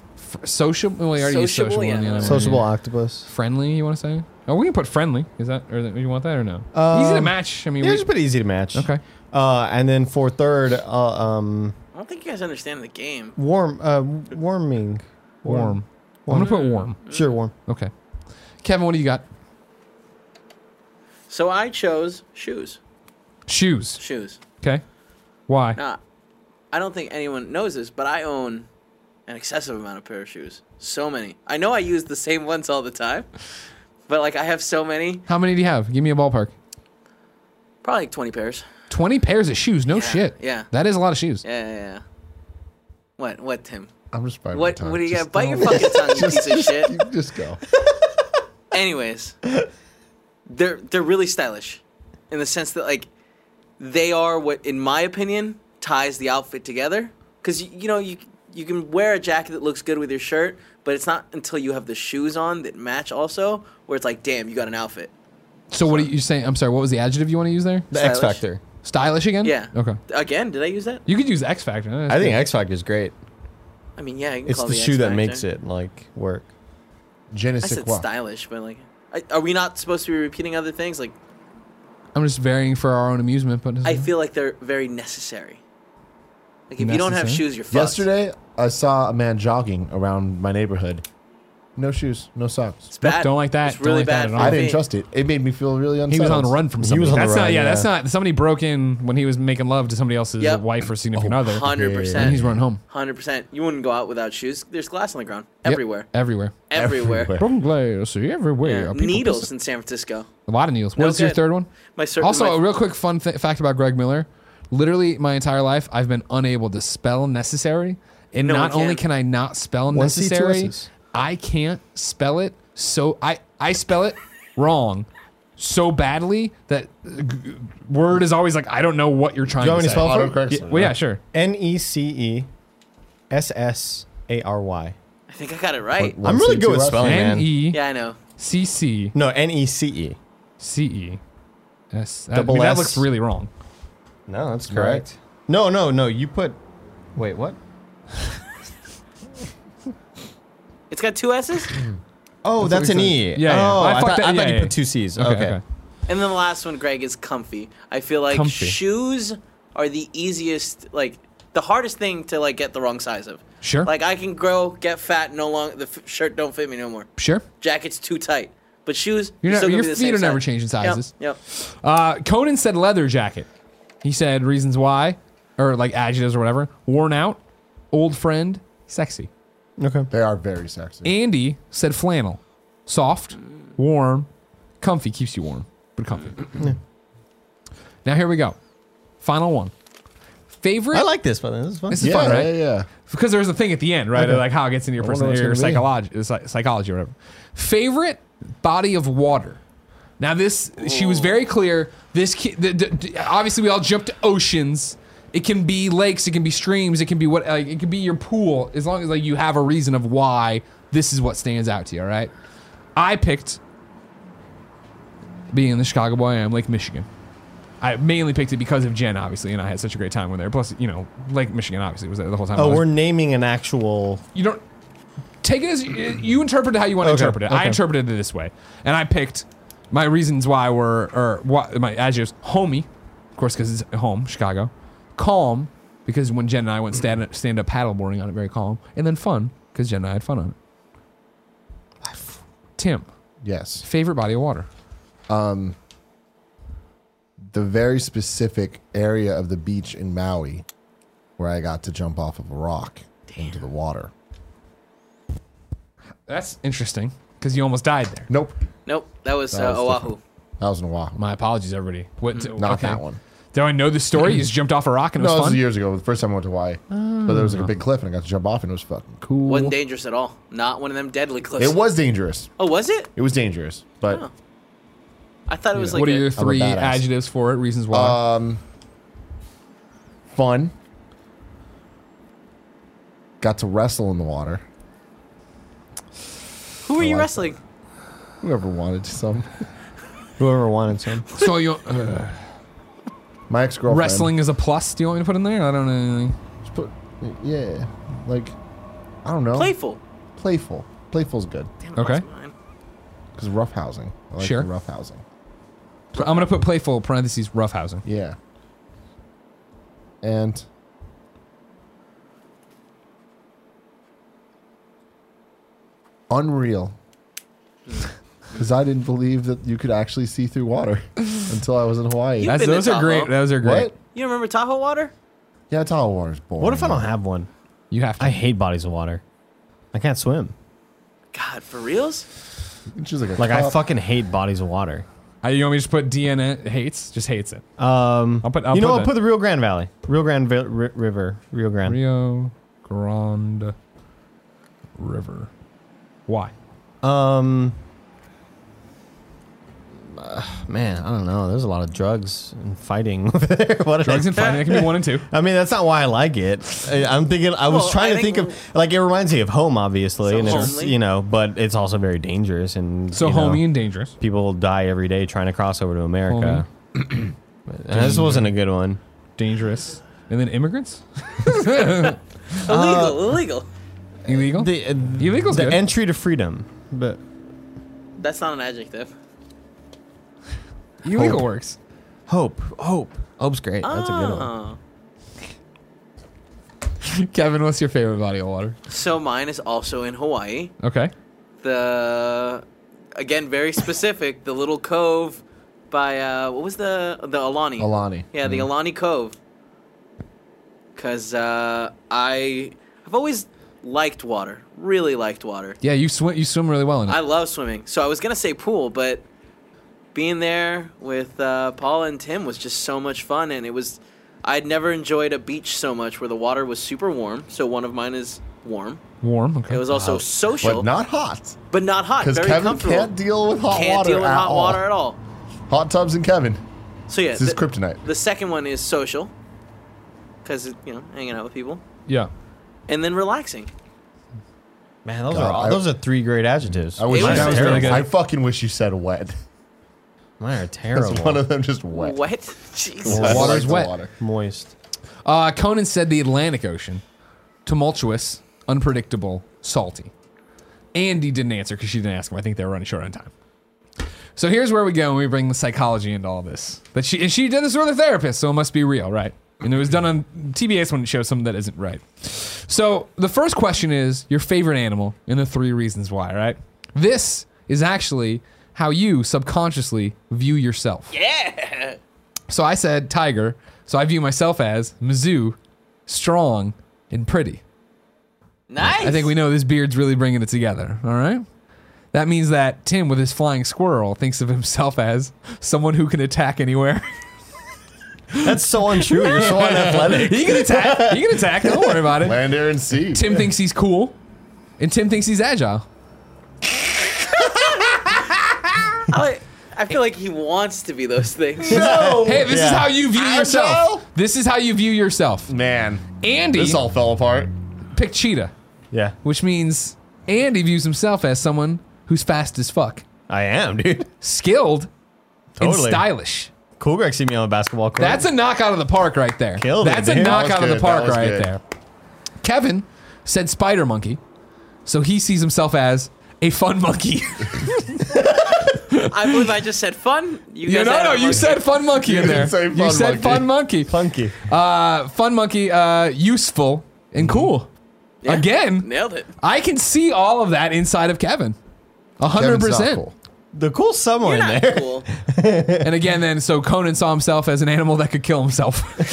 Speaker 1: social. Well, we already used
Speaker 6: Sociable,
Speaker 1: social.
Speaker 6: yeah.
Speaker 1: on the other one,
Speaker 3: sociable
Speaker 1: yeah.
Speaker 3: octopus.
Speaker 1: Friendly, you want to say? Oh, we can put friendly. Is that or do you want that or no? easy to
Speaker 3: Um,
Speaker 1: match. I mean,
Speaker 3: Yeah,
Speaker 1: we-
Speaker 3: just put easy to match.
Speaker 1: Okay.
Speaker 3: Uh, and then for third, uh, um,
Speaker 6: I don't think you guys understand the game.
Speaker 3: warm, uh, warming,
Speaker 1: warm. I'm gonna put warm.
Speaker 3: Sure, warm.
Speaker 1: Okay. Kevin, what do you got?
Speaker 6: So I chose shoes.
Speaker 1: Shoes.
Speaker 6: Shoes.
Speaker 1: Okay. Why?
Speaker 6: Now, I don't think anyone knows this, but I own an excessive amount of pair of shoes. So many. I know I use the same ones all the time, but like I have so many,
Speaker 1: How many do you have? Give me a ballpark.
Speaker 6: probably like 20 pairs.
Speaker 1: 20 pairs of shoes. No shit.
Speaker 6: yeah.
Speaker 1: That is a lot of shoes.
Speaker 6: Yeah, yeah, yeah. What? What, Tim?
Speaker 2: I'm just biting my
Speaker 6: What?
Speaker 2: tongue.
Speaker 6: What do you
Speaker 2: Just
Speaker 6: got? Bite your
Speaker 2: don't-
Speaker 6: fucking tongue, you piece of shit.
Speaker 2: you Just go.
Speaker 6: Anyways, they're they're really stylish, in the sense that like they are what, in my opinion, ties the outfit together. Because you, you know you you can wear a jacket that looks good with your shirt, but it's not until you have the shoes on that match also, where it's like, damn, you got an outfit.
Speaker 1: So what are you saying? I'm sorry. What was the adjective you want to use there?
Speaker 3: The X
Speaker 6: Stylish.
Speaker 3: Factor.
Speaker 1: Stylish again?
Speaker 6: Yeah.
Speaker 1: Okay.
Speaker 6: Again, did I use that?
Speaker 1: You could use X factor. That's
Speaker 3: I think
Speaker 1: good.
Speaker 3: X Factor is great.
Speaker 6: I mean, yeah. You can
Speaker 3: It's
Speaker 6: call
Speaker 3: the
Speaker 6: it
Speaker 3: shoe
Speaker 6: X
Speaker 3: that
Speaker 6: Factor.
Speaker 3: makes it like work.
Speaker 2: Je ne
Speaker 6: I
Speaker 2: sais
Speaker 6: said
Speaker 2: quoi.
Speaker 6: stylish, but like, I, are we not supposed to be repeating other things? Like,
Speaker 1: I'm just varying for our own amusement, but
Speaker 3: Mm-hmm.
Speaker 6: I feel like they're very necessary. Like, if you don't have
Speaker 1: Necessary?
Speaker 6: shoes, you're fucked.
Speaker 2: Yesterday, I saw a man jogging around my neighborhood. No shoes, no socks.
Speaker 6: it's bad.
Speaker 1: don't like that.
Speaker 6: It's
Speaker 1: Don't
Speaker 6: really
Speaker 1: like that
Speaker 6: bad.
Speaker 1: at
Speaker 6: for
Speaker 1: all.
Speaker 2: I didn't
Speaker 6: me.
Speaker 2: trust it. It made me feel really unsettled.
Speaker 1: he was on the run from
Speaker 3: He
Speaker 1: somebody.
Speaker 3: was on the
Speaker 1: that's not.
Speaker 3: run,
Speaker 1: Yeah, That's
Speaker 3: yeah.
Speaker 1: not. Somebody broke in when he was making love to somebody else's
Speaker 6: Yep.
Speaker 1: wife or significant
Speaker 3: Oh,
Speaker 1: other.
Speaker 6: Hundred
Speaker 1: And he's
Speaker 6: percent.
Speaker 1: run home.
Speaker 6: Hundred percent. You wouldn't go out without shoes. There's glass on the ground
Speaker 1: Yep.
Speaker 6: everywhere.
Speaker 1: Everywhere.
Speaker 6: Everywhere.
Speaker 2: Everywhere.
Speaker 1: Broken glass everywhere.
Speaker 6: Yeah.
Speaker 1: People
Speaker 6: Needles
Speaker 1: pissing.
Speaker 6: in San Francisco.
Speaker 1: A lot of needles.
Speaker 6: No
Speaker 1: What's your
Speaker 6: good.
Speaker 1: third one?
Speaker 6: My certain.
Speaker 1: Also,
Speaker 6: my-
Speaker 1: a real quick fun th- fact about Greg Miller. Literally, my entire life, I've been unable to spell necessary. And
Speaker 6: No
Speaker 1: not
Speaker 6: one can.
Speaker 1: only can I not spell
Speaker 3: One C, two
Speaker 1: necessary,
Speaker 3: S's.
Speaker 1: I can't spell it. So I, I spell it wrong so badly that uh, g- word is always like, I don't know what you're trying
Speaker 3: you want
Speaker 1: to
Speaker 3: me to
Speaker 1: say.
Speaker 3: spell it for you?
Speaker 2: Autocorrects
Speaker 1: yeah,
Speaker 2: me,
Speaker 1: well, yeah,
Speaker 2: right?
Speaker 1: sure.
Speaker 3: N E C E S S A R Y.
Speaker 6: I think I got it right.
Speaker 2: What- what?
Speaker 3: I'm
Speaker 2: One
Speaker 3: really
Speaker 2: C,
Speaker 3: good
Speaker 2: two
Speaker 3: with
Speaker 2: S.
Speaker 3: spelling,
Speaker 1: N
Speaker 3: Oh, man.
Speaker 1: E
Speaker 6: Yeah, I know.
Speaker 1: C C
Speaker 3: No, N E C E.
Speaker 1: C E S. I
Speaker 3: Double
Speaker 1: mean, That
Speaker 3: S.
Speaker 1: looks really wrong.
Speaker 3: No, that's correct. No, no, no. You put. Wait, what?
Speaker 6: It's got two S's, and
Speaker 3: Oh, that's,
Speaker 1: what
Speaker 3: an
Speaker 1: we
Speaker 3: E.
Speaker 1: said. Yeah, yeah.
Speaker 3: Oh,
Speaker 1: I
Speaker 3: I,
Speaker 1: fucked
Speaker 3: thought,
Speaker 1: that-
Speaker 3: I
Speaker 1: yeah,
Speaker 3: thought
Speaker 1: yeah.
Speaker 3: you put two C's. Okay.
Speaker 6: then the last one, Greg, is comfy. I feel like
Speaker 1: Comfy.
Speaker 6: shoes are the easiest, like the hardest thing to like get the wrong size of.
Speaker 1: Sure.
Speaker 6: Like I can grow, get fat, no longer the f- shirt don't fit me no more.
Speaker 1: Sure.
Speaker 6: Jacket's too tight, but shoes.
Speaker 1: You're
Speaker 6: they're
Speaker 1: not-
Speaker 6: still gonna
Speaker 1: your
Speaker 6: be the
Speaker 1: feet
Speaker 6: same
Speaker 1: are never
Speaker 6: size.
Speaker 1: changing
Speaker 6: Yep,
Speaker 1: sizes.
Speaker 6: Yep.
Speaker 1: Uh, Conan said leather jacket. He said reasons why, or like adjectives or whatever. Worn out, old friend, sexy.
Speaker 3: Okay.
Speaker 2: They are very sexy.
Speaker 1: Andy said flannel. Soft, warm, comfy, keeps you warm, but comfy. Now here we go. Final one. Favorite?
Speaker 3: I like this, but this is fun.
Speaker 1: this is
Speaker 2: Yeah,
Speaker 1: fun, right?
Speaker 2: yeah, yeah.
Speaker 1: Because there's a thing at the end, right?
Speaker 3: Okay.
Speaker 1: Like how it gets into your
Speaker 3: I wonder what
Speaker 1: personality or
Speaker 3: it's gonna
Speaker 1: psychology, psy- psychology or whatever. Favorite body of water. Now this, she was very clear. This ki- the, the, the- obviously we all jump to oceans. It can be lakes, it can be streams, it can be what like, it can be your pool. As long as like you have a reason of why this is what stands out to you. All right, I picked being the Chicago boy. I am Lake Michigan. I mainly picked it because of Jen, obviously, and I had such a great time with her. Plus, you know, Lake Michigan obviously was there the whole time. I
Speaker 3: Oh,
Speaker 1: was
Speaker 3: we're naming an actual.
Speaker 1: you don't take it as you interpret it how you want to
Speaker 3: Okay,
Speaker 1: interpret it. I
Speaker 3: okay.
Speaker 1: interpreted it this way, and I picked my reasons why were or what my adjectives homey, of course, because it's home Chicago, calm because when Jen and I went stand up, stand up paddleboarding on it, very calm, and then fun because Jen and I had fun on it. Tim,
Speaker 2: Yes.
Speaker 1: favorite body of water.
Speaker 2: the very specific area of the beach in Maui where I got to jump off of a rock into the water.
Speaker 1: That's interesting because you almost died there.
Speaker 2: Nope.
Speaker 6: Nope, that was,
Speaker 2: That was
Speaker 6: uh, Oahu.
Speaker 2: different. That was in Oahu.
Speaker 1: My apologies, everybody. What?
Speaker 2: Not that one.
Speaker 1: Do I know the story? You just jumped off a rock and it
Speaker 2: No,
Speaker 1: was
Speaker 2: this was
Speaker 1: fun. Oh.
Speaker 2: years ago. The first time I went to Hawaii. But there was like a big cliff and I got to jump off and it was fucking cool.
Speaker 1: cool.
Speaker 6: Wasn't dangerous at all. Not one of them deadly cliffs.
Speaker 2: It was dangerous.
Speaker 6: Oh, was it?
Speaker 2: It was dangerous. But
Speaker 6: Huh. I thought it was like
Speaker 1: what are
Speaker 6: a-
Speaker 1: your three
Speaker 2: badass.
Speaker 1: adjectives for it? Reasons why.
Speaker 2: Um, fun. Got to wrestle in the water.
Speaker 6: who are you
Speaker 2: like
Speaker 6: wrestling?
Speaker 2: Whoever wanted some.
Speaker 3: Whoever wanted some.
Speaker 1: so you uh,
Speaker 2: My ex girlfriend.
Speaker 1: wrestling is a plus. Do you want me to put in there? I don't know. Anything.
Speaker 2: Yeah. Like, I don't know.
Speaker 6: Playful.
Speaker 2: Playful. Playful's good.
Speaker 6: Damn, it
Speaker 1: Okay.
Speaker 6: wasn't mine.
Speaker 2: Because rough housing. I like
Speaker 1: Sure.
Speaker 2: the rough housing.
Speaker 1: I'm gonna put playful parentheses roughhousing.
Speaker 2: Yeah. And unreal. Because I didn't believe that you could actually see through water until I was in Hawaii.
Speaker 6: You-
Speaker 1: That's,
Speaker 6: been to
Speaker 1: those are great.
Speaker 6: Tahoe.
Speaker 1: Those are great.
Speaker 2: what?
Speaker 6: You don't remember Tahoe water?
Speaker 2: Yeah, Tahoe water's boring.
Speaker 3: What if I don't have one?
Speaker 1: You have to.
Speaker 3: I hate bodies of water. I can't swim.
Speaker 6: God, for reals?
Speaker 2: It's just like a
Speaker 3: Like I
Speaker 6: Uh,
Speaker 2: cup.
Speaker 3: fucking hate bodies of water.
Speaker 1: I- Uh, you want me to just put DNA hates? Just hates it.
Speaker 3: Um,
Speaker 1: I'll put- I'll
Speaker 3: you know,
Speaker 1: put
Speaker 3: I'll
Speaker 1: that.
Speaker 3: put the Rio Grande Valley, Rio Grande Va- Ri- River, Rio Grande.
Speaker 1: Rio Grande River. Why?
Speaker 3: Um, uh, man, I don't know. There's a lot of drugs and fighting over there. What
Speaker 1: Drugs
Speaker 3: I,
Speaker 1: and fighting. That can be one and two.
Speaker 3: I mean, that's not why I like it. I, I'm thinking. I was
Speaker 6: Well,
Speaker 3: trying
Speaker 6: I
Speaker 3: to think,
Speaker 6: think-
Speaker 3: of like it reminds me of home, obviously,
Speaker 6: So
Speaker 3: and it's
Speaker 6: homely.
Speaker 3: you know, but it's also very dangerous and
Speaker 1: So
Speaker 3: you know,
Speaker 1: homie and dangerous.
Speaker 3: people die every day trying to cross over to America. And this wasn't a good one.
Speaker 1: Dangerous. And then immigrants?
Speaker 6: Illegal, illegal.
Speaker 1: Illegal?
Speaker 3: The, uh,
Speaker 1: Illegal's
Speaker 3: the
Speaker 1: good.
Speaker 3: entry to freedom, but
Speaker 6: That's not an adjective.
Speaker 1: Illegal
Speaker 2: Hope.
Speaker 1: works.
Speaker 3: hope, hope, hope's great. That's a good one.
Speaker 6: Oh.
Speaker 1: Kevin, what's your favorite body of water?
Speaker 6: So mine is also in Hawaii.
Speaker 1: Okay.
Speaker 6: The again very specific, the little cove by uh what was the the Alani.
Speaker 2: Alani.
Speaker 6: Yeah, the Alani Cove. Cause uh I I've always liked water. Really liked water.
Speaker 1: Yeah, you swim you swim really well in it.
Speaker 6: I love swimming. So I was gonna say pool, but being there with uh, Paul and Tim was just so much fun, and it was I'd never enjoyed a beach so much where the water was super warm. So one of mine is warm.
Speaker 1: Warm. Okay.
Speaker 6: It was also social,
Speaker 2: But not hot.
Speaker 6: but not hot.
Speaker 2: Because
Speaker 6: Very
Speaker 2: Kevin
Speaker 6: comfortable.
Speaker 2: can't deal with hot
Speaker 6: Can't
Speaker 2: water
Speaker 6: deal with
Speaker 2: at
Speaker 6: hot
Speaker 2: all.
Speaker 6: water at all.
Speaker 2: Hot tubs and Kevin.
Speaker 6: So yeah,
Speaker 2: This is
Speaker 6: the,
Speaker 2: kryptonite.
Speaker 6: the second one is social, because you know hanging out with people,
Speaker 1: yeah.
Speaker 6: and then relaxing.
Speaker 3: Man, those
Speaker 2: God,
Speaker 3: are all,
Speaker 2: I-
Speaker 3: those are three great adjectives.
Speaker 2: I wish
Speaker 6: It was
Speaker 2: you
Speaker 6: just
Speaker 1: really good.
Speaker 2: I fucking wish you said wet.
Speaker 3: Mine are
Speaker 2: Because
Speaker 3: terrible.
Speaker 2: one of them just wet.
Speaker 6: What? Jesus.
Speaker 2: I
Speaker 1: Water's
Speaker 2: like the
Speaker 1: wet.
Speaker 3: Moist.
Speaker 1: Uh, Conan said the Atlantic Ocean. Tumultuous, unpredictable, salty. Andy didn't answer because she didn't ask him. I think they were running short on time. So here's where we go when we bring the psychology into all this. But she and she did this with a therapist, so it must be real, right? And it was done on TBS when it shows something that isn't right. So the first question is your favorite animal and the three reasons why, right? This is actually how you subconsciously view yourself.
Speaker 6: Yeah.
Speaker 1: So I said tiger. So I view myself as Mizzou, strong, and pretty.
Speaker 6: Nice.
Speaker 1: I think we know this beard's really bringing it together. All right. That means that Tim, with his flying squirrel, thinks of himself as someone who can attack anywhere.
Speaker 3: That's so untrue. You're so unathletic.
Speaker 1: he can attack. He can attack. Don't worry about it.
Speaker 2: Land, air, and sea.
Speaker 1: Tim thinks he's cool, and Tim thinks he's agile.
Speaker 6: I, I feel like he wants to be those things.
Speaker 1: Hey, this is
Speaker 3: Yeah.
Speaker 1: how you view yourself. This is how you view yourself.
Speaker 2: Man,
Speaker 1: Andy
Speaker 2: this all fell apart.
Speaker 1: picked cheetah,
Speaker 3: Yeah,
Speaker 1: which means Andy views himself as someone who's fast as fuck,
Speaker 3: I am, dude.
Speaker 1: skilled,
Speaker 3: Totally.
Speaker 1: and stylish.
Speaker 3: Cool, Greg. See me on a basketball court.
Speaker 1: That's a knock out of the park right there.
Speaker 3: Killed it,
Speaker 1: That's a
Speaker 3: dude. That
Speaker 1: knock
Speaker 2: was
Speaker 1: out of the
Speaker 2: good.
Speaker 1: park
Speaker 2: That was
Speaker 1: right
Speaker 2: good.
Speaker 1: there. Kevin said spider monkey, so he sees himself as a fun monkey.
Speaker 6: I believe I just said fun. You
Speaker 1: no,
Speaker 6: guys
Speaker 1: no,
Speaker 6: added
Speaker 1: no.
Speaker 6: a
Speaker 1: You
Speaker 6: monkey.
Speaker 1: said fun monkey in
Speaker 2: didn't
Speaker 1: there.
Speaker 2: say
Speaker 1: you
Speaker 2: fun
Speaker 1: said
Speaker 2: monkey.
Speaker 1: fun monkey.
Speaker 3: funky.
Speaker 1: Uh, fun monkey. Uh, useful and
Speaker 2: Mm-hmm.
Speaker 1: cool.
Speaker 6: Yeah.
Speaker 1: Again,
Speaker 6: Nailed it.
Speaker 1: I can see all of that inside of Kevin. A hundred
Speaker 2: Kevin's not
Speaker 1: percent.
Speaker 2: cool.
Speaker 3: The cool somewhere
Speaker 6: You're
Speaker 3: in
Speaker 6: not
Speaker 3: there.
Speaker 6: cool.
Speaker 1: And again, then so Conan saw himself as an animal that could kill himself.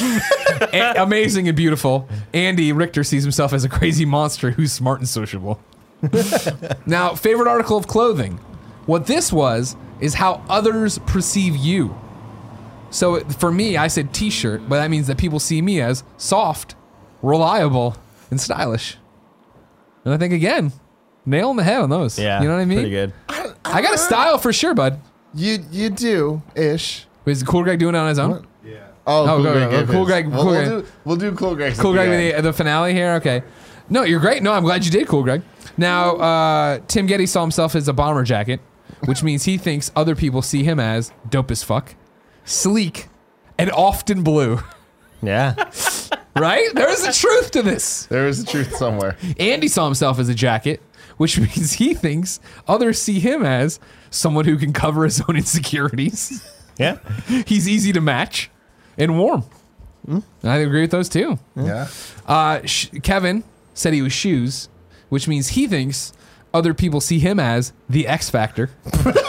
Speaker 1: A- amazing and beautiful. Andy Richter sees himself as a crazy monster who's smart and sociable. now, favorite article of clothing. What this was is how others perceive you. So it- for me, I said t-shirt, but that means that people see me as soft, reliable, and stylish. And I think again, nail on the head on those.
Speaker 3: Yeah,
Speaker 1: you know what I mean.
Speaker 3: Pretty good.
Speaker 1: I got a style for sure, bud.
Speaker 2: You you do ish.
Speaker 1: Is Cool Greg doing it on his own?
Speaker 5: Yeah.
Speaker 2: Oh,
Speaker 1: go, go, go.
Speaker 2: gave
Speaker 1: Cool
Speaker 2: his.
Speaker 1: Greg-
Speaker 2: We'll,
Speaker 1: Cool
Speaker 2: we'll
Speaker 1: Greg.
Speaker 2: do we'll do cool Greg.
Speaker 1: Cool Greg with the, the finale here. Okay. No, you're great. No, I'm glad you did, Cool Greg. Now, uh, Tim Getty saw himself as a bomber jacket, which means he thinks other people see him as dope as fuck, sleek, and often blue.
Speaker 3: Yeah.
Speaker 1: Right? There is a truth to this.
Speaker 2: There is the truth somewhere.
Speaker 1: Andy saw himself as a jacket, which means he thinks others see him as someone who can cover his own insecurities.
Speaker 3: Yeah.
Speaker 1: He's easy to match and warm. I agree with those too.
Speaker 2: yeah.
Speaker 1: Uh, sh- Kevin said he was shoes, which means he thinks other people see him as the X Factor.
Speaker 6: Remember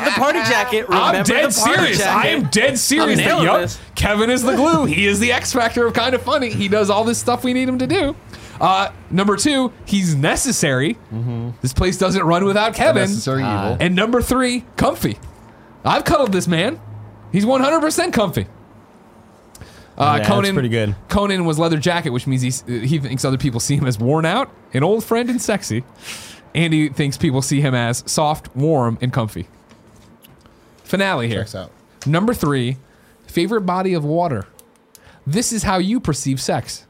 Speaker 6: the party jacket. Remember
Speaker 1: I'm dead
Speaker 6: the party
Speaker 1: serious.
Speaker 6: Jacket.
Speaker 1: I am dead serious.
Speaker 6: I'm nailing
Speaker 1: Yup.
Speaker 6: this.
Speaker 1: Kevin is the glue. He is the X Factor of kind of funny. He does all this stuff we need him to do. Uh, number two, he's necessary.
Speaker 6: Mm-hmm.
Speaker 1: This place doesn't run without Kevin.
Speaker 2: Necessary evil.
Speaker 1: And number three, comfy. I've cuddled this man. He's 100% comfy. Uh,
Speaker 3: Yeah, that's
Speaker 1: Conan,
Speaker 3: pretty good.
Speaker 1: Conan was leather jacket, which means he's, uh, he thinks other people see him as worn out, an old friend, and sexy. Andy thinks people see him as soft, warm, and comfy. Finale here.
Speaker 2: Checks out.
Speaker 1: Number three, favorite body of water. This is how you perceive sex,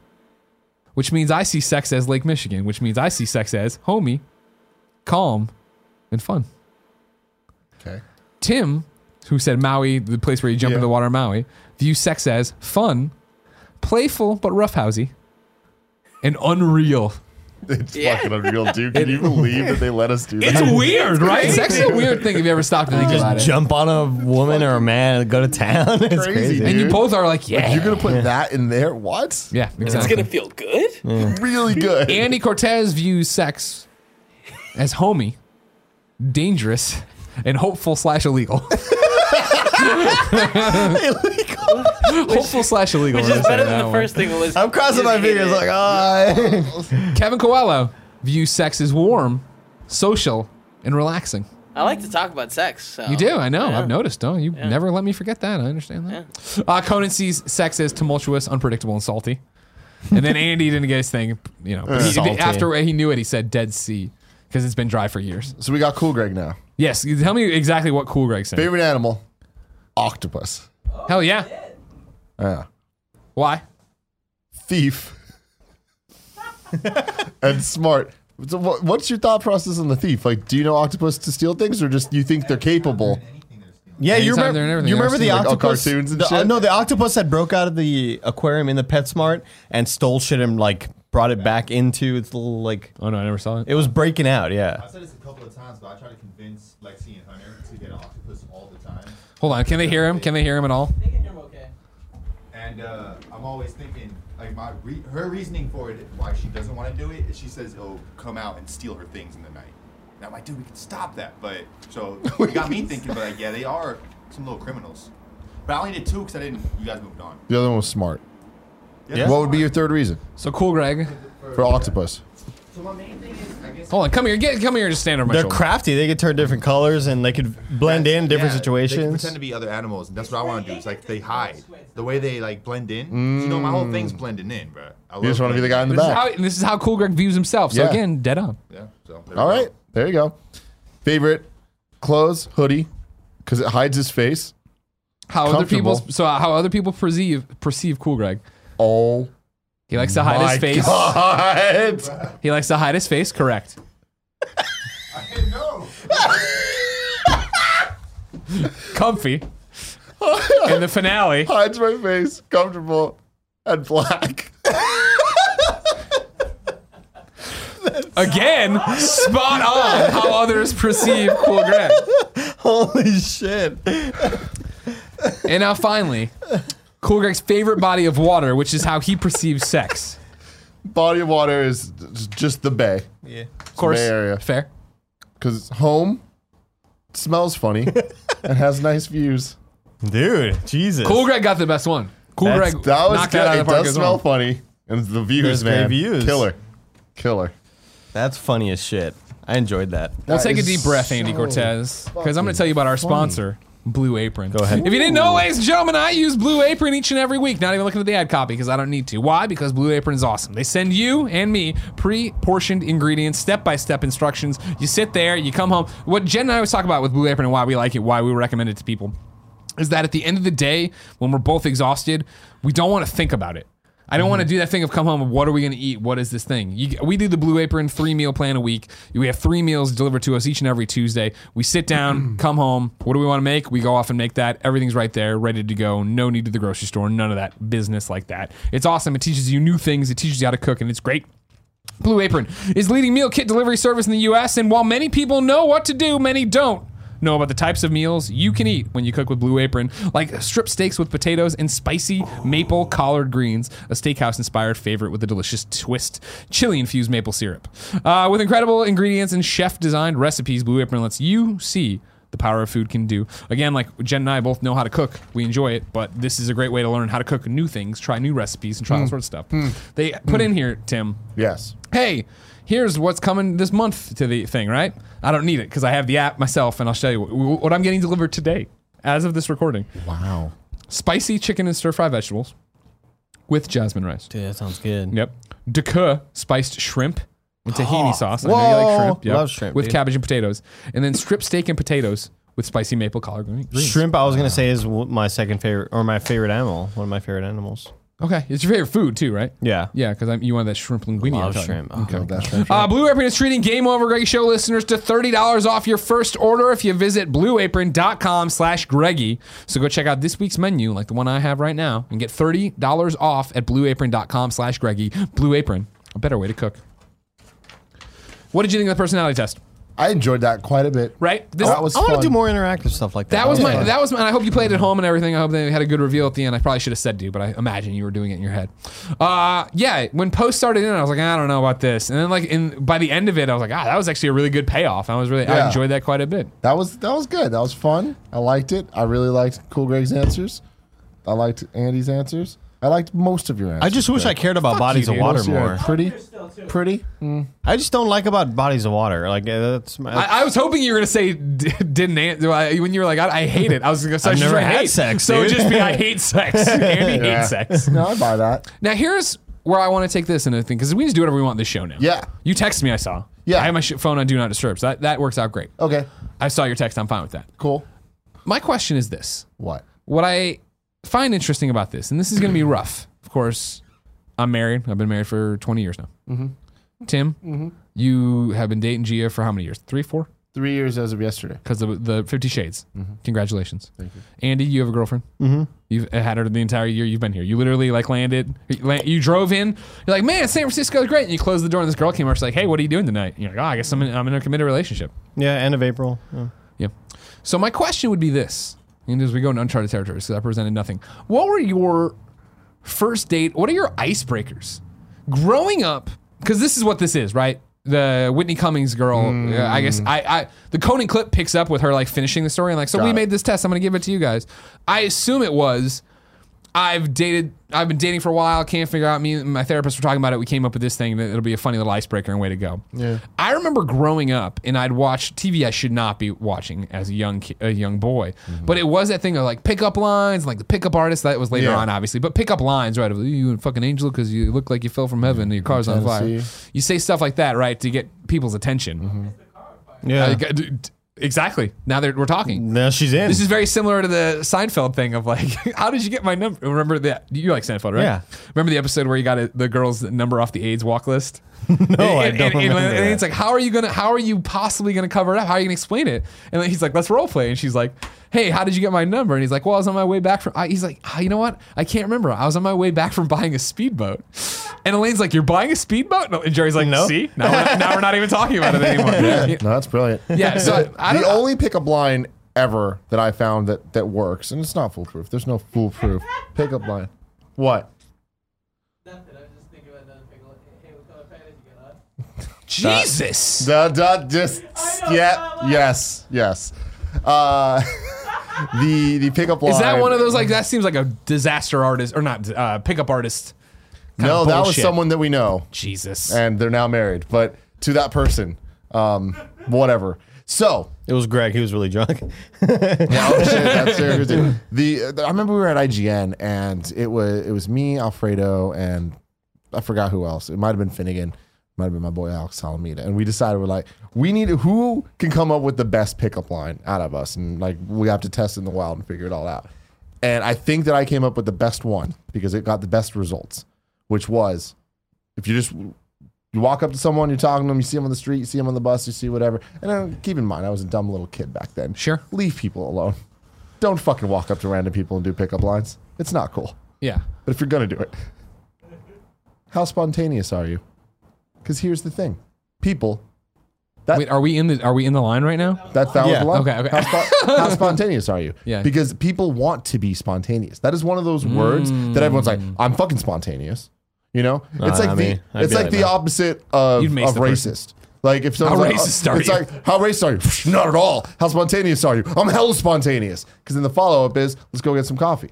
Speaker 1: which means I see sex as Lake Michigan, which means I see sex as homey, calm, and fun.
Speaker 2: Okay.
Speaker 1: Tim, who said Maui, the place where you jump
Speaker 2: Yeah.
Speaker 1: into the water in Maui, views sex as fun, playful but roughhousey, and unreal.
Speaker 2: It's
Speaker 6: Yeah.
Speaker 2: fucking unreal, dude. Can you believe that they let us do that?
Speaker 1: weird, right? Sex is a weird thing if you ever stopped to think about
Speaker 3: Just
Speaker 1: it.
Speaker 3: jump on a woman or a man and go to town. It's
Speaker 2: crazy,
Speaker 3: crazy.
Speaker 2: dude.
Speaker 1: And you both are like, yeah.
Speaker 2: You're gonna put that in there? What?
Speaker 1: yeah,
Speaker 6: It's
Speaker 1: exactly.
Speaker 6: gonna feel good.
Speaker 2: Really good.
Speaker 1: Andy Cortez views sex as homey, dangerous, and hopeful slash illegal. hopeful slash illegal.
Speaker 6: Which
Speaker 1: I'm
Speaker 6: is
Speaker 1: gonna say
Speaker 6: better than
Speaker 1: that
Speaker 6: the
Speaker 1: one.
Speaker 6: first thing. Was
Speaker 3: I'm crossing my fingers like, ah.
Speaker 1: Kevin Coelho views sex as warm, social, and relaxing.
Speaker 6: I like to talk about sex. So.
Speaker 1: You do, I know. I've noticed. Don't you never let me forget that? I understand that. Uh, Conan sees sex as tumultuous, unpredictable, and salty. And then Andy didn't get his thing. You know, but he-
Speaker 3: Salty.
Speaker 1: after he knew it, he said Dead Sea because it's been dry for years.
Speaker 2: So we got cool Greg now.
Speaker 1: Yes, you- tell me exactly what Cool Greg said.
Speaker 2: Favorite animal? Octopus.
Speaker 1: Hell yeah.
Speaker 2: Yeah.
Speaker 1: Why?
Speaker 2: Thief. and smart. So what, what's your thought process on the thief? Like, do you know octopus to steal things, or just you think they're capable?
Speaker 3: Yeah, you
Speaker 1: Anytime they're in
Speaker 3: remember,
Speaker 1: everything,
Speaker 3: you
Speaker 1: I've
Speaker 3: remember
Speaker 1: seen,
Speaker 3: the
Speaker 2: like, all
Speaker 3: octopus?
Speaker 2: cartoons and
Speaker 3: the- uh,
Speaker 2: shit.
Speaker 3: no, the octopus that broke out of the aquarium in the PetSmart and stole shit and like brought it back into its little like.
Speaker 1: Oh no, I never saw it.
Speaker 3: It was breaking out. Yeah.
Speaker 5: I've said this a couple of times, but I try to convince Lexi and Hunter to get an octopus all the time.
Speaker 1: Hold on, can they hear him? Can they hear him at all?
Speaker 4: They can hear him okay.
Speaker 5: And uh, I'm always thinking, like my re- her reasoning for it, why she doesn't want to do it, is she says it'll come out and steal her things in the night. And I'm like, dude, we can stop that. But so it got me thinking, but like, yeah, they are some little criminals. But I only did two because I didn't. You guys moved on.
Speaker 2: The other one was smart.
Speaker 5: Yeah.
Speaker 2: What would be your third reason
Speaker 1: So Cool Greg,
Speaker 2: for octopus?
Speaker 5: So my main thing is, I guess
Speaker 1: hold on, come here, get come here, and just stand over my
Speaker 3: They're
Speaker 1: shoulder.
Speaker 3: crafty. They could turn different colors and they could blend in different
Speaker 5: Yeah, They can
Speaker 3: situations.
Speaker 5: pretend to be other animals, and that's what I want to do. It's like they hide the way they like blend in. You know, my whole thing's blending in, bro. I
Speaker 2: You just want to be the guy in the
Speaker 1: This is,
Speaker 2: back.
Speaker 1: how, this is how Cool Greg views himself. So
Speaker 2: Yeah.
Speaker 1: again, dead on.
Speaker 5: Yeah. So there we
Speaker 2: All
Speaker 5: go.
Speaker 2: right, there you go. Favorite clothes, hoodie, because it hides his face.
Speaker 1: How other people
Speaker 2: Comfortable.
Speaker 1: so how other people perceive perceive Cool Greg.
Speaker 2: Oh
Speaker 1: He likes to hide
Speaker 2: my
Speaker 1: his face.
Speaker 2: god!
Speaker 1: He likes to hide his face. Correct.
Speaker 5: No.
Speaker 1: Comfy. In the finale,
Speaker 2: hides my face, comfortable and black.
Speaker 1: again, spot on how others perceive Cool Greg.
Speaker 3: Holy shit!
Speaker 1: And now finally, Cool Greg's favorite body of water, which is how he perceives sex.
Speaker 2: Body of water is just the bay
Speaker 3: Yeah.
Speaker 1: Of course,
Speaker 2: Bay Area.
Speaker 1: fair.
Speaker 2: because it's home, smells funny, and has nice views.
Speaker 3: Dude, Jesus.
Speaker 1: Cool Greg got the best one. Cool
Speaker 3: That's-
Speaker 1: Greg
Speaker 2: That was
Speaker 1: knocked
Speaker 2: good.
Speaker 1: that out of
Speaker 2: it
Speaker 1: the park
Speaker 2: does
Speaker 1: as
Speaker 2: smell
Speaker 1: well.
Speaker 2: funny, and the views,
Speaker 3: There's great
Speaker 2: man,
Speaker 3: views.
Speaker 2: killer, killer.
Speaker 3: That's funny as shit. I enjoyed that.
Speaker 1: We'll take a
Speaker 2: is
Speaker 1: deep breath, Andy
Speaker 2: so
Speaker 1: Cortez, because I'm going to tell you about our sponsor, Blue Apron. Go
Speaker 3: ahead.
Speaker 1: If you didn't know, ladies and gentlemen, I use Blue Apron each and every week. Not even looking at the ad copy because I don't need to. Why? Because Blue Apron is awesome. They send you and me pre-portioned ingredients, step-by-step instructions. You sit there, you come home. What Jen and I always talk about with Blue Apron and why we like it, why we recommend it to people, is that at the end of the day, when we're both exhausted, we don't want to think about it. I don't want to do that thing of come home. What are we going to eat? What is this thing? You, we do the Blue Apron three meal plan a week. We have three meals delivered to us each and every Tuesday. We sit down, come home. What do we want to make? We go off and make that. Everything's right there, ready to go. No need to the grocery store. None of that business like that. It's awesome. It teaches you new things. It teaches you how to cook, and it's great. Blue Apron is leading meal kit delivery service in the U.S. And while many people know what to do, many don't know about the types of meals you can eat when you cook with Blue Apron, like strip steaks with potatoes and spicy maple collard greens, a steakhouse-inspired favorite with a delicious twist, chili-infused maple syrup. Uh, with incredible ingredients and chef-designed recipes, Blue Apron lets you see the power of food can do. Again, like Jen and I both know how to cook. We enjoy it, but this is a great way to learn how to cook new things, try new recipes, and try all sorts of stuff. They put in here, Tim,
Speaker 2: Yes.
Speaker 1: hey, here's what's coming this month to the thing, right? I don't need it because I have the app myself, and I'll show you what, what I'm getting delivered today as of this recording
Speaker 2: Wow.
Speaker 1: spicy chicken and stir fry vegetables with jasmine rice.
Speaker 3: Dude, that sounds good.
Speaker 1: Yep. Dakar spiced shrimp and tahini
Speaker 3: Oh,
Speaker 1: sauce. I know you like
Speaker 3: whoa.
Speaker 1: shrimp. Yep.
Speaker 3: Love shrimp,
Speaker 1: With
Speaker 3: dude.
Speaker 1: cabbage and potatoes. And then strip steak and potatoes with spicy maple collard green- greens.
Speaker 3: Shrimp, I was gonna say, is w- my second favorite or my favorite animal. One of my favorite animals.
Speaker 1: Okay. It's your favorite food, too, right?
Speaker 3: Yeah.
Speaker 1: Yeah, because you wanted that shrimp linguine. I'm
Speaker 3: Love
Speaker 1: telling you.
Speaker 3: shrimp. Oh,
Speaker 2: Well, that's right.
Speaker 1: Uh, Blue Apron is treating Game Over Greggy Show listeners to $30 off your first order if you visit blueapron.com slash Greggy. So go check out this week's menu, like the one I have right now, and get $30 off at blueapron.com slash Greggy. Blue Apron, a better way to cook. What did you think of the personality test?
Speaker 2: I enjoyed that quite a bit.
Speaker 1: Right? This,
Speaker 2: That was
Speaker 3: I want
Speaker 2: fun.
Speaker 3: to do more interactive stuff like that.
Speaker 1: that was
Speaker 3: Yeah.
Speaker 1: my that was my, and I hope you played at home and everything. I hope they had a good reveal at the end. I probably should have said to, but I imagine you were doing it in your head. Uh, yeah, when post started in, I was like, I don't know about this, and then like in by the end of it, I was like, ah, that was actually a really good payoff. I was really I
Speaker 2: Yeah.
Speaker 1: enjoyed that quite a bit.
Speaker 2: That was that was good. That was fun. I liked it. I really liked Cool Greg's answers. I liked Andy's answers. I liked most of your answers.
Speaker 3: I just wish I cared about bodies
Speaker 1: you,
Speaker 3: of
Speaker 1: dude.
Speaker 3: water
Speaker 2: Most of your-
Speaker 3: more.
Speaker 2: Pretty,
Speaker 4: Still too.
Speaker 2: pretty.
Speaker 3: I just don't like about bodies of water. Like uh, that's my.
Speaker 1: I, I was hoping you were gonna say d- didn't answer when you were like, I, I hate it. I was gonna say
Speaker 3: I've
Speaker 1: I just
Speaker 3: never
Speaker 1: write
Speaker 3: had
Speaker 1: hate.
Speaker 3: sex,
Speaker 1: so it'd
Speaker 3: dude.
Speaker 1: just be I hate sex. Andy
Speaker 2: Yeah.
Speaker 1: hates sex.
Speaker 2: No, I buy that.
Speaker 1: Now here's where I want to take this and I think because we just do whatever we want in this show now.
Speaker 2: Yeah.
Speaker 1: you text me. I saw.
Speaker 2: Yeah.
Speaker 1: I have my sh- phone on do not disturb. So that that works out great.
Speaker 2: Okay,
Speaker 1: I saw your text. I'm fine with that.
Speaker 2: cool.
Speaker 1: My question is this
Speaker 2: What?
Speaker 1: what I find interesting about this, and this is going to be rough, of course. I'm married. I've been married for 20 years now. Tim, you have been dating Gia for how many years? Three, four?
Speaker 2: Three years as of yesterday.
Speaker 1: Because of the 50 Shades. Congratulations. Mm-hmm. Thank you. Andy, you have a girlfriend. Mm-hmm. You've had her the entire year you've been here. You literally like landed. you la- You drove in. You're like, man, San Francisco's great. And you close the door, and this girl came over. She's like, hey, what are you doing tonight? And you're like, oh, I guess I'm in, I'm in a committed relationship.
Speaker 3: yeah, end of April. Yeah.
Speaker 1: Yeah. So my question would be this, and as we go into uncharted territory, because I presented nothing. What were your first date? What are your icebreakers? Growing up, because this is what this is, right? The Whitney Cummings girl. uh, I guess I, I the Conan clip picks up with her like finishing the story and like, so we
Speaker 2: it.
Speaker 1: made this test. I'm gonna give it to you guys. I assume it was. I've dated. I've been dating for a while. Can't figure out. Me and my therapist were talking about it. We came up with this thing that it'll be a funny little icebreaker and way to go.
Speaker 2: Yeah.
Speaker 1: I remember growing up and I'd watch TV I should not be watching as a young ki- a young boy,
Speaker 2: Mm-hmm.
Speaker 1: but it was that thing of like pickup lines, like the pickup artist that was later
Speaker 2: Yeah.
Speaker 1: on, obviously, but pickup lines, right? Of you and fucking angel because you look like you fell from heaven and your car's on fire.
Speaker 2: Mm-hmm. Tennessee. Mm-hmm.
Speaker 1: You say stuff like that, right, to get people's attention.
Speaker 3: Yeah.
Speaker 1: Uh, g- d- d- exactly. Now that we're talking.
Speaker 3: now she's in.
Speaker 1: This is very similar to the Seinfeld thing of like, how did you get my number? Remember that you like Seinfeld, right?
Speaker 3: Yeah.
Speaker 1: Remember the episode where you got a, the girl's number off the AIDS walk list? no,
Speaker 3: I don't remember
Speaker 1: And it's
Speaker 3: that.
Speaker 1: like, how are you gonna? How are you possibly gonna cover it up? How are you gonna explain it? And then he's like, let's role play. And she's like, hey, how did you get my number? And he's like, well, I was on my way back from. I, he's like, ah, you know what? I can't remember. I was on my way back from buying a speedboat. And Elaine's like, you're buying a speedboat? No. And Jerry's like, no.
Speaker 3: No.
Speaker 1: See, now we're, not, now we're not even talking about it anymore. yeah.
Speaker 2: No, that's brilliant.
Speaker 1: so I
Speaker 2: the
Speaker 1: don't.
Speaker 2: only pickup line ever that I found that that works, and it's not foolproof. There's no foolproof pickup line. What?
Speaker 4: Nothing. I was just thinking about another thing. Like, hey, what color pants you got on?
Speaker 1: Jesus.
Speaker 2: Duh, duh, just
Speaker 4: know,
Speaker 2: yeah,
Speaker 4: duh,
Speaker 2: yes, yes. Uh, the the pickup line
Speaker 1: Is that one of those like that seems like a disaster artist or not uh, pickup artist? kind
Speaker 2: No,
Speaker 1: of
Speaker 2: that was
Speaker 1: bullshit?
Speaker 2: someone Eh. that we know,
Speaker 1: Jesus.
Speaker 2: and they're now married. But to that person, um, whatever. So
Speaker 3: It was Greg. He was really drunk.
Speaker 2: Yeah, oh shit, that's Sarah Christine. The uh, I remember we were at IGN and it was it was me, Alfredo, and I forgot who else. It might have been Finnegan, might have been my boy Alex Salamita, and we decided we're like, we need who can come up with the best pickup line out of us, and like we have to test in the wild and figure it all out. And I think that I came up with the best one because it got the best results, which was if you just you walk up to someone, you're talking to them, you see them on the street, you see them on the bus, you see whatever. And uh, keep in mind, I was a dumb little kid back then.
Speaker 1: Sure.
Speaker 2: Leave people alone. Don't fucking walk up to random people and do pickup lines. It's not cool.
Speaker 1: Yeah.
Speaker 2: But if you're going to do it, how spontaneous are you? Because here's the thing people,
Speaker 1: Wait, are we in the are we in the line right now?
Speaker 2: that's that
Speaker 3: Yeah,
Speaker 2: was the
Speaker 1: okay,
Speaker 2: line.
Speaker 1: okay.
Speaker 2: How, spo- how spontaneous are you?
Speaker 1: Yeah.
Speaker 2: Because people want to be spontaneous. That is one of those words that everyone's like,
Speaker 1: Mm.
Speaker 2: I'm fucking spontaneous. You know? it's like the
Speaker 3: I mean, I'd
Speaker 2: it's
Speaker 3: be
Speaker 2: like,
Speaker 3: like
Speaker 2: the
Speaker 3: that.
Speaker 2: opposite of,
Speaker 1: You'd mace
Speaker 2: of
Speaker 1: the person.
Speaker 2: racist. Like if someone's
Speaker 1: How
Speaker 2: like, oh,
Speaker 1: racist are
Speaker 2: it's
Speaker 1: you?
Speaker 2: like how racist are you? Not at all. How spontaneous are you? I'm hella spontaneous. Because then the follow up is let's go get some coffee.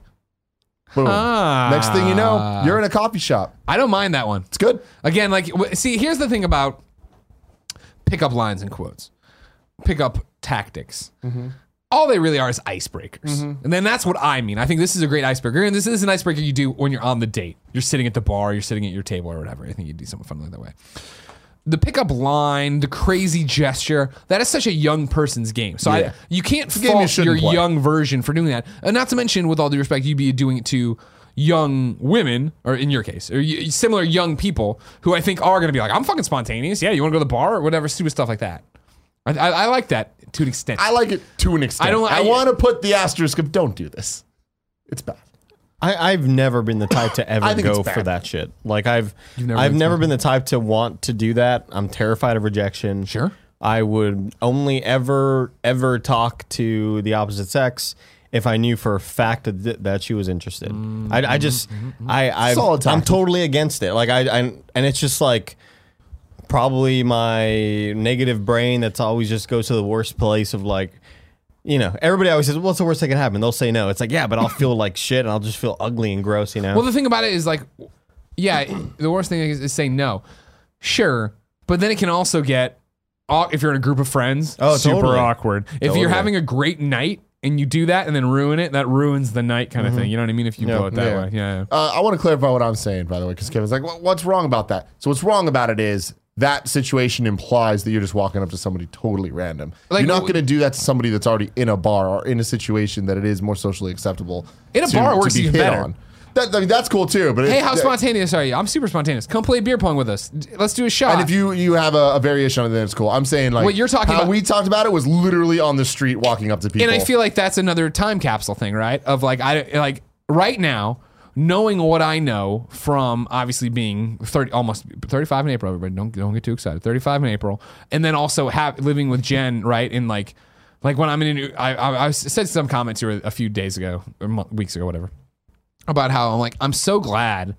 Speaker 2: Boom.
Speaker 1: Ah.
Speaker 2: Next thing you know, you're in a coffee shop.
Speaker 1: I don't mind that one.
Speaker 2: It's good.
Speaker 1: Again, like, w- see, here's the thing about pickup lines and quotes, pickup tactics. All they really are is icebreakers. And then that's what I mean. I think this is a great icebreaker. And this is an icebreaker you do when you're on the date. You're sitting at the bar, you're sitting at your table or whatever. I think you do something fun like that way. The pickup line, the crazy gesture, that is such a young person's game. So
Speaker 2: Yeah.
Speaker 1: I, you can't
Speaker 2: game you
Speaker 1: fault your
Speaker 2: shouldn't play.
Speaker 1: young version for doing that. And not to mention, with all due respect, you'd be doing it to young women, or in your case, or y- similar young people who I think are going to be like, I'm fucking spontaneous. Yeah, you want to go to the bar or whatever, stupid stuff like that. I, I, I like that to an extent.
Speaker 2: I like it to an extent.
Speaker 1: I don't-
Speaker 2: I,
Speaker 1: I-
Speaker 2: want to put the asterisk of don't do this. It's bad.
Speaker 3: I, I've never been the type to
Speaker 2: I
Speaker 3: ever
Speaker 2: think
Speaker 3: go
Speaker 2: it's
Speaker 3: for
Speaker 2: bad.
Speaker 3: that shit. Like I've
Speaker 1: never
Speaker 3: I've
Speaker 1: been
Speaker 3: never been the type to want to do that. I'm terrified of rejection.
Speaker 1: Sure.
Speaker 3: I would only ever ever talk to the opposite sex if I knew for a fact that, th- that she was interested. I, I just I I've,
Speaker 2: Mm-hmm. Solid
Speaker 3: I'm
Speaker 2: tactic.
Speaker 3: totally against it. Like I, I and it's just like probably my negative brain that's always just goes to the worst place of like you know, everybody always says, well, "What's the worst that can happen?" They'll say no. It's like, yeah, but I'll feel like shit, and I'll just feel ugly and gross. You know,
Speaker 1: Well, the thing about it is like, yeah, the worst thing is, is saying no. Sure, but then it can also get aw- if you're in a group of friends,
Speaker 3: Oh,
Speaker 1: super
Speaker 3: totally.
Speaker 1: awkward. If you're
Speaker 3: Totally.
Speaker 1: having a great night and you do that and then ruin it, that ruins the night kind of thing. You know what I mean? If you blow it that
Speaker 2: Mm-hmm.
Speaker 1: way,
Speaker 2: yeah.
Speaker 1: yeah.
Speaker 2: Uh, I want to clarify what I'm saying, by the way, because Kevin's like, "What- what's wrong about that? So what's wrong about it is that situation implies that you're just walking up to somebody totally random.
Speaker 1: Like,
Speaker 2: you're not
Speaker 1: w-
Speaker 2: going to do that to somebody that's already in a bar or in a situation that it is more socially acceptable.
Speaker 1: In a
Speaker 2: to-
Speaker 1: bar, it
Speaker 2: to
Speaker 1: works
Speaker 2: be
Speaker 1: even
Speaker 2: hit
Speaker 1: better.
Speaker 2: That, I mean, that's cool too. But
Speaker 1: Hey,
Speaker 2: it-
Speaker 1: how
Speaker 2: that-
Speaker 1: spontaneous are you? I'm super spontaneous. Come play beer pong with us. D- Let's do a shot.
Speaker 2: And if you you have a, a variation on it, then it's cool. I'm saying like
Speaker 1: What you're talking
Speaker 2: how
Speaker 1: about-
Speaker 2: We talked about it was literally on the street walking up to people.
Speaker 1: and I feel like that's another time capsule thing, right? Of like I like right now, knowing what I know from obviously being thirty, almost thirty-five in April. Everybody, don't don't get too excited. Thirty-five in April, and then also have living with Jen, right? In like, like when I'm in, a new, I, I I said some comments here a few days ago, or mo- weeks ago, whatever, about how I'm like I'm so glad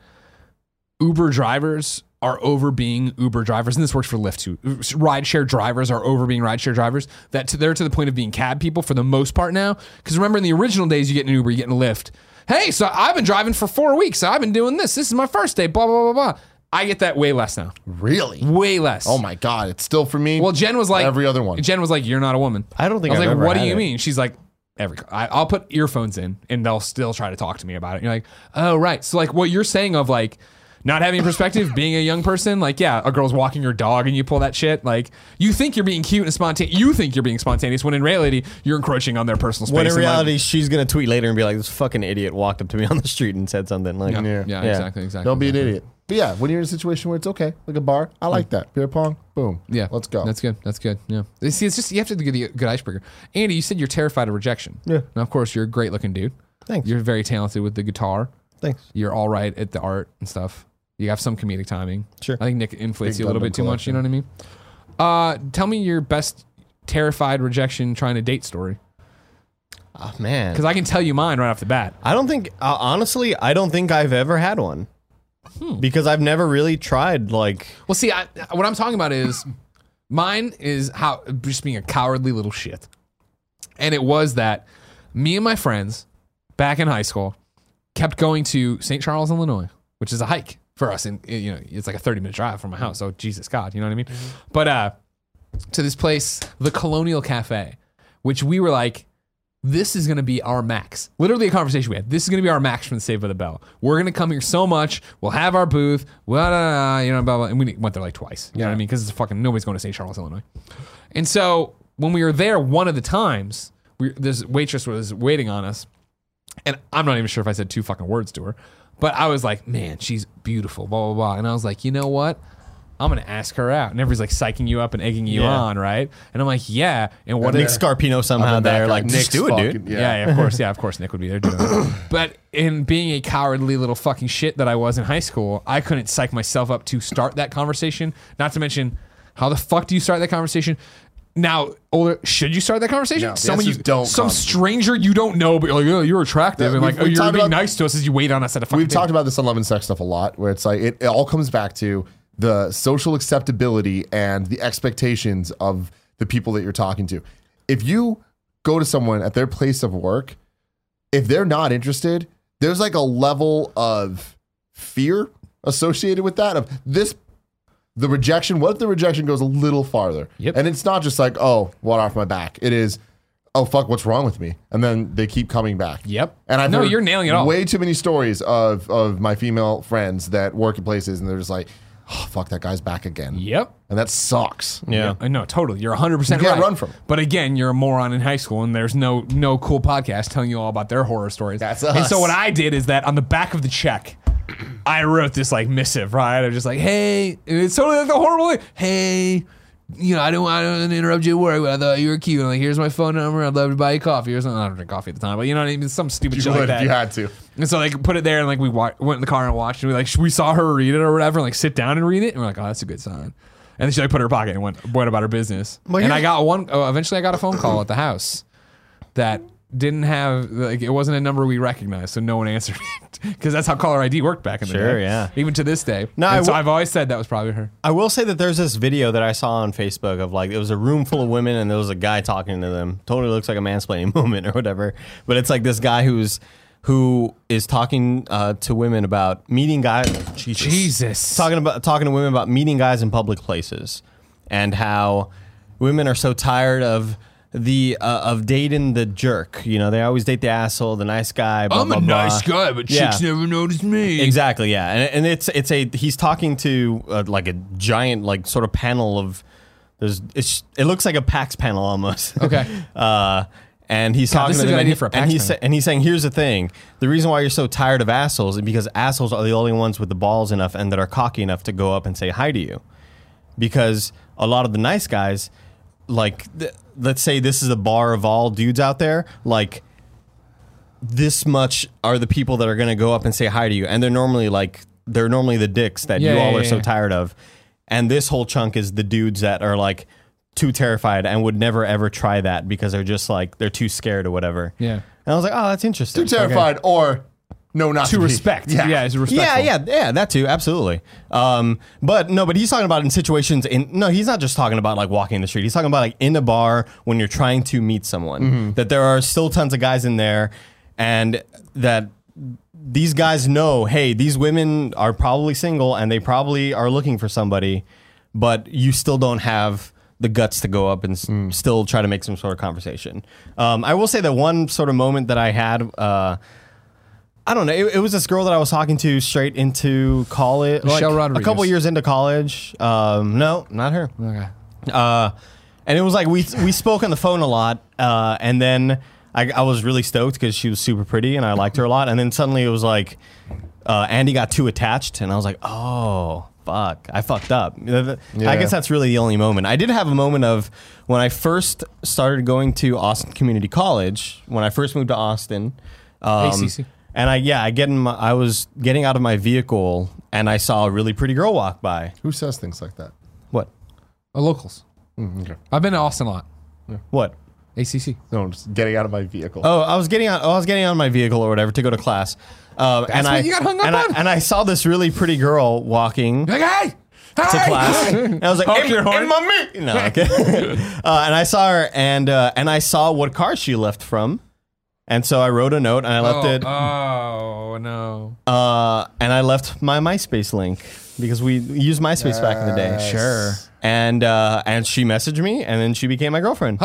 Speaker 1: Uber drivers are over being Uber drivers, and this works for Lyft too. Rideshare drivers are over being rideshare drivers. That to, they're to the point of being cab people for the most part now. Because remember, in the original days, you get an Uber, you get in a Lyft. Hey, so I've been driving for four weeks. So I've been doing this. This is my first day. Blah blah blah blah. I get that way less now.
Speaker 2: really.
Speaker 1: Way less.
Speaker 2: Oh my god, it's still for me.
Speaker 1: Well, Jen was like
Speaker 2: every other one.
Speaker 1: Jen was like, "You're not a woman."
Speaker 3: I don't think
Speaker 1: I was
Speaker 3: I've
Speaker 1: like,
Speaker 3: ever
Speaker 1: "What do
Speaker 3: had
Speaker 1: you
Speaker 3: it."
Speaker 1: mean?" She's like, "Every I, I'll put earphones in, and they'll still try to talk to me about it." you're like, "Oh right." So like, what you're saying of like not having perspective, being a young person, like yeah, a girl's walking your dog, and you pull that shit. Like you think you're being cute and spontaneous. You think you're being spontaneous when in reality you're encroaching on their personal space.
Speaker 3: when in
Speaker 1: and, like-
Speaker 3: reality, she's gonna tweet later and be like, "This fucking idiot walked up to me on the street and said something." Like,
Speaker 1: yeah, yeah, exactly, exactly. Mm.
Speaker 2: Don't be an idiot. But yeah, when you're in a situation where it's okay, like a bar, I like that. Beer pong, boom.
Speaker 1: Yeah,
Speaker 2: let's go.
Speaker 1: That's good. That's good. Yeah. You See, it's just you have to get a good icebreaker. Andy, you said you're terrified of rejection. Yeah. Now, of course, you're a great looking dude.
Speaker 3: Thanks.
Speaker 1: You're very talented with the guitar.
Speaker 3: Thanks.
Speaker 1: You're all right at the art and stuff. You have some comedic timing.
Speaker 3: Sure.
Speaker 1: I think Nick inflates
Speaker 2: Big
Speaker 1: you a little
Speaker 2: Gundam
Speaker 1: bit too much. You know what I mean? Uh, tell me your best terrified rejection trying to date story.
Speaker 3: Oh man,
Speaker 1: Because I can tell you mine right off the bat.
Speaker 3: I don't think uh, honestly, I don't think I've ever had one
Speaker 1: Hmm.
Speaker 3: because I've never really tried. Like,
Speaker 1: Well, see, I, what I'm talking about is mine is how just being a cowardly little shit. And it was that me and my friends back in high school kept going to St. Charles, Illinois, which is a Oh, hike for us. And, you know, it's like a 30 minute drive from my house. So, Jesus God, you know what I mean? But, uh, to this place, the Colonial Cafe, which we were like, this is going to be our max. Literally a conversation we had. This is going to be our max from the Save by the Bell. We're going to come here so much. We'll have our booth. Blah, blah, blah, you know, blah, blah. And we went there like twice. You know what I mean? Because it's fucking, nobody's going to St. Charles, Illinois. And so when we were there one of the times, we, this waitress was waiting on us. And I'm not even sure if I said two fucking words to her. But I was like, man, she's beautiful, blah, blah, blah. And I was like, you know what? I'm going to ask her out. And everybody's like psyching you up and egging you
Speaker 3: Yeah.
Speaker 1: on, right? And I'm like, yeah. And what
Speaker 3: Nick
Speaker 1: is-
Speaker 3: Scarpino somehow there, like Nick, do it, dude.
Speaker 2: Yeah.
Speaker 1: yeah, yeah, of course. Yeah, of course, Nick would be there doing it. But in being a cowardly little fucking shit that I was in high school, I couldn't psych myself up to start that conversation. Not to mention, how the fuck do you start that conversation? Now, older, should you start that conversation?
Speaker 2: No, the
Speaker 1: Someone you
Speaker 2: answer is don't
Speaker 1: some
Speaker 2: come.
Speaker 1: stranger you don't know, but you're like, oh, you're attractive,
Speaker 2: Yeah,
Speaker 1: and
Speaker 2: we've-
Speaker 1: like, oh,
Speaker 2: we've
Speaker 1: you're
Speaker 2: talked
Speaker 1: being
Speaker 2: about-
Speaker 1: nice to us as you wait on us at a fucking.
Speaker 2: We've
Speaker 1: table.
Speaker 2: talked about this on Love and Sex stuff a lot, where it's like it, it all comes back to the social acceptability and the expectations of the people that you're talking to. If you go to someone at their place of work, if they're not interested, there's like a level of fear associated with that of this the rejection. What if the rejection goes a little farther?
Speaker 1: Yep.
Speaker 2: And it's not just like, oh, water off my back. It is, oh fuck, what's wrong with me? And then they keep coming back.
Speaker 1: Yep.
Speaker 2: And I've
Speaker 1: No,
Speaker 2: heard
Speaker 1: you're nailing it all.
Speaker 2: Way too many stories of of my female friends that work in places and they're just like, oh fuck, that guy's back again.
Speaker 1: Yep.
Speaker 2: And that sucks.
Speaker 3: Yeah.
Speaker 1: I know, totally. You're 100 percent
Speaker 2: You
Speaker 1: right.
Speaker 2: can't run from it.
Speaker 1: But again, you're a moron in high school, and there's no no cool podcast telling you all about their horror stories.
Speaker 2: That's
Speaker 1: And so
Speaker 2: us.
Speaker 1: what I did is that on the back of the check, I wrote this like missive, right? I'm just like, hey, and it's totally like the horrible. thing. Hey, you know, I don't want to interrupt you. Worry, but I thought you were cute. like, here's my phone number. I'd love to buy you coffee or something. I don't drink coffee at the time, but you know what I mean. Some stupid
Speaker 2: You
Speaker 1: shit
Speaker 2: would
Speaker 1: like
Speaker 2: if
Speaker 1: that.
Speaker 2: you had to.
Speaker 1: And so like put it there and like we wa- went in the car and watched and we like sh- we saw her read it or whatever and like sit down and read it and we're like oh that's a good sign. And then she like put it in her pocket and went went about her business. and I got one. Oh, eventually I got a phone call at the house that didn't have like it wasn't a number we recognized, so no one answered it because that's how caller ID worked back in the
Speaker 3: Sure,
Speaker 1: day.
Speaker 3: yeah.
Speaker 1: Even to this day.
Speaker 3: No,
Speaker 1: No,
Speaker 3: I
Speaker 1: and so
Speaker 3: w-
Speaker 1: I've always said that was probably her.
Speaker 3: I will say that there's this video that I saw on Facebook of like it was a room full of women and there was a guy talking to them. Totally looks like a mansplaining moment or whatever. But it's like this guy who's who is talking uh, to women about meeting guys. Jesus.
Speaker 1: Jesus.
Speaker 3: talking about talking to women about meeting guys in public places and how women are so tired of the uh, of dating the jerk. You know, they always date the asshole, the nice guy. Blah,
Speaker 1: I'm
Speaker 3: blah,
Speaker 1: a
Speaker 3: blah.
Speaker 1: nice guy, but
Speaker 3: Yeah.
Speaker 1: chicks never notice me.
Speaker 3: Exactly, yeah, and, and it's it's a he's talking to uh, like a giant like sort of panel of there's it's it looks like a PAX panel almost.
Speaker 1: Okay.
Speaker 3: uh, and he's
Speaker 1: God,
Speaker 3: talking
Speaker 1: this is
Speaker 3: to
Speaker 1: a
Speaker 3: them,
Speaker 1: good
Speaker 3: and,
Speaker 1: idea
Speaker 3: he-
Speaker 1: for a
Speaker 3: and
Speaker 1: PAX
Speaker 3: he's sa-
Speaker 1: panel.
Speaker 3: and he's saying, here's the thing: the reason why you're so tired of assholes is because assholes are the only ones with the balls enough and that are cocky enough to go up and say hi to you, because a lot of the nice guys, like th- let's say this is a bar of all dudes out there, like this much are the people that are going to go up and say hi to you and they're normally like they're normally the dicks that
Speaker 1: Yeah,
Speaker 3: you all
Speaker 1: yeah,
Speaker 3: are so
Speaker 1: yeah.
Speaker 3: tired of and this whole chunk is the dudes that are like too terrified and would never ever try that because they're just like they're too scared or whatever
Speaker 1: Yeah.
Speaker 3: and i was like oh that's interesting
Speaker 2: Too terrified or no not to,
Speaker 1: To
Speaker 2: be.
Speaker 1: respect. Yeah, it's
Speaker 3: yeah,
Speaker 1: respectful.
Speaker 3: yeah, yeah, that too, absolutely. Um, but no, but he's talking about in situations in no, he's not just talking about like walking the street. He's talking about like in a bar when you're trying to meet someone. That there are still tons of guys in there, and that these guys know, hey, these women are probably single and they probably are looking for somebody, but you still don't have the guts to go up and s- still try to make some sort of conversation. Um, I will say that one sort of moment that I had. Uh, I don't know. It, it was this girl that I was talking to straight into college, like
Speaker 1: Michelle Rodriguez.
Speaker 3: a couple years into college. Um, no, not her.
Speaker 1: Okay.
Speaker 3: Uh, and it was like we we spoke on the phone a lot, uh, and then I, I was really stoked because she was super pretty and I liked her a lot. And then suddenly it was like uh, Andy got too attached, and I was like, oh fuck, I fucked up. I guess that's really the only moment. I did have a moment of when I first started going to Austin Community College when I first moved to Austin. Um,
Speaker 1: ACC.
Speaker 3: And I yeah, I get in my, I was getting out of my vehicle and I saw a really pretty girl walk by.
Speaker 2: Who says things like that?
Speaker 3: What?
Speaker 1: Uh, locals.
Speaker 3: Mm,
Speaker 1: I've been to Austin a lot.
Speaker 3: What?
Speaker 1: ACC.
Speaker 2: No, I'm just getting out of my vehicle.
Speaker 3: Oh, I was getting on. I was getting on my vehicle or whatever to go to class. Um, and
Speaker 1: what
Speaker 3: I
Speaker 1: you got hung up
Speaker 3: and
Speaker 1: on?
Speaker 3: I, and I saw this really pretty girl walking to
Speaker 1: Like, hey, hey!
Speaker 3: class. and I was like,
Speaker 1: Honk
Speaker 3: "Em-
Speaker 1: your horn."
Speaker 3: Emma me. No, okay. uh, and I saw her, and uh, and I saw what car she left from, and so I wrote a note and I left
Speaker 1: oh,
Speaker 3: it,
Speaker 1: Oh no!
Speaker 3: uh, and I left my MySpace link. because we used MySpace back in the day. Sure. And uh, and she messaged me, and then she became my girlfriend.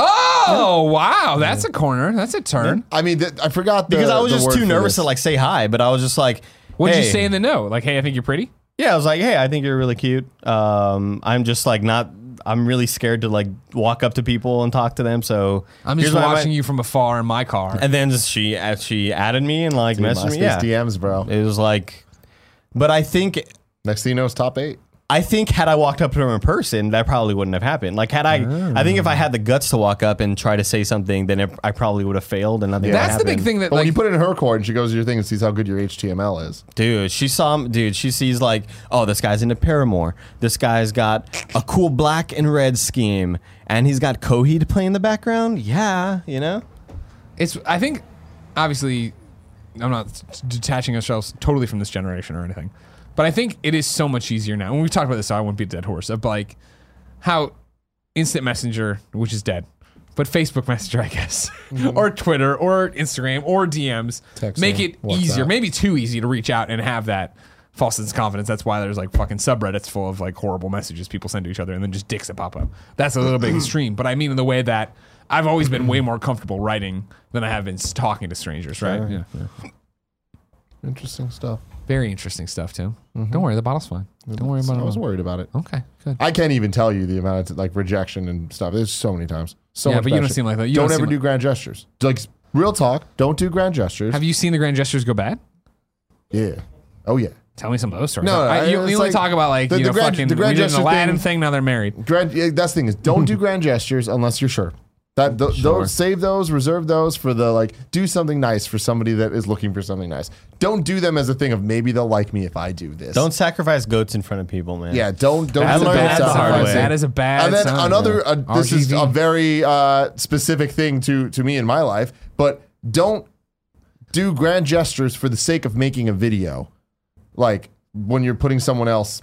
Speaker 1: Oh wow, that's a corner. That's a turn.
Speaker 2: I mean, th- I forgot the,
Speaker 3: Because I was
Speaker 2: the
Speaker 3: just
Speaker 2: word
Speaker 3: too
Speaker 2: for
Speaker 3: nervous
Speaker 2: this.
Speaker 3: to like say hi, but I was just like,
Speaker 1: What'd
Speaker 3: "Hey."
Speaker 1: you say in the note? Like, hey, I think you're pretty.
Speaker 3: Yeah, I was like, hey, I think you're really cute. Um, I'm just like not. I'm really scared to like walk up to people and talk to them. So
Speaker 1: I'm just
Speaker 3: here's what I
Speaker 1: watching
Speaker 3: might-
Speaker 1: you from afar in my car.
Speaker 3: And then she uh, she added me and like messaged me.
Speaker 2: MySpace
Speaker 3: Yeah,
Speaker 2: DMs, bro.
Speaker 3: it was like, but I think
Speaker 2: Next thing you know, it's top eight.
Speaker 3: I think had I walked up to her in person, that probably wouldn't have happened. Like had I, I think if I had the guts to walk up and try to say something, then it, I probably would have failed. And nothing.
Speaker 1: that's the big
Speaker 3: happened.
Speaker 1: thing that
Speaker 2: But when
Speaker 1: like
Speaker 2: you put it in her court and she goes to your thing and sees how good your HTML is,
Speaker 3: dude. She saw, m- dude. She sees like, oh, this guy's into Paramore. This guy's got a cool black and red scheme, and he's got Coheed playing in the background. Yeah, you know.
Speaker 1: it's i think obviously i'm not detaching ourselves totally from this generation or anything but i think it is so much easier now and we've talked about this so i won't be a dead horse of like how instant messenger which is dead but facebook messenger i guess or twitter or instagram or dms
Speaker 2: Texting,
Speaker 1: make it
Speaker 2: WhatsApp.
Speaker 1: easier maybe too easy to reach out and have that false sense of confidence that's why there's like fucking subreddits full of like horrible messages people send to each other and then just dicks that pop up that's a little bit extreme but i mean in the way that i've always been way more comfortable writing than i have been s- talking to strangers right yeah,
Speaker 2: interesting stuff.
Speaker 1: very interesting stuff tim
Speaker 2: Mm-hmm.
Speaker 1: don't worry the bottle's fine don't worry about it
Speaker 2: I
Speaker 3: uh,
Speaker 2: was worried about it.
Speaker 1: okay good
Speaker 2: I can't even tell you the amount of like rejection and stuff. There's so many times. So
Speaker 1: Yeah,
Speaker 2: much
Speaker 1: but you don't
Speaker 2: bashing.
Speaker 1: seem like that. You
Speaker 2: don't,
Speaker 1: don't
Speaker 2: ever
Speaker 1: seem
Speaker 2: do grand gestures. Like real talk. Don't do grand gestures.
Speaker 1: have you seen the grand gestures go bad
Speaker 2: yeah. Oh yeah.
Speaker 1: Tell me some of those stories.
Speaker 2: No, no,
Speaker 1: I, you,
Speaker 2: it's
Speaker 1: you only
Speaker 2: like-
Speaker 1: talk about like
Speaker 2: the-
Speaker 1: you
Speaker 2: the
Speaker 1: know,
Speaker 2: grand-
Speaker 1: fucking
Speaker 2: the grand
Speaker 1: we did an
Speaker 2: gesture
Speaker 1: Aladdin
Speaker 2: thing-
Speaker 1: thing. Now they're married.
Speaker 2: Grand. Yeah, that's the thing is, don't do grand gestures unless you're sure. That th- those save those, reserve those for the like. Do something nice for somebody that is looking for something nice. Don't do them as a thing of maybe they'll like me if I do this.
Speaker 3: Don't sacrifice goats in front of people, man.
Speaker 2: Yeah, don't don't.
Speaker 3: I
Speaker 2: do
Speaker 3: learned
Speaker 2: that
Speaker 3: that the hard
Speaker 2: sacrifice.
Speaker 3: way. That
Speaker 1: is a bad
Speaker 2: And then
Speaker 1: sign,
Speaker 2: another.
Speaker 1: yeah.
Speaker 2: Uh, this is
Speaker 1: RGV.
Speaker 2: a very uh, specific thing to to me in my life, but don't do grand gestures for the sake of making a video, like when you're putting someone else,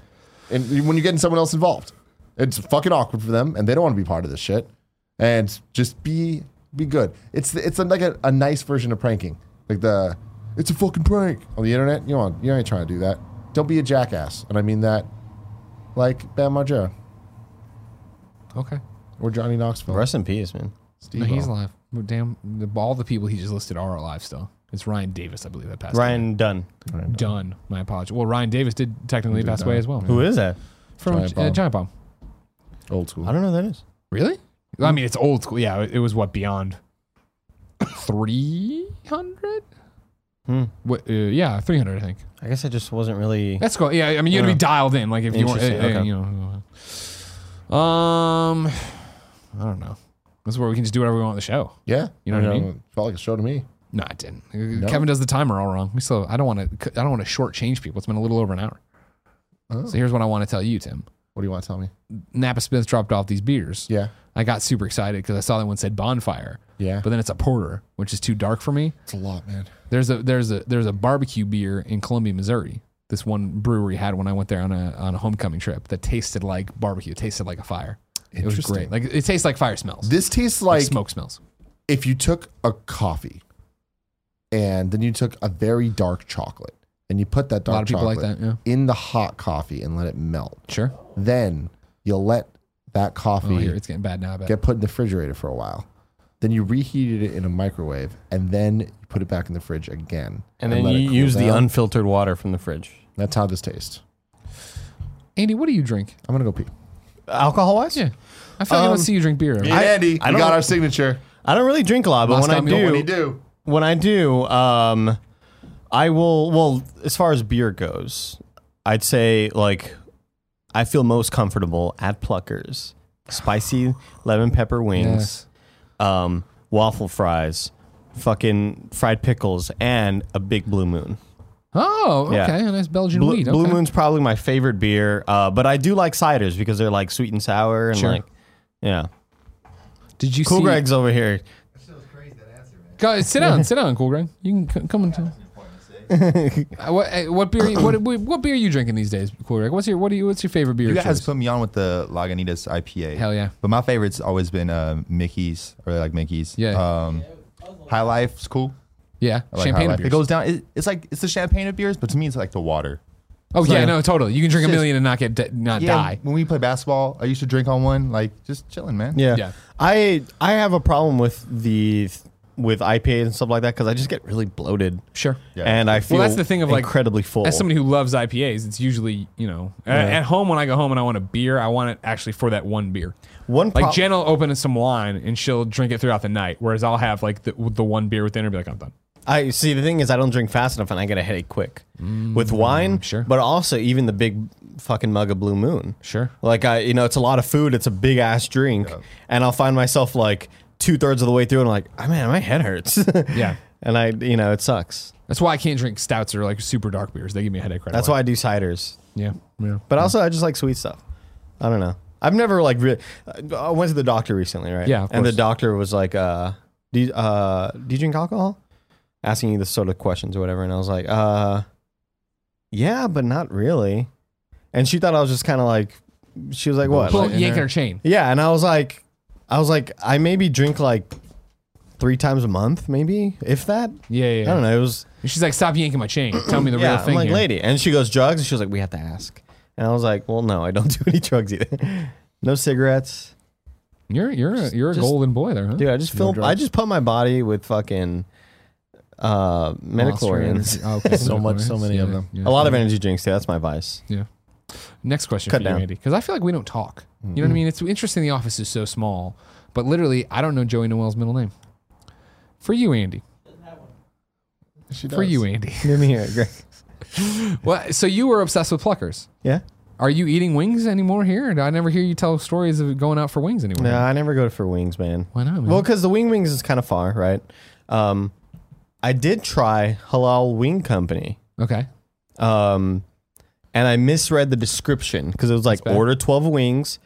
Speaker 2: and when you're getting someone else involved, it's fucking awkward for them, and they don't want to be part of this shit. And just be be good. It's it's like a, a nice version of pranking, like the it's a fucking prank on the internet. You know, you ain't trying to do that. Don't be a jackass, and I mean that like Bam Margera
Speaker 1: Okay,
Speaker 2: or Johnny Knoxville.
Speaker 3: Rest in peace, man.
Speaker 2: Steve-O.
Speaker 1: no, he's alive. Well, Damn, the, all the people he just listed are alive still. It's Ryan Davis, I believe, that passed.
Speaker 3: Ryan Dunn.
Speaker 2: Mm-hmm.
Speaker 1: away. Dunn. My apology. Well, Ryan Davis did technically pass away as well.
Speaker 3: Who is that?
Speaker 1: From
Speaker 2: Giant
Speaker 1: uh,
Speaker 2: Bomb.
Speaker 1: Giant Bomb.
Speaker 2: old school.
Speaker 3: I don't know who that is.
Speaker 1: Really?
Speaker 2: Hmm.
Speaker 1: I mean, it's old school. Yeah, it it was what beyond three hundred.
Speaker 3: Hmm.
Speaker 1: What? Uh, yeah, three hundred. I think.
Speaker 3: I guess I just wasn't really.
Speaker 1: That's cool. Yeah, I mean, you had to
Speaker 3: Yeah.
Speaker 1: be dialed in, like if you weren't,
Speaker 3: Interesting,
Speaker 1: uh, uh,
Speaker 3: okay.
Speaker 1: you know. Um, I don't know. This is where we can just do whatever we want on the show.
Speaker 2: Yeah,
Speaker 1: You know what I mean?
Speaker 2: Felt like a show to me.
Speaker 1: No, I didn't. Uh, Kevin does the timer all wrong. We still. I don't want to. I don't want to shortchange people. It's been a little over an hour.
Speaker 3: Oh.
Speaker 1: So here's what I want to tell you, Tim.
Speaker 2: What do you want to tell me?
Speaker 1: Napa Smith dropped off these beers.
Speaker 2: Yeah,
Speaker 1: I got super excited because I saw that one said bonfire.
Speaker 2: Yeah.
Speaker 1: But then it's a porter, which is too dark for me.
Speaker 2: it's a lot, man.
Speaker 1: There's a there's a there's a barbecue beer in Columbia, Missouri. This one brewery had when I went there on a on a homecoming trip that tasted like barbecue. It tasted like a fire. It was
Speaker 2: Interesting.
Speaker 1: great. Like it tastes like fire smells.
Speaker 2: This tastes
Speaker 1: like
Speaker 2: like
Speaker 1: smoke smells.
Speaker 2: if you took a coffee, and then you took a very dark chocolate, and you put that dark
Speaker 1: lot of people like
Speaker 2: chocolate
Speaker 1: that,
Speaker 2: in the hot coffee and let it melt.
Speaker 1: Sure.
Speaker 2: Then you'll let that
Speaker 1: Oh,
Speaker 2: coffee
Speaker 1: here it's getting bad now. I bet.
Speaker 2: get put in the refrigerator for a while. Then you reheated it in a microwave, and then you put it back in the fridge again.
Speaker 3: And then
Speaker 2: let it
Speaker 3: you
Speaker 2: cool
Speaker 3: use the
Speaker 2: down.
Speaker 3: unfiltered water from the fridge.
Speaker 2: That's how this tastes.
Speaker 1: Andy, what do you drink?
Speaker 2: I'm gonna go pee.
Speaker 3: Alcohol wise?
Speaker 1: Yeah. I feel like I don't see you drink beer.
Speaker 2: I, Andy,
Speaker 3: I
Speaker 2: I
Speaker 3: don't-
Speaker 2: got our signature.
Speaker 3: I don't really drink a lot, but
Speaker 1: Last
Speaker 3: when I
Speaker 1: time you-
Speaker 3: do,
Speaker 1: when
Speaker 2: We do.
Speaker 3: when I do, um, I will. Well, as far as beer goes, I'd say like I feel most comfortable at Pluckers, spicy lemon pepper wings, um, waffle fries, fucking fried pickles, and a big Blue Moon.
Speaker 1: Oh, okay.
Speaker 3: Yeah.
Speaker 1: A nice Belgian
Speaker 3: Blue,
Speaker 1: wheat.
Speaker 3: Blue
Speaker 1: okay.
Speaker 3: Moon's probably my favorite beer, uh, but I do like ciders because they're like sweet and sour and
Speaker 1: Sure.
Speaker 3: like yeah.
Speaker 1: Did you
Speaker 3: Cool
Speaker 1: see?
Speaker 3: Greg's over here.
Speaker 1: Go, sit down. sit down, Cool Greg. You can c- come and tell. Uh, what, uh, what beer? What, what, what beer are you drinking these days, Cool Greg? What's your what do you what's your favorite beer?
Speaker 5: You guys
Speaker 1: choice?
Speaker 5: put me on with the Lagunitas IPA.
Speaker 1: Hell yeah.
Speaker 5: But my favorite's always been uh, Mickey's. I really like Mickey's.
Speaker 1: Yeah.
Speaker 5: Um, High Life's cool.
Speaker 1: yeah,
Speaker 5: I like High
Speaker 1: champagne
Speaker 5: Life.
Speaker 1: beers.
Speaker 5: It goes down. It, it's like it's the champagne of beers, but to me, it's like the water.
Speaker 1: Oh
Speaker 5: So-
Speaker 1: yeah, no, totally. You can drink a
Speaker 5: Just-
Speaker 1: million and not get de- not
Speaker 5: Yeah,
Speaker 1: die.
Speaker 5: when we play basketball, I used to drink on one, like just chilling, man.
Speaker 3: Yeah.
Speaker 1: Yeah.
Speaker 3: I I have a problem with the with IPAs and stuff like that because I just get really bloated.
Speaker 1: Sure.
Speaker 5: Yeah.
Speaker 3: And I feel
Speaker 1: that's the thing of, like,
Speaker 3: incredibly full.
Speaker 1: As somebody who loves IPAs, it's usually you know a- at, home when I go home and I want a beer, I want it actually for that one beer.
Speaker 3: One
Speaker 1: like
Speaker 3: prob-
Speaker 1: Jen will open some wine and she'll drink it throughout the night, whereas I'll have like the, the one beer with dinner and be like, I'm done.
Speaker 3: I see the thing is I don't drink fast enough and I get a headache quick with wine.
Speaker 1: Mm, sure.
Speaker 3: But also even the big fucking mug of Blue Moon.
Speaker 1: Sure.
Speaker 3: Like I, you know, it's a lot of food. It's a big ass drink, and I'll find myself like two thirds of the way through, and I'm like, oh, man, my head hurts.
Speaker 1: Yeah.
Speaker 3: And I, you know, it sucks.
Speaker 1: That's why I can't drink stouts or like super dark beers. They give me a headache right
Speaker 3: That's
Speaker 1: away.
Speaker 3: why I do ciders.
Speaker 1: Yeah. Yeah.
Speaker 3: But also, I just like sweet stuff. I don't know. I've never like really. I went to the doctor recently, right?
Speaker 1: Yeah, of
Speaker 3: and the
Speaker 1: course.
Speaker 3: doctor was like, uh, "Do you, uh, do you drink alcohol?" Asking you this sort of questions or whatever, and I was like, "Uh, yeah, but not really." And she thought I was just kind of like, she was like, "What?"
Speaker 1: Pull,
Speaker 3: like-
Speaker 1: yanking her chain.
Speaker 3: yeah, and I was like, I was like, I maybe drink like three times a month, maybe if that.
Speaker 1: Yeah, yeah. yeah.
Speaker 3: I don't know. It was
Speaker 1: She's like, stop yanking my chain. Tell me the
Speaker 3: yeah,
Speaker 1: real thing.
Speaker 3: I'm like,
Speaker 1: here."
Speaker 3: lady. And she goes, drugs? And she was like, we have to ask. And I was like, well, no, I don't do any drugs either. No cigarettes.
Speaker 1: You're you're a, you're a
Speaker 3: just-
Speaker 1: golden boy there, huh?
Speaker 3: Dude, I just fill, I
Speaker 2: drugs.
Speaker 3: just put my body with fucking uh, metachlorians.
Speaker 1: Oh, okay.
Speaker 2: So much- so many
Speaker 1: Yeah,
Speaker 2: of them.
Speaker 1: yeah.
Speaker 3: A lot of energy drinks, too. That's my vice.
Speaker 1: Yeah. Next question
Speaker 3: Cut
Speaker 1: for
Speaker 3: down. Mm-hmm.
Speaker 1: you, Andy, because I feel like we don't talk. You know what I mean? It's interesting. The office is so small, but literally, I don't know Joey Noel's middle name. For you, Andy.
Speaker 2: She
Speaker 1: For
Speaker 2: does.
Speaker 1: you, Andy.
Speaker 3: Let me hear it, Greg.
Speaker 1: well, so you were obsessed with Pluckers.
Speaker 3: Yeah?
Speaker 1: Are you eating wings anymore here? I never hear you tell stories of going out for wings anymore.
Speaker 3: No, I never go for wings, man.
Speaker 1: Why not, man?
Speaker 3: Well, because the wing wings is kind of far, right? Um, I did try Halal Wing Company.
Speaker 1: Okay.
Speaker 3: um, and I misread the description because it was like
Speaker 1: bad.
Speaker 3: order twelve wings,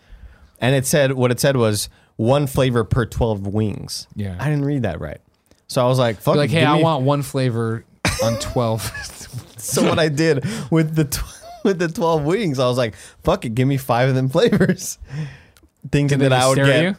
Speaker 3: and it said what it said was one flavor per twelve wings.
Speaker 1: Yeah.
Speaker 3: I didn't read that right, so I was like, "Fuck!"
Speaker 1: Be like,
Speaker 3: it,
Speaker 1: hey,
Speaker 3: give
Speaker 1: I
Speaker 3: me-"
Speaker 1: want one flavor on twelve.
Speaker 3: So what I did with the tw- with the twelve wings, I was like, "Fuck it, give me five of them flavors." Thinking that I would
Speaker 1: Stare
Speaker 3: get
Speaker 1: at you?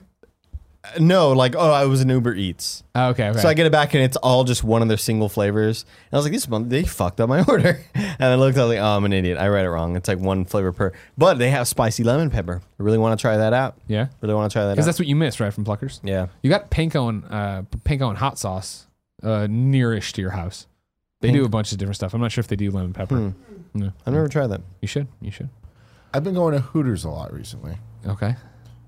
Speaker 3: no, like oh, I was an Uber Eats,
Speaker 1: Oh, okay, okay.
Speaker 3: so I get it back and it's all just one of their single flavors. And I was like, "This month they fucked up my order," and I looked, I was like, "Oh, I'm an idiot. I read it wrong. It's like one flavor per." But they have spicy lemon pepper. I really want to try that out.
Speaker 1: yeah.
Speaker 3: Really want to try that out.
Speaker 1: Because that's what you missed, right, from Pluckers?
Speaker 3: yeah.
Speaker 1: You got panko and uh, panko and hot sauce uh, nearish to your house. They do a bunch of different stuff. I'm not sure if they do lemon pepper. No.
Speaker 3: I've never tried that.
Speaker 1: You should. You should.
Speaker 2: I've been going to Hooters a lot recently.
Speaker 1: Okay.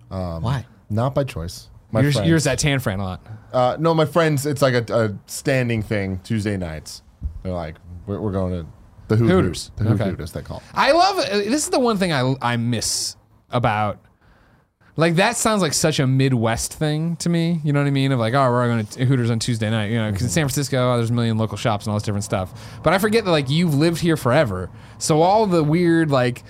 Speaker 3: Why?
Speaker 2: Not by choice. My
Speaker 1: Yours,
Speaker 2: friends-
Speaker 1: yours at Tan Fran a lot.
Speaker 2: Uh, no, my friends, it's like a, a standing thing Tuesday nights. They're like, we're, we're going to the Hoot
Speaker 1: Hooters.
Speaker 2: Hooters. The Hoot
Speaker 1: Okay.
Speaker 2: Hooters, they call it.
Speaker 1: I love uh, this is the one thing I I miss about like that sounds like such a Midwest thing to me. You know what I mean? Of like, oh, we're going to Hooters on Tuesday night. You know,
Speaker 2: Mm-hmm.
Speaker 1: because in San Francisco, oh, there's a million local shops and all this different stuff. But I forget that like you've lived here forever, so all the weird like.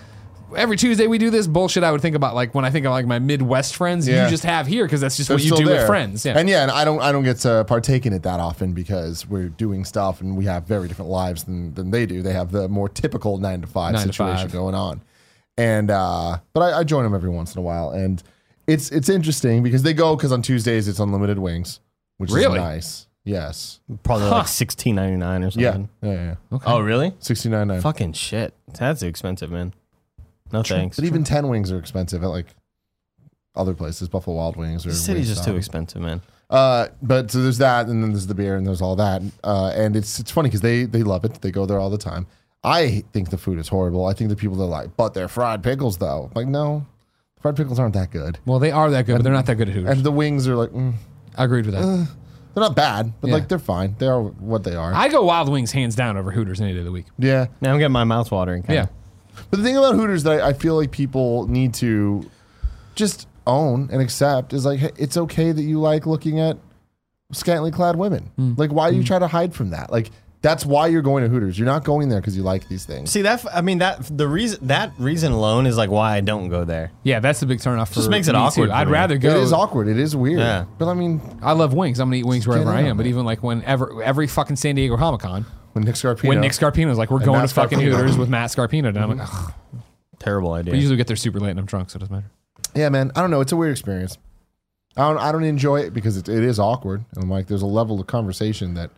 Speaker 1: Every Tuesday we do this bullshit. I would think about like when I think of like my Midwest friends,
Speaker 2: Yeah.
Speaker 1: you just have here because that's just
Speaker 2: They're
Speaker 1: what you
Speaker 2: still
Speaker 1: do with
Speaker 2: there.
Speaker 1: friends. Yeah,
Speaker 2: And yeah, and I don't I don't get to partake in it that often because we're doing stuff and we have very different lives than, than they do. They have the more typical nine to five
Speaker 1: Nine to
Speaker 2: situation
Speaker 1: five.
Speaker 2: going on. And uh but I, I join them every once in a while and it's it's interesting because they go because on Tuesdays it's unlimited wings, which
Speaker 1: Really?
Speaker 2: is nice. Yes.
Speaker 3: Probably like sixteen ninety nine or
Speaker 2: Yeah.
Speaker 3: something.
Speaker 2: Yeah, yeah, yeah.
Speaker 3: Oh, really?
Speaker 2: Sixty nine nine.
Speaker 3: Fucking shit. That's expensive, man. No thanks.
Speaker 2: But even ten wings are expensive at like other places, Buffalo Wild Wings or
Speaker 3: the city's just
Speaker 2: Wingstop.
Speaker 3: too expensive, man.
Speaker 2: Uh, but so there's that, and then there's the beer, and there's all that. Uh, and it's it's funny because they they love it. They go there all the time. I think the food is horrible. I think the people that are like, but they're fried pickles though. Like no, fried pickles aren't that good.
Speaker 1: well, they are that good, but they're not that good at Hooters.
Speaker 2: And the wings are like, mm,
Speaker 1: I agreed with that.
Speaker 2: they're not bad, but
Speaker 1: Yeah.
Speaker 2: like they're fine. They are what they are.
Speaker 1: I go Wild Wings hands down over Hooters any day of the week.
Speaker 2: yeah.
Speaker 3: Now I'm getting my mouth watering. kinda.
Speaker 1: Yeah,
Speaker 2: But the thing about Hooters that I, I feel like people need to just own and accept is like, hey, it's okay that you like looking at scantily clad women.
Speaker 1: Hmm.
Speaker 2: Like, why do you try to hide from that? Like, that's why you're going to Hooters. You're not going there because you like these things.
Speaker 3: See that? f- I mean that. The reason that reason alone is like why I don't go there.
Speaker 1: yeah, that's the big turnoff. For
Speaker 3: Just makes it
Speaker 1: me, too.
Speaker 3: awkward for
Speaker 1: I'd
Speaker 3: me.
Speaker 1: rather
Speaker 2: It
Speaker 1: go.
Speaker 2: is awkward. It is weird.
Speaker 3: Yeah.
Speaker 2: But I mean,
Speaker 1: I love wings. I'm gonna eat wings wherever
Speaker 2: get
Speaker 1: I
Speaker 2: in
Speaker 1: am.
Speaker 2: on
Speaker 1: But
Speaker 2: it.
Speaker 1: even like whenever every fucking San Diego Comic Con,
Speaker 2: when Nick Scarpino,
Speaker 1: when Nick Scarpino's like, we're going
Speaker 2: Matt
Speaker 1: to fucking
Speaker 2: Scarpino.
Speaker 1: Hooters with Matt Scarpino, and I'm like, ugh.
Speaker 3: Terrible idea.
Speaker 1: usually we get there super late and I'm drunk, so it doesn't matter.
Speaker 2: yeah, man, I don't know. It's a weird experience. I don't, I don't enjoy it because it, it is awkward. And I'm like, there's a level of conversation that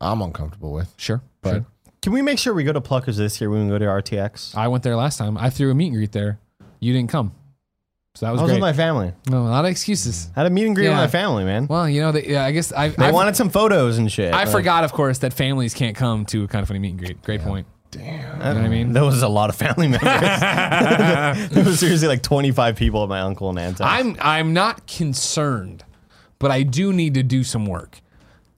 Speaker 2: I'm uncomfortable with.
Speaker 1: Sure,
Speaker 2: But
Speaker 1: sure.
Speaker 3: Can we make sure we go to Pluckers this year when we go to RTX?
Speaker 1: I went there last time. I threw a meet and greet there. You didn't come, so that was,
Speaker 3: I was
Speaker 1: great.
Speaker 3: with my family.
Speaker 1: no, a lot of excuses.
Speaker 3: I had a meet and greet
Speaker 1: Yeah.
Speaker 3: with my family, man.
Speaker 1: Well, you know, they, yeah, I guess I
Speaker 3: they
Speaker 1: I
Speaker 3: wanted some photos and shit.
Speaker 1: I
Speaker 3: Like,
Speaker 1: forgot, of course, that families can't come to a kind of funny meet and greet. Great point. Damn, you know what I mean.
Speaker 3: There was a lot of family members. there was seriously like 25 people at my uncle and aunt's. house.
Speaker 1: I'm I'm not concerned, but I do need to do some work.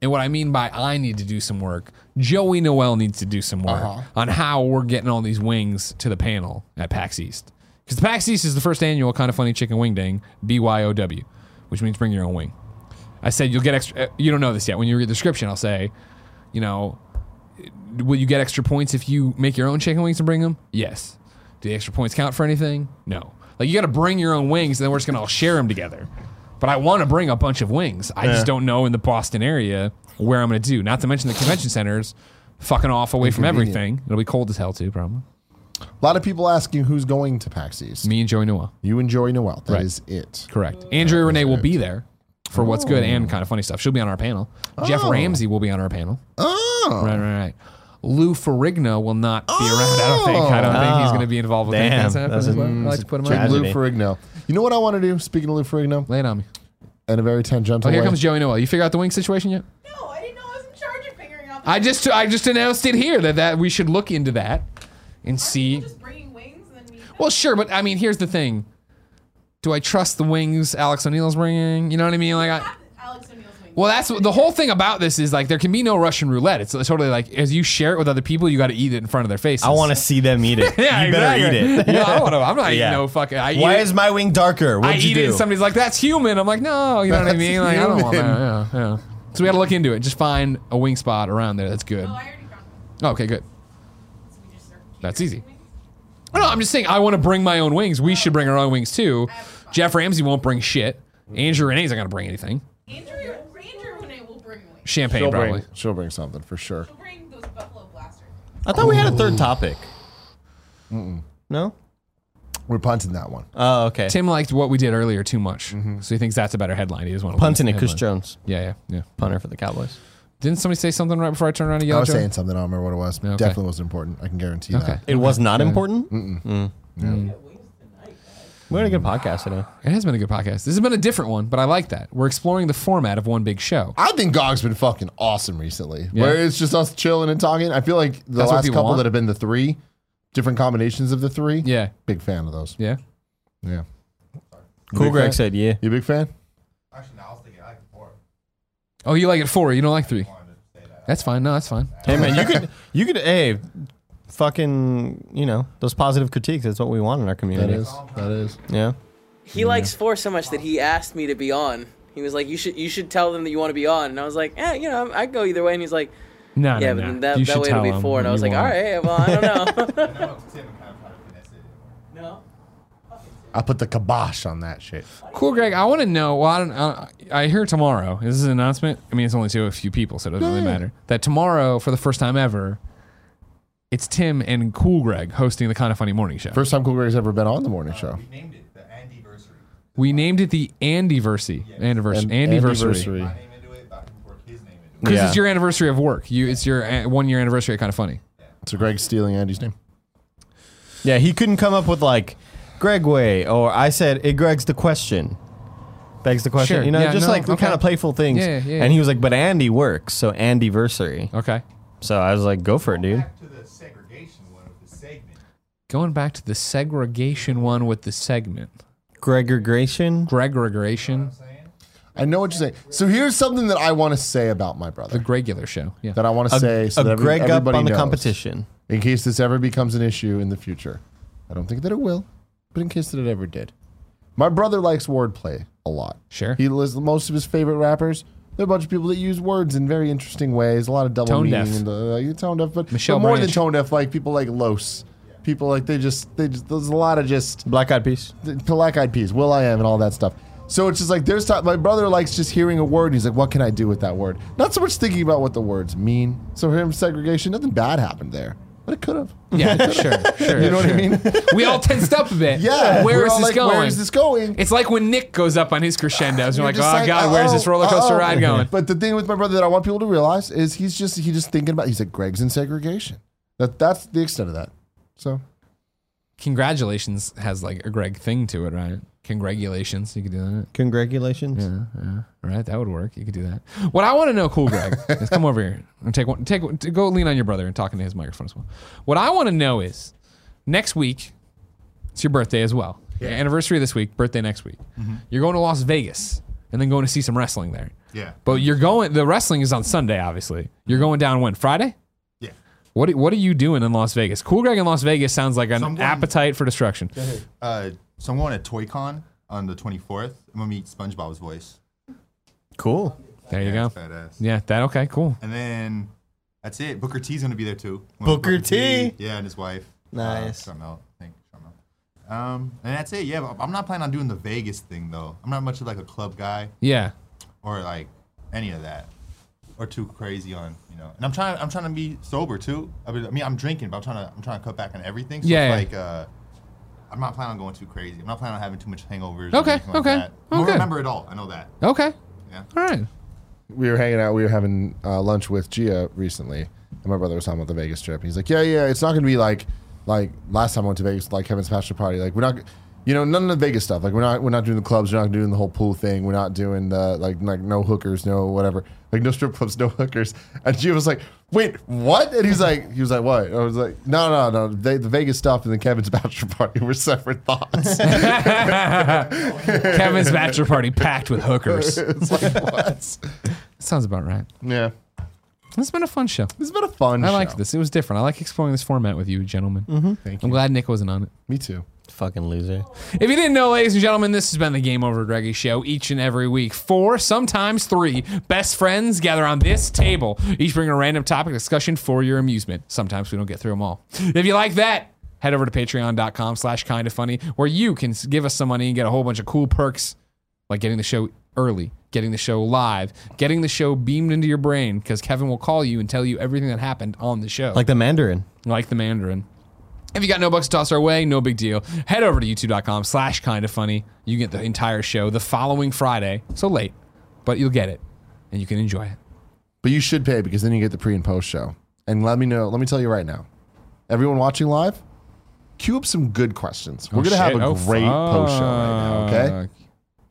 Speaker 1: And what I mean by I need to do some work, Joey Noel needs to do some work on how we're getting all these wings to the panel at PAX East. Because the PAX East is the first annual kind of funny chicken wing ding, BYOW, which means bring your own wing. I said you'll get extra. uh, You don't know this yet. When you read the description, I'll say, you know, will you get extra points if you make your own chicken wings and bring them? Yes. Do the extra points count for anything? No. Like you got to bring your own wings, and then we're just gonna all share them together. But I want to bring a bunch of wings. I just don't know in the Boston area where I'm gonna do. Not to mention the convention centers, fucking off away from
Speaker 2: Inconvenient.
Speaker 1: everything. It'll be cold as hell too, probably.
Speaker 2: A lot of people asking who's going to PAX East.
Speaker 1: Me and Joey Noel.
Speaker 2: You and Joey Noel. That
Speaker 1: Right.
Speaker 2: is it.
Speaker 1: Correct. Andrea Renee will be there for what's good and kind of funny stuff. She'll be on our panel. Jeff Ramsey will be on our panel.
Speaker 2: Oh,
Speaker 1: Right, right, right. Lou Ferrigno will not be around. I don't think. I don't think he's
Speaker 3: Oh.
Speaker 1: going to be involved with anything
Speaker 3: Damn,
Speaker 1: that's happening.
Speaker 3: that's a-
Speaker 1: I like to put him
Speaker 3: that's a
Speaker 1: on.
Speaker 2: Lou
Speaker 3: tragedy.
Speaker 2: Ferrigno. You know what I want to do? Speaking of Lou Ferrigno,
Speaker 1: Lay it on me.
Speaker 2: in a very tangential
Speaker 1: Oh, here
Speaker 2: way.
Speaker 1: comes Joey Noel. You figure out the wing situation yet?
Speaker 7: No, I didn't know I was in charge of figuring out. The
Speaker 1: I just I just announced it here that that we should look into that and see.
Speaker 7: Just bringing wings and then we.
Speaker 1: Well, sure, but I mean, here's the thing. Do I trust the wings Alex O'Neill's bringing? You know what I mean? Like, I,
Speaker 7: Alex O'Neill's wings.
Speaker 1: well, that's the whole thing about this is like there can be no Russian roulette. It's totally like as you share it with other people, you got to eat it in front of their faces.
Speaker 3: I want to see them eat it.
Speaker 1: Yeah,
Speaker 3: you better
Speaker 1: exactly.
Speaker 3: eat it.
Speaker 1: Yeah, I want to. I'm not
Speaker 3: Yeah.
Speaker 1: eating no fucking. I eat
Speaker 3: Why
Speaker 1: it-
Speaker 3: is my wing darker? What'd
Speaker 1: I
Speaker 3: you
Speaker 1: eat
Speaker 3: do?
Speaker 1: it and somebody's like, that's human. I'm like, no, you know what I
Speaker 2: That's
Speaker 1: mean? Like, I don't want that.
Speaker 2: human.
Speaker 1: Yeah, yeah. So we got to look into it. Just find a wing spot around there that's good.
Speaker 7: Oh, I already found one.
Speaker 1: Okay, good.
Speaker 7: So we just serve
Speaker 1: That's
Speaker 7: chicken
Speaker 1: easy.
Speaker 7: wings.
Speaker 1: No, I'm just saying, I want to bring my own wings. We should bring our own wings too. Jeff Ramsey won't bring shit. Andrew Renee's not going to bring anything.
Speaker 7: Andrew, Andrew Renee will bring wings.
Speaker 1: Champagne,
Speaker 2: She'll
Speaker 1: probably.
Speaker 2: bring, she'll bring something for sure.
Speaker 7: She'll bring those buffalo blaster.
Speaker 3: I thought we had a third topic. No?
Speaker 2: We're punting that one.
Speaker 1: Uh,
Speaker 3: Oh, okay.
Speaker 1: Tim liked what we did earlier too much. So he thinks that's a better headline. He doesn't want to
Speaker 3: Mm-hmm. Punting it, Chris Jones.
Speaker 1: Yeah, yeah, yeah.
Speaker 3: Punter for the Cowboys.
Speaker 1: Didn't somebody say something right before I turned around and
Speaker 2: I
Speaker 1: yelled
Speaker 2: was
Speaker 1: at you?
Speaker 2: saying something. I don't remember what it was.
Speaker 1: Okay.
Speaker 2: Definitely wasn't important. I can guarantee
Speaker 1: Okay.
Speaker 3: It was not important. Mm. We had a good podcast today.
Speaker 1: It has been a good podcast. This has been a different one, but I like that. We're exploring the format of one big show.
Speaker 2: I think Gog's been fucking awesome recently. Where it's just us chilling and talking. I feel like the
Speaker 1: That's what
Speaker 2: last
Speaker 1: people
Speaker 2: couple
Speaker 1: want.
Speaker 2: that have been the three, different combinations of the three.
Speaker 1: Yeah,
Speaker 2: Big fan of those.
Speaker 1: yeah.
Speaker 2: Yeah.
Speaker 3: Cool
Speaker 2: Big
Speaker 3: Greg
Speaker 2: fan?
Speaker 3: said, yeah.
Speaker 2: You a big fan?
Speaker 5: Actually, no, I was thinking I like four.
Speaker 1: Oh, you like it four. You don't like three. That's fine. No, that's fine.
Speaker 3: Hey man, you could you could hey fucking you know, those positive critiques, that's what we want in our
Speaker 2: That
Speaker 3: community.
Speaker 2: is. That is.
Speaker 3: Yeah.
Speaker 6: He likes four so much that he asked me to be on. He was like, "You should, you should tell them that you want to be on." And I was like, "Yeah, you know, I I'd go either way." And he's like,
Speaker 1: No,
Speaker 6: "Yeah,
Speaker 1: no,
Speaker 6: but
Speaker 1: no.
Speaker 6: then that,
Speaker 1: you
Speaker 6: that
Speaker 1: should
Speaker 6: way it'll
Speaker 1: tell
Speaker 6: be
Speaker 1: him
Speaker 6: four. And I
Speaker 1: you
Speaker 6: was like, "All
Speaker 1: want it.
Speaker 6: right, well, I don't know."
Speaker 5: I know it's Tim and kind of tried to finesse it.
Speaker 4: No?
Speaker 2: I put the kibosh on that shit.
Speaker 1: Cool, Greg. I want to know. Well, I don't. I, I hear tomorrow. Is this an announcement? I mean, it's only to a few people, so it doesn't really
Speaker 2: Eh.
Speaker 1: matter. That tomorrow, for the first time ever, it's Tim and Cool Greg hosting the Kind of Funny Morning Show.
Speaker 2: First time Cool Greg's ever been on the morning show.
Speaker 5: We named it the Andiversary.
Speaker 1: we named it the Andiversary. Anniversary.
Speaker 2: An-
Speaker 1: Anniversary.
Speaker 5: My name into it, but I can work his name into it.
Speaker 1: Because
Speaker 3: Yeah.
Speaker 1: it's your anniversary of work. You, it's your an- one year anniversary. Kind of funny.
Speaker 2: So Greg's stealing Andy's name.
Speaker 3: Yeah, he couldn't come up with like Greg way or I said it Greg's the question. Begs the question.
Speaker 1: Sure,
Speaker 3: You know,
Speaker 1: yeah,
Speaker 3: just
Speaker 1: no,
Speaker 3: like the
Speaker 1: okay.
Speaker 3: kind of playful things.
Speaker 1: Yeah, yeah,
Speaker 3: And
Speaker 1: yeah.
Speaker 3: he was like, but Andy works, so Andy versary.
Speaker 1: Okay.
Speaker 3: So I was like, go for it, dude.
Speaker 5: Back to the segregation one of the segment.
Speaker 1: Going back to the segregation one with the segment.
Speaker 3: Gregor Gration.
Speaker 1: Greg regression.
Speaker 2: I know what you're saying. So here's something that I want to say about my brother.
Speaker 1: The regular show. Yeah.
Speaker 2: That I want to say so that
Speaker 3: a
Speaker 2: every-
Speaker 3: Greg up
Speaker 2: everybody
Speaker 3: on the
Speaker 2: knows.
Speaker 3: competition.
Speaker 2: in case this ever becomes an issue in the future. I don't think that it will, but in case that it ever did. My brother likes wordplay a lot.
Speaker 1: Sure.
Speaker 2: He lists most of his favorite rappers. They're a bunch of people that use words in very interesting ways, a lot of double
Speaker 1: Tone
Speaker 2: meaning
Speaker 1: deaf.
Speaker 2: and uh, yeah, tone deaf, but, but
Speaker 1: Michelle
Speaker 2: more than
Speaker 1: Branch.
Speaker 2: tone deaf, like people like Los. People like they just they just there's a lot of just
Speaker 3: Black Eyed Peas.
Speaker 2: Black Eyed Peas, Will I Am, and all that stuff. So it's just like there's time. My brother likes just hearing a word. And he's like, "What can I do with that word?" Not so much thinking about what the words mean. So for him, segregation, nothing bad happened there, but it could have.
Speaker 1: Yeah, sure, sure.
Speaker 2: You know what I mean?
Speaker 1: We all tensed up a bit.
Speaker 2: Yeah.
Speaker 1: Where
Speaker 2: We're
Speaker 1: is
Speaker 2: all
Speaker 1: this
Speaker 2: like,
Speaker 1: going?
Speaker 2: Where is this going?
Speaker 1: It's like when Nick goes up on his crescendos. You're like, oh
Speaker 2: just like, oh."
Speaker 1: god, where's this
Speaker 2: uh-oh,
Speaker 1: roller coaster
Speaker 2: uh-oh."
Speaker 1: ride going?
Speaker 2: But the thing with my brother that I want people to realize is he's just he just thinking about he's like Greg's in segregation. That that's the extent of that. So
Speaker 1: Congratulations has like a Greg thing to it, right? Congratulations. You could do that.
Speaker 3: Congratulations.
Speaker 1: All right, that would work. You could do that. What I want to know, cool Greg, is come over here and take one. Take one- t- go lean on your brother and talk into his microphone as well. What I want to know is next week. It's your birthday as well. Your anniversary this week, birthday next week.
Speaker 5: Mm-hmm.
Speaker 1: You're going to Las Vegas and then going to see some wrestling there.
Speaker 5: Yeah.
Speaker 1: But you're going. The wrestling is on Sunday, obviously. You're going down when Friday.
Speaker 5: Yeah.
Speaker 1: What What are you doing in Las Vegas? Cool Greg in Las Vegas sounds like an
Speaker 5: Someone-
Speaker 1: appetite for destruction.
Speaker 5: Uh, so I'm going to ToyCon on the 24th. I'm gonna meet SpongeBob's voice.
Speaker 3: Cool.
Speaker 1: There you
Speaker 5: Yeah,
Speaker 1: go.
Speaker 5: it's Badass.
Speaker 1: Yeah. That okay. Cool.
Speaker 5: And then that's it. Booker T's gonna be there too.
Speaker 3: Booker T.
Speaker 5: Yeah, and his wife.
Speaker 3: Nice.
Speaker 5: Uh, something else, I think. Something else. Um, and that's it. Yeah, but I'm not planning on doing the Vegas thing though. I'm not much of like a club guy
Speaker 1: Yeah.
Speaker 5: or like any of that, or too crazy on you know. And I'm trying. I'm trying to be sober too. I mean, I mean, I'm drinking, but I'm trying to. I'm trying to cut back on everything. So
Speaker 1: Yeah,
Speaker 5: It's
Speaker 1: yeah.
Speaker 5: like, uh, I'm not planning on going too crazy. I'm not planning on having too much hangovers.
Speaker 1: Okay,
Speaker 5: Or anything
Speaker 1: okay,
Speaker 5: Like that. I'm
Speaker 1: okay.
Speaker 5: gonna remember it all. I know that.
Speaker 1: Okay.
Speaker 5: Yeah.
Speaker 1: All right.
Speaker 2: we were hanging out. We were having uh, lunch with Gia recently, and my brother was talking about the Vegas trip. He's like, "Yeah, yeah, it's not going to be like like last time I went to Vegas, like Kevin's bachelor party. Like we're not, you know, none of the Vegas stuff. Like we're not we're not doing the clubs. We're not doing the whole pool thing. We're not doing the like like no hookers, no whatever. Like no strip clubs, no hookers." And Gia was like, "Wait, what?" And he's like, "He was like, what?" I was like, "No, no, no. They, the Vegas stuff and then Kevin's bachelor party were separate thoughts."
Speaker 1: Kevin's bachelor party packed with hookers.
Speaker 2: it's like what?
Speaker 1: Sounds about right.
Speaker 2: Yeah,
Speaker 1: It's been a fun show.
Speaker 2: it's been a fun.
Speaker 1: I
Speaker 2: show. Mm-hmm.
Speaker 1: liked this. It was different. I like exploring this format with you, gentlemen.
Speaker 2: Thank
Speaker 1: I'm
Speaker 2: you.
Speaker 1: glad Nick wasn't on it.
Speaker 2: Me too.
Speaker 3: Fucking loser.
Speaker 1: If you didn't know, ladies and gentlemen, this has been the Game Over Greggy Show each and every week. Four, sometimes three, best friends gather on this table, each bring a random topic discussion for your amusement. Sometimes we don't get through them all. If you like that, head over to patreon.com slash kind of funny, where you can s- give us some money and get a whole bunch of cool perks like getting the show early, getting the show live, getting the show beamed into your brain, because Kevin will call you and tell you everything that happened on the show
Speaker 3: Like the Mandarin.
Speaker 1: like the Mandarin. If you got no bucks to toss our way, no big deal. Head over to youtube.com slash kind of funny. You get the entire show the following Friday. So late, but you'll get it and you can enjoy it.
Speaker 2: But you should pay because then you get the pre and post show. And let me know, let me tell you right now, everyone watching live, queue up some good questions. We're going to have
Speaker 1: Shit.
Speaker 2: a
Speaker 1: Oh,
Speaker 2: great post show right now, okay?
Speaker 1: fuck.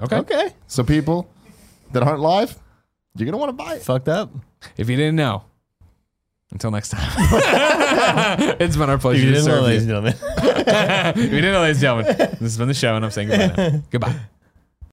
Speaker 1: Okay.
Speaker 3: Okay.
Speaker 2: So, people that aren't live, you're going to want to buy it.
Speaker 3: Fucked up.
Speaker 1: If you didn't know, until next time. it's been our pleasure to
Speaker 3: You didn't know,
Speaker 1: serve
Speaker 3: ladies
Speaker 1: you.
Speaker 3: and gentlemen.
Speaker 1: If you didn't know, ladies and gentlemen, this has been the show and I'm saying goodbye now. Goodbye.